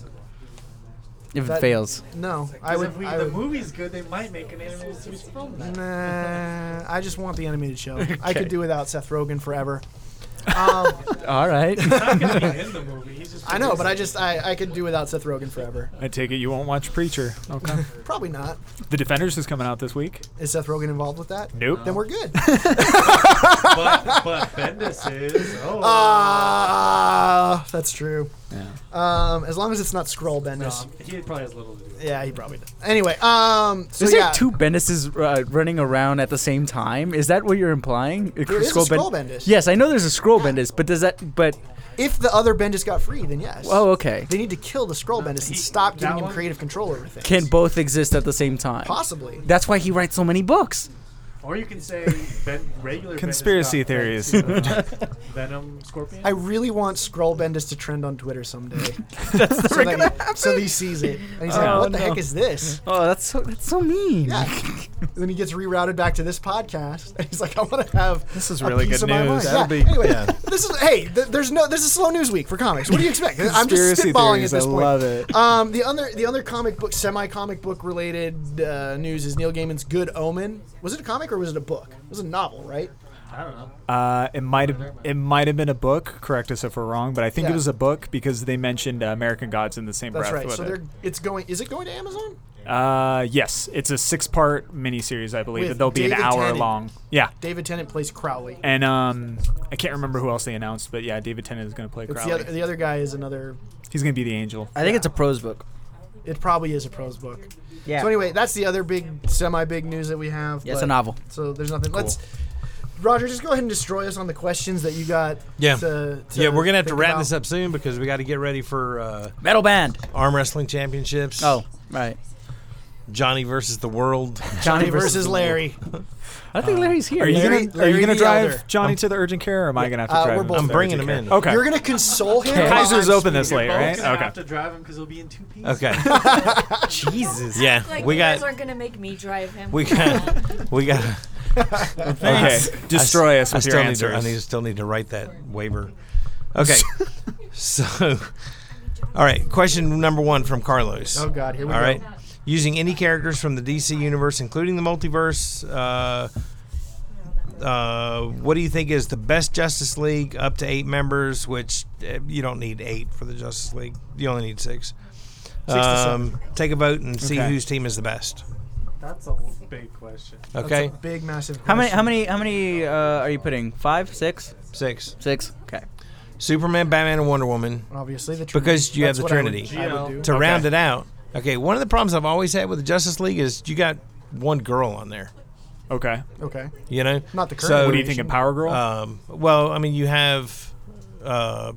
Speaker 3: if
Speaker 2: That-
Speaker 3: it fails.
Speaker 2: No, I would.
Speaker 5: if we,
Speaker 2: I
Speaker 5: the
Speaker 2: would-
Speaker 5: movie's good, they might make an animated series film. then.
Speaker 2: Nah, I just want the animated show. I could
Speaker 3: Okay.
Speaker 2: do without Seth Rogen forever. Um,
Speaker 3: All right.
Speaker 5: He's not gonna be in the movie. He's just
Speaker 2: I know, but I just I, I could do without Seth Rogen forever.
Speaker 6: I take it you won't watch Preacher. Okay.
Speaker 2: Probably not.
Speaker 6: the Defenders is coming out this week.
Speaker 2: Is Seth Rogen involved with that?
Speaker 6: Nope.
Speaker 2: Then we're good.
Speaker 5: but, but Bendis is. Oh,
Speaker 2: Uh, Ah, that's true.
Speaker 6: Yeah.
Speaker 2: Um, as long as it's not Scroll
Speaker 5: no,
Speaker 2: Bendis.
Speaker 5: I'm- um, he probably has little to do. with it.
Speaker 2: Yeah, he probably does. Anyway, um, so
Speaker 3: is
Speaker 2: yeah,
Speaker 3: there two Bendises uh, running around at the same time? Is that what you're implying?
Speaker 2: There is a
Speaker 3: Skrull Ben-
Speaker 2: Skrull Bendis.
Speaker 3: Yes, I know there's a scroll Bendis, but does that? But
Speaker 2: if the other Bendis got free, then yes.
Speaker 3: oh, okay.
Speaker 2: They need to kill the Scroll Bendis
Speaker 5: he-
Speaker 2: and stop
Speaker 5: that
Speaker 2: giving him
Speaker 5: one?
Speaker 2: creative control over things.
Speaker 3: Can both exist at the same time?
Speaker 2: possibly?
Speaker 3: That's why he writes so many books.
Speaker 5: Or you can say ben, regular Bendis
Speaker 6: Conspiracy
Speaker 5: got
Speaker 6: theories.
Speaker 5: Venom, Venom, Scorpion.
Speaker 2: I really want Scroll Bendis to trend on Twitter someday. so, that he, so that he sees it and he's
Speaker 3: Oh,
Speaker 2: like, "What the
Speaker 3: no.
Speaker 2: heck is this?"
Speaker 3: Oh, that's so that's so mean.
Speaker 2: Yeah. And then he gets rerouted back to this podcast, and he's like, "I want to have
Speaker 6: This is
Speaker 2: a
Speaker 6: really
Speaker 2: piece
Speaker 6: good
Speaker 2: of my mind."
Speaker 6: news.
Speaker 2: Yeah.
Speaker 6: That'll be-
Speaker 2: anyway, this is hey, th- there's no, there's a slow news week for comics. What do you expect? I'm just
Speaker 6: Conspiracy
Speaker 2: spitballing at
Speaker 6: theories,
Speaker 2: this
Speaker 6: I
Speaker 2: point.
Speaker 6: love it.
Speaker 2: Um, the other, the other comic book, semi comic book related uh, news is Neil Gaiman's Good Omen. Was it a comic or was it a book? It was a novel, right?
Speaker 5: I don't know.
Speaker 6: Uh, it might have it might have been a book. Correct us if we're wrong, but I think
Speaker 2: Yeah.
Speaker 6: it was a book because they mentioned uh, American Gods in the same
Speaker 2: That's
Speaker 6: breath
Speaker 2: right.
Speaker 6: with
Speaker 2: So
Speaker 6: it.
Speaker 2: they're, it's going. Is it going to Amazon?
Speaker 6: Uh, yes, it's a six-part miniseries, I believe.
Speaker 2: With
Speaker 6: that They'll be an
Speaker 2: David
Speaker 6: hour
Speaker 2: Tennant.
Speaker 6: long. Yeah,
Speaker 2: David Tennant plays Crowley.
Speaker 6: and um, I can't remember who else they announced, but yeah, David Tennant is going to play
Speaker 2: It's
Speaker 6: Crowley.
Speaker 2: the other, the other guy is another.
Speaker 6: He's going to be the angel.
Speaker 3: I think it's a prose book.
Speaker 2: It probably is a prose book.
Speaker 3: Yeah.
Speaker 2: So anyway, that's the other big, semi big news that we have.
Speaker 3: yeah, it's
Speaker 2: but-
Speaker 3: a novel.
Speaker 2: So there's nothing. Let's. Roger, just go ahead and destroy us on the questions that you got.
Speaker 4: Yeah.
Speaker 2: To, to
Speaker 4: yeah, we're gonna have to
Speaker 2: think
Speaker 4: wrap
Speaker 2: about.
Speaker 4: this up soon because we got to get ready for uh,
Speaker 3: Metal band.
Speaker 4: arm wrestling championships.
Speaker 3: Oh, right.
Speaker 4: Johnny versus the world.
Speaker 2: Johnny versus Larry.
Speaker 3: I don't think Larry's here.
Speaker 6: Are you
Speaker 2: Larry-
Speaker 6: going to are
Speaker 2: Larry
Speaker 6: you going to
Speaker 2: the
Speaker 6: drive
Speaker 2: Elder. Um,
Speaker 6: Johnny to the urgent care, or am I going to have to
Speaker 2: Uh,
Speaker 6: drive?
Speaker 2: we're
Speaker 6: him
Speaker 2: both-
Speaker 6: to
Speaker 4: I'm
Speaker 6: the
Speaker 4: bringing
Speaker 6: urgent
Speaker 4: him
Speaker 6: care?
Speaker 4: in.
Speaker 6: Okay.
Speaker 2: You're gonna console him.
Speaker 3: Okay.
Speaker 6: Kaiser's
Speaker 2: behind
Speaker 6: open this
Speaker 2: speed.
Speaker 6: late,
Speaker 5: You're both
Speaker 6: right?
Speaker 5: gonna
Speaker 6: Okay.
Speaker 5: have to drive him because he'll be in two pieces.
Speaker 4: Okay.
Speaker 3: Jesus.
Speaker 4: Yeah,
Speaker 9: Like
Speaker 4: we
Speaker 9: you guys
Speaker 4: got
Speaker 9: aren't gonna make me drive him.
Speaker 4: we got we got.
Speaker 6: Okay. Destroy us
Speaker 4: I
Speaker 6: with
Speaker 4: still
Speaker 6: your
Speaker 4: need to, I
Speaker 6: answers.
Speaker 4: need, still need to write that waiver. Okay. so, all right. Question number one from Carlos.
Speaker 2: Oh God, here we
Speaker 4: All
Speaker 2: go.
Speaker 4: right. Using any characters from the DC universe, including the multiverse, uh, uh, what do you think is the best Justice League up to eight members? Which eh, you don't need eight for the Justice League. You only need six. Um, take a vote and see
Speaker 6: Okay.
Speaker 4: whose team is the best.
Speaker 5: That's a big question.
Speaker 4: Okay,
Speaker 2: That's a big, massive.
Speaker 3: How many? How
Speaker 2: question.
Speaker 3: many? How many uh, are you putting? Five, six,
Speaker 4: six.
Speaker 3: six. Okay.
Speaker 4: Superman, Batman, and Wonder Woman.
Speaker 2: Obviously, the Trinity.
Speaker 4: Because you have
Speaker 2: That's
Speaker 4: the
Speaker 2: what I would-
Speaker 4: Trinity.
Speaker 2: I would do.
Speaker 4: to round it out. Okay, one of the problems I've always had with the Justice League is you got one girl on there.
Speaker 6: Okay.
Speaker 2: Okay.
Speaker 4: You know,
Speaker 2: Not the current
Speaker 4: So,
Speaker 2: one.
Speaker 6: What do you think of Power Girl?
Speaker 4: Um, well, I mean, you have uh,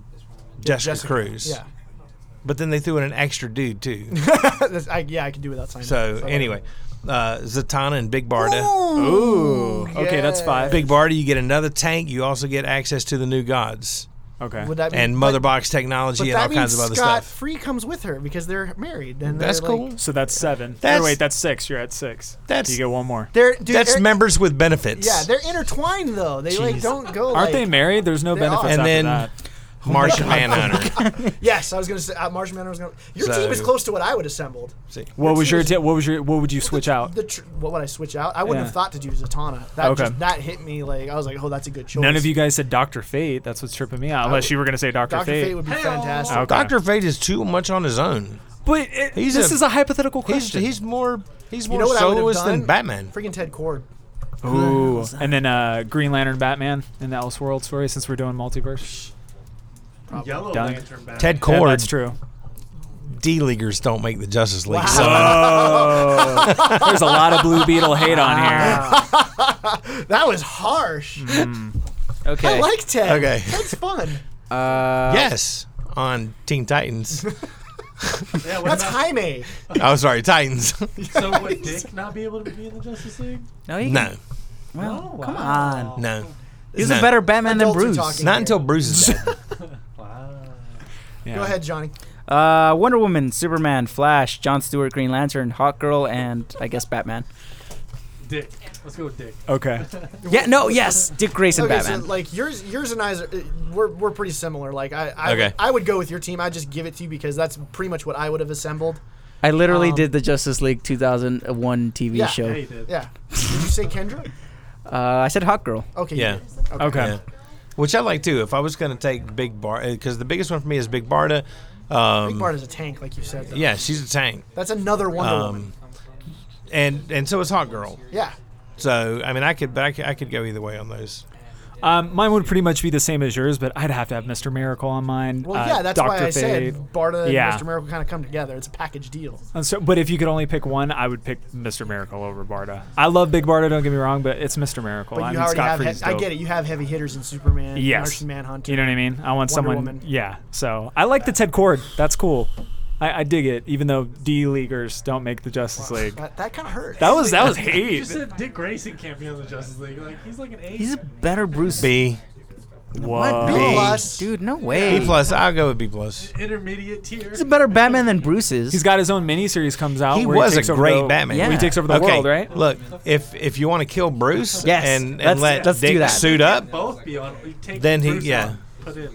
Speaker 4: Jessica, Cruz,
Speaker 2: Yeah.
Speaker 4: but then they threw in an extra dude too.
Speaker 2: That's- I, yeah, I could do without signing.
Speaker 4: So anyway, uh, Zatanna and Big Barda.
Speaker 6: Ooh. Okay, that's five.
Speaker 4: Big Barda, you get another tank. You also get access to the new gods
Speaker 6: Okay.
Speaker 2: Would that mean,
Speaker 4: and Mother
Speaker 2: but,
Speaker 4: Box technology
Speaker 2: But
Speaker 4: and all
Speaker 2: that means
Speaker 4: kinds of other
Speaker 2: Scott
Speaker 4: stuff.
Speaker 2: Free comes with her because they're married. And
Speaker 4: That's
Speaker 2: they're, like-
Speaker 4: cool.
Speaker 6: So that's seven.
Speaker 4: That's-
Speaker 6: oh, wait, that's six. You're at six.
Speaker 4: That's-
Speaker 6: you get one more.
Speaker 2: they're dude,
Speaker 4: That's
Speaker 2: they're-
Speaker 4: members with benefits.
Speaker 2: Yeah, they're intertwined though. They like
Speaker 4: Jeez.
Speaker 2: don't go.
Speaker 6: Aren't
Speaker 2: like,
Speaker 6: they married? There's no
Speaker 2: They
Speaker 6: benefits
Speaker 2: are.
Speaker 4: and
Speaker 6: after
Speaker 4: then
Speaker 6: that.
Speaker 2: Oh
Speaker 4: Martian Manhunter.
Speaker 2: Yes, I was gonna say uh, Martian Manhunter was gonna. Your
Speaker 4: So-
Speaker 2: team is close to what I would assembled.
Speaker 4: See,
Speaker 6: What was your t- what was your what would you switch out?
Speaker 2: The tr- what would I switch out? I wouldn't
Speaker 6: Yeah.
Speaker 2: have thought to do Zatanna. That
Speaker 6: Okay.
Speaker 2: just, that hit me like I was like, oh, that's a good choice.
Speaker 6: None of you guys said Doctor Fate. That's what's tripping me out. Unless you were gonna say Doctor
Speaker 2: Doctor
Speaker 6: Fate.
Speaker 2: Fate would be fantastic.
Speaker 6: Okay.
Speaker 4: Doctor Fate is too much on his own.
Speaker 6: But it,
Speaker 4: He's
Speaker 6: this
Speaker 4: a-
Speaker 6: is a hypothetical
Speaker 4: He's,
Speaker 6: question.
Speaker 4: he's more he's
Speaker 2: You
Speaker 4: more
Speaker 2: know what I would have
Speaker 4: soloist than
Speaker 2: done?
Speaker 4: Batman.
Speaker 2: Freaking Ted Cord.
Speaker 6: Ooh, and then uh, Green Lantern, Batman, in the Elseworld story. Since we're doing multiverse,
Speaker 5: Yellow
Speaker 6: Done.
Speaker 5: Lantern back.
Speaker 4: Ted
Speaker 6: Yeah,
Speaker 4: Cord,
Speaker 6: that's true.
Speaker 4: D leaguers don't make the Justice League.
Speaker 6: Oh, there's a lot of Blue Beetle hate on
Speaker 4: Ah.
Speaker 6: here.
Speaker 2: That was harsh.
Speaker 6: Hmm.
Speaker 2: I
Speaker 3: Okay.
Speaker 2: like Ted.
Speaker 4: Okay.
Speaker 2: Ted's fun.
Speaker 3: Uh,
Speaker 4: yes, on Teen Titans.
Speaker 5: Yeah, what
Speaker 2: That's
Speaker 5: about-
Speaker 2: Jaime.
Speaker 4: oh, sorry, Titans.
Speaker 5: So would Dick not be able to be in the Justice League?
Speaker 3: No, he
Speaker 4: no,
Speaker 3: Well,
Speaker 5: Oh,
Speaker 3: come
Speaker 5: wow.
Speaker 3: on.
Speaker 4: no,
Speaker 3: He's
Speaker 4: No.
Speaker 3: a better Batman than
Speaker 2: Adults are
Speaker 3: Bruce.
Speaker 2: talking.
Speaker 4: Not until Bruce is dead.
Speaker 5: Wow.
Speaker 6: Yeah.
Speaker 2: Go ahead, Johnny.
Speaker 3: Uh, Wonder Woman, Superman, Flash, John Stewart, Green Lantern, Hawk Girl, and I guess Batman.
Speaker 5: Dick. Let's go with Dick.
Speaker 6: Okay.
Speaker 3: Yeah, no, yes, Dick Grayson,
Speaker 2: okay,
Speaker 3: Batman.
Speaker 2: so like yours, yours and I's, are, uh, we're we're pretty similar. Like I, I,
Speaker 4: Okay.
Speaker 2: would, I would go with your team. I just give it to you because that's pretty much what I would have assembled.
Speaker 3: I literally
Speaker 2: um,
Speaker 3: did the Justice League 2001 TV
Speaker 2: Yeah,
Speaker 3: show.
Speaker 5: Yeah, he did.
Speaker 2: Yeah. Did you say Kendra?
Speaker 3: Uh, I said Hawk Girl.
Speaker 2: Okay. you
Speaker 4: Yeah.
Speaker 2: did.
Speaker 6: Okay.
Speaker 4: Yeah. Which I like too. If I was going to take Big Bar, because the biggest one for me is Big Barda. Um,
Speaker 2: Big Bart is a tank, like you said. Though.
Speaker 4: Yeah, she's a tank.
Speaker 2: That's another Wonder Woman.
Speaker 4: Um, and and so is Hot Girl.
Speaker 2: Yeah.
Speaker 4: So I mean, I could, but I could, I could go either way on those.
Speaker 6: Um, mine would pretty much be the same as yours, but I'd have to have Mr. Miracle on mine.
Speaker 2: Well,
Speaker 6: uh,
Speaker 2: yeah. That's
Speaker 6: Dr.
Speaker 2: why I
Speaker 6: Fate.
Speaker 2: said Barta
Speaker 6: Yeah.
Speaker 2: and Mr. Miracle kind of come together. It's a package deal.
Speaker 6: And so- but if you could only pick one, I would pick Mr. Miracle over Barda. I love Big Barda, don't get me wrong, but it's Mr. Miracle.
Speaker 2: But
Speaker 6: I
Speaker 2: you
Speaker 6: mean,
Speaker 2: already
Speaker 6: Scott
Speaker 2: have.
Speaker 6: Free's
Speaker 2: He- I
Speaker 6: dope.
Speaker 2: get it. You have heavy hitters in Superman,
Speaker 6: Yes.
Speaker 2: Martian Manhunter.
Speaker 6: You know what I mean? I want
Speaker 2: Wonder
Speaker 6: someone.
Speaker 2: Woman.
Speaker 6: Yeah. So I like the Ted Cord. That's cool. I, I dig it, even though D leaguers don't make the Justice League.
Speaker 2: That, that kind of hurts.
Speaker 6: That was that was
Speaker 5: You
Speaker 6: hate.
Speaker 5: just said Dick Grayson can't be on the Justice League. Like he's like an A.
Speaker 3: He's a better Bruce.
Speaker 4: B,
Speaker 3: What?
Speaker 6: Whoa.
Speaker 2: B
Speaker 4: B.
Speaker 2: plus.
Speaker 3: Dude, no way.
Speaker 4: B plus. I'll go with B plus.
Speaker 5: intermediate tier.
Speaker 3: He's a better Batman than Bruce is.
Speaker 6: He's got his own miniseries comes out.
Speaker 4: He
Speaker 6: where
Speaker 4: was a
Speaker 6: takes over
Speaker 4: great
Speaker 6: the-
Speaker 4: Batman.
Speaker 6: Where he
Speaker 3: Yeah.
Speaker 6: takes over the world, right?
Speaker 4: Look, if if you want to kill Bruce
Speaker 3: Yes,
Speaker 4: and,
Speaker 3: let's-
Speaker 4: and let
Speaker 3: let's do
Speaker 4: Dick
Speaker 3: that.
Speaker 4: suit up,
Speaker 5: both be on. You take
Speaker 4: Then he-
Speaker 5: Bruce
Speaker 4: yeah.
Speaker 5: on, Put in.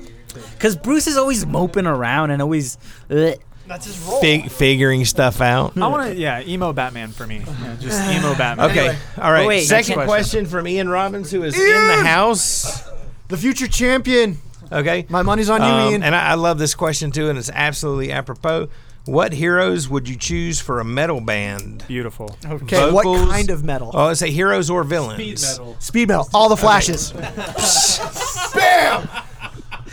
Speaker 3: Because Bruce is always moping around and always. Bleh.
Speaker 2: That's his role.
Speaker 4: fig- figuring stuff out.
Speaker 2: Mm.
Speaker 6: I want to, yeah, emo Batman for me. Yeah, just emo Batman.
Speaker 4: Okay,
Speaker 2: Anyway.
Speaker 4: all right.
Speaker 3: Oh, wait,
Speaker 4: Second
Speaker 3: next
Speaker 4: question. from Ian Robbins, who is in the house.
Speaker 2: The future champion.
Speaker 4: Okay,
Speaker 2: My money's on you,
Speaker 4: Um,
Speaker 2: Ian.
Speaker 4: and I, I love this question too, and it's absolutely apropos. What heroes would you choose for a metal band?
Speaker 6: Beautiful.
Speaker 2: Okay, what
Speaker 4: vocals-
Speaker 2: kind of metal?
Speaker 4: Oh, I say heroes or
Speaker 5: Speed
Speaker 4: villains.
Speaker 5: metal.
Speaker 2: Speed metal. All the flashes. Bam!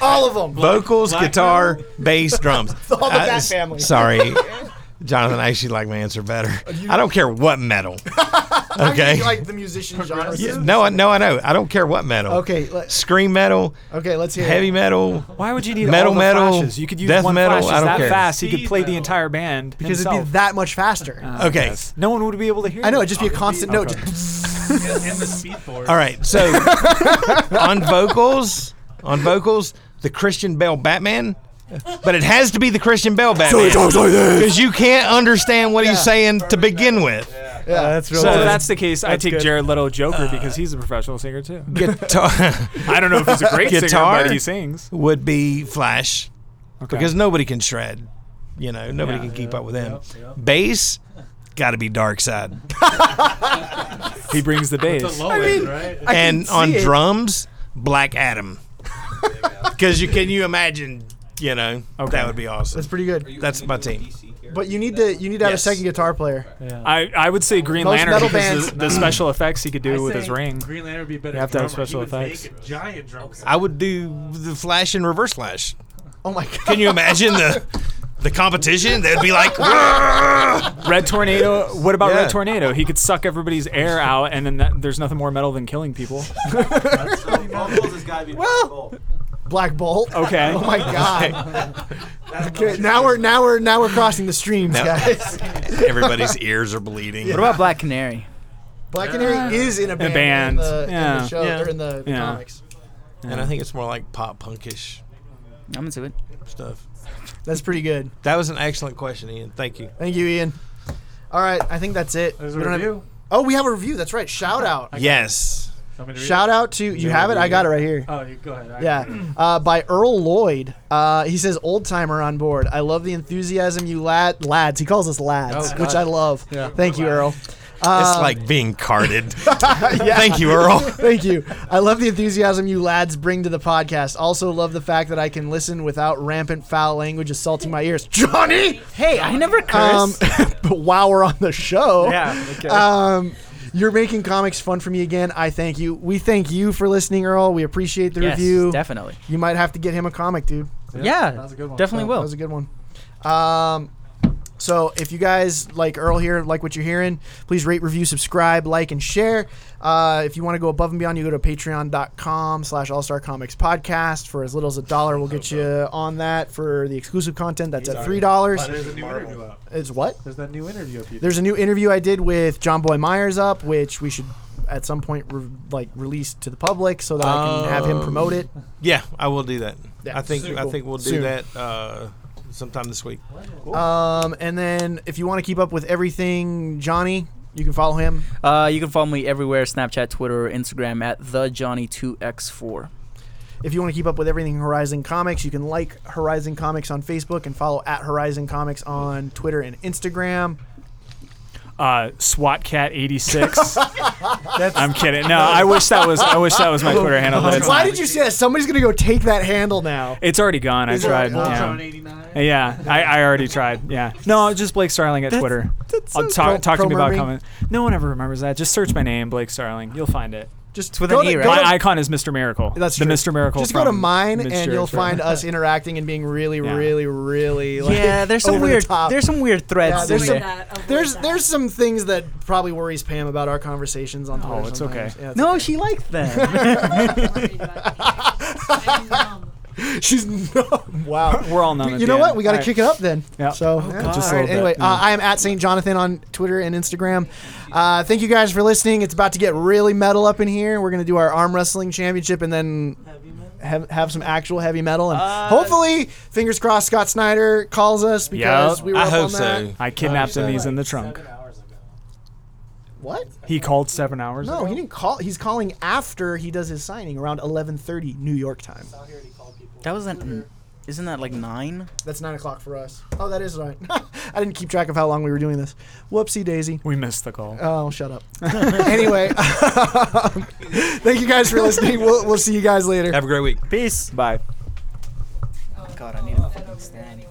Speaker 2: All of them.
Speaker 4: Vocals, guitar, bass, drums.
Speaker 2: all the
Speaker 4: I-
Speaker 2: Bat
Speaker 4: s-
Speaker 2: family.
Speaker 4: Sorry, Jonathan. I actually like my answer better. I don't care what metal.
Speaker 2: I
Speaker 4: Okay.
Speaker 2: mean, like the musician genre.
Speaker 4: Yeah, no, I no, I know. I don't care what metal.
Speaker 2: Okay, let,
Speaker 4: Scream metal,
Speaker 2: okay, let's hear
Speaker 4: heavy
Speaker 2: it.
Speaker 4: metal.
Speaker 6: Why would you need
Speaker 4: Metal,
Speaker 6: all the
Speaker 4: metal,
Speaker 6: flashes? You could use
Speaker 4: death
Speaker 6: one
Speaker 4: metal,
Speaker 6: flash
Speaker 4: I don't
Speaker 6: that
Speaker 4: care.
Speaker 6: fast. He could
Speaker 5: Speed
Speaker 6: play the
Speaker 5: metal.
Speaker 6: entire band
Speaker 2: Because it'd
Speaker 6: himself.
Speaker 2: be that much faster.
Speaker 4: Okay.
Speaker 6: No one would be able to hear.
Speaker 2: I know,
Speaker 6: it.
Speaker 2: it'd just be a constant note. Just,
Speaker 5: and, and the speed board.
Speaker 4: All right. So on vocals, on vocals, the Christian Bell Batman, but it has to be the Christian Bell Batman because you can't understand what he's saying to begin with.
Speaker 2: yeah.
Speaker 6: So if that's the case, I take
Speaker 2: good. Uh,
Speaker 6: Jared Leto Joker because he's a professional singer too.
Speaker 4: Guitar
Speaker 6: I don't know if he's a great
Speaker 4: Guitar?
Speaker 6: singer, but he sings.
Speaker 4: would be Flash
Speaker 6: Okay.
Speaker 4: because nobody can shred. You know, nobody
Speaker 6: Yeah.
Speaker 4: can keep up with him.
Speaker 5: yeah.
Speaker 4: Bass, got to be Dark Side.
Speaker 6: he brings the
Speaker 5: The
Speaker 6: bass.
Speaker 5: low end, right?
Speaker 2: I can
Speaker 4: and on
Speaker 2: see it.
Speaker 4: drums, Black Adam. Because you can you imagine, you know,
Speaker 6: Okay.
Speaker 4: that would be awesome.
Speaker 2: That's pretty good.
Speaker 4: That's my team.
Speaker 2: But you need to you need to have
Speaker 4: Yes.
Speaker 2: a second guitar player.
Speaker 6: I, I would say Green
Speaker 2: Most
Speaker 6: Lantern
Speaker 2: metal
Speaker 6: because
Speaker 2: bands-
Speaker 6: the, the special effects he could
Speaker 5: I
Speaker 6: do with
Speaker 5: say
Speaker 6: his ring.
Speaker 5: Green Lantern would be better.
Speaker 6: You have to have
Speaker 5: drummer.
Speaker 6: special
Speaker 5: He would make
Speaker 6: effects.
Speaker 5: a giant drum set.
Speaker 4: I would do the Flash and reverse Flash.
Speaker 2: Oh my god.
Speaker 4: Can you imagine the the competition? They'd be like, "Rah!"
Speaker 6: Red Tornado. What about
Speaker 4: Yeah.
Speaker 6: Red Tornado? He could suck everybody's air out, and then that, there's nothing more metal than killing people.
Speaker 8: Vocals has got to be well,
Speaker 2: Black Bolt.
Speaker 6: Okay.
Speaker 2: Oh my god. Okay, now we're now we're now we're crossing the streams, guys.
Speaker 4: everybody's ears are bleeding.
Speaker 3: What about Black Canary?
Speaker 2: Black Canary is in a band,
Speaker 6: band.
Speaker 2: In, the, in
Speaker 6: Yeah.
Speaker 2: the show
Speaker 4: Yeah.
Speaker 2: or in the, the
Speaker 6: Yeah.
Speaker 2: comics.
Speaker 4: And I think it's more like pop punkish
Speaker 3: I'm into it.
Speaker 4: stuff.
Speaker 2: That's pretty good.
Speaker 4: That was an excellent question, Ian. Thank you.
Speaker 2: Thank you, Ian. All right, I think that's it.
Speaker 5: There's a
Speaker 2: We don't have-
Speaker 5: review.
Speaker 2: oh, we have a review. That's right. Shout out.
Speaker 4: Yes.
Speaker 5: Want me to read
Speaker 2: Shout out to you have it. I got it right here.
Speaker 5: it? Oh, you go ahead. I-
Speaker 2: Yeah, uh, by Earl Lloyd. Uh, he says, "Old timer on board.
Speaker 5: Oh,
Speaker 2: I love the enthusiasm you lad lads." He calls us lads, which I love. Thank you, Earl.
Speaker 4: it's like being carded. Thank you, Earl.
Speaker 2: Thank you. I love the enthusiasm you lads bring to the podcast. Also, love the fact that I can listen without rampant foul language assaulting my ears. Johnny!
Speaker 3: Hey, I never
Speaker 2: Um,
Speaker 3: curse.
Speaker 2: but while we're on the show,
Speaker 3: yeah. Okay.
Speaker 2: um, you're making comics fun for me again. I thank you. We thank you for listening, Earl. We appreciate the
Speaker 3: yes,
Speaker 2: review.
Speaker 3: definitely.
Speaker 2: You might have to get him a comic, dude.
Speaker 3: Yeah,
Speaker 6: that was a good one.
Speaker 3: definitely
Speaker 2: That
Speaker 3: will.
Speaker 2: was a good one. Um, so if you guys like Earl here, like what you're hearing, please rate, review, subscribe, like, and share. Uh, if you want to go above and beyond, you go to patreon.com slash all-star comics podcast. For as little as a dollar, we'll get you on that. For the exclusive content, that's at $3.
Speaker 5: There's a new interview up.
Speaker 2: It's what?
Speaker 5: There's that new interview up. you
Speaker 2: There's a new interview I did with John Boy Myers up, which we should at some point re- like release to the public so that I can have him promote it.
Speaker 4: Yeah, I will do that.
Speaker 2: Yeah,
Speaker 4: I think
Speaker 2: soon.
Speaker 4: I think we'll do
Speaker 2: Soon.
Speaker 4: that uh, sometime this week.
Speaker 2: Um, and then if you want to keep up with everything, Johnny, you can follow him.
Speaker 3: Uh, you can follow me everywhere: Snapchat, Twitter, Instagram at the Johnny Two X Four.
Speaker 2: If you want to keep up with everything Horizon Comics, you can like Horizon Comics on Facebook and follow at Horizon Comics on Twitter and Instagram.
Speaker 6: Uh, SWAT Cat 86. I'm kidding. No, I wish that was I wish that was my Twitter handle. But it's,
Speaker 2: Why
Speaker 6: not.
Speaker 2: did you say that? Somebody's gonna go take that handle now.
Speaker 6: it's already gone. I
Speaker 2: Is it
Speaker 6: tried.
Speaker 2: already
Speaker 6: yeah.
Speaker 2: gone?
Speaker 5: '89.
Speaker 6: Yeah, I, I already tried. Yeah, no, just Blake Starling at Twitter. I'll
Speaker 2: Pro-
Speaker 6: talk, talk to me
Speaker 2: Pro
Speaker 6: about
Speaker 2: Mermaid?
Speaker 6: comment. No one ever remembers that. Just search my name, Blake Starling. You'll find it.
Speaker 2: Just
Speaker 3: with
Speaker 2: go
Speaker 3: an
Speaker 2: to-
Speaker 3: E,
Speaker 2: go
Speaker 3: right?
Speaker 2: to-
Speaker 6: My icon is Mr. Miracle.
Speaker 2: That's
Speaker 6: the
Speaker 2: true.
Speaker 6: Mr. Miracle.
Speaker 2: Just go to
Speaker 6: from
Speaker 2: mine,
Speaker 6: Mid
Speaker 2: and
Speaker 6: Shirts,
Speaker 2: you'll
Speaker 6: right?
Speaker 2: find us interacting and being really,
Speaker 6: Yeah.
Speaker 2: really, really. Like,
Speaker 3: yeah, there's some
Speaker 2: over the
Speaker 3: weird.
Speaker 2: top.
Speaker 3: there's some weird threads.
Speaker 2: Yeah,
Speaker 3: in
Speaker 2: there's
Speaker 3: there.
Speaker 2: some- There's there's some things that probably worries Pam about our conversations on Twitter.
Speaker 6: it's
Speaker 2: sometimes.
Speaker 6: okay.
Speaker 2: Yeah, it's
Speaker 3: no, she liked them.
Speaker 7: I'm numb.
Speaker 2: okay. she's no. Wow.
Speaker 6: We're all numb.
Speaker 2: You
Speaker 6: at
Speaker 2: know
Speaker 6: the
Speaker 2: what?
Speaker 6: end.
Speaker 2: We got to
Speaker 6: All right.
Speaker 2: kick it up then.
Speaker 6: Yeah.
Speaker 2: So,
Speaker 6: Oh,
Speaker 2: yeah.
Speaker 6: God. Just a
Speaker 2: All right,
Speaker 6: little
Speaker 2: anyway,
Speaker 6: bit,
Speaker 2: uh, I am at St. Jonathan on Twitter and Instagram. Uh, thank you guys for listening. It's about to get really metal up in here. We're going to do our arm wrestling championship and then have, have some actual heavy metal. And
Speaker 4: Uh,
Speaker 2: hopefully, fingers crossed, Scott Snyder calls us because
Speaker 6: Yup.
Speaker 2: we were
Speaker 4: I
Speaker 2: up on
Speaker 4: hope
Speaker 2: that.
Speaker 4: so.
Speaker 6: I kidnapped him. He's in the trunk.
Speaker 2: What?
Speaker 6: He called seven hours.
Speaker 2: No,
Speaker 6: ago.
Speaker 2: he didn't call. He's calling after he does his signing around 11:30 New York time.
Speaker 3: That wasn't. Isn't that like nine?
Speaker 2: That's nine o'clock for us. Oh, that is right. I didn't keep track of how long we were doing this. Whoopsie daisy.
Speaker 6: We missed the call.
Speaker 2: Oh, shut up. anyway, thank you guys for listening. We'll, we'll see you guys later.
Speaker 4: Have a great week.
Speaker 3: Peace.
Speaker 6: Bye.
Speaker 3: God, I need a fucking stand.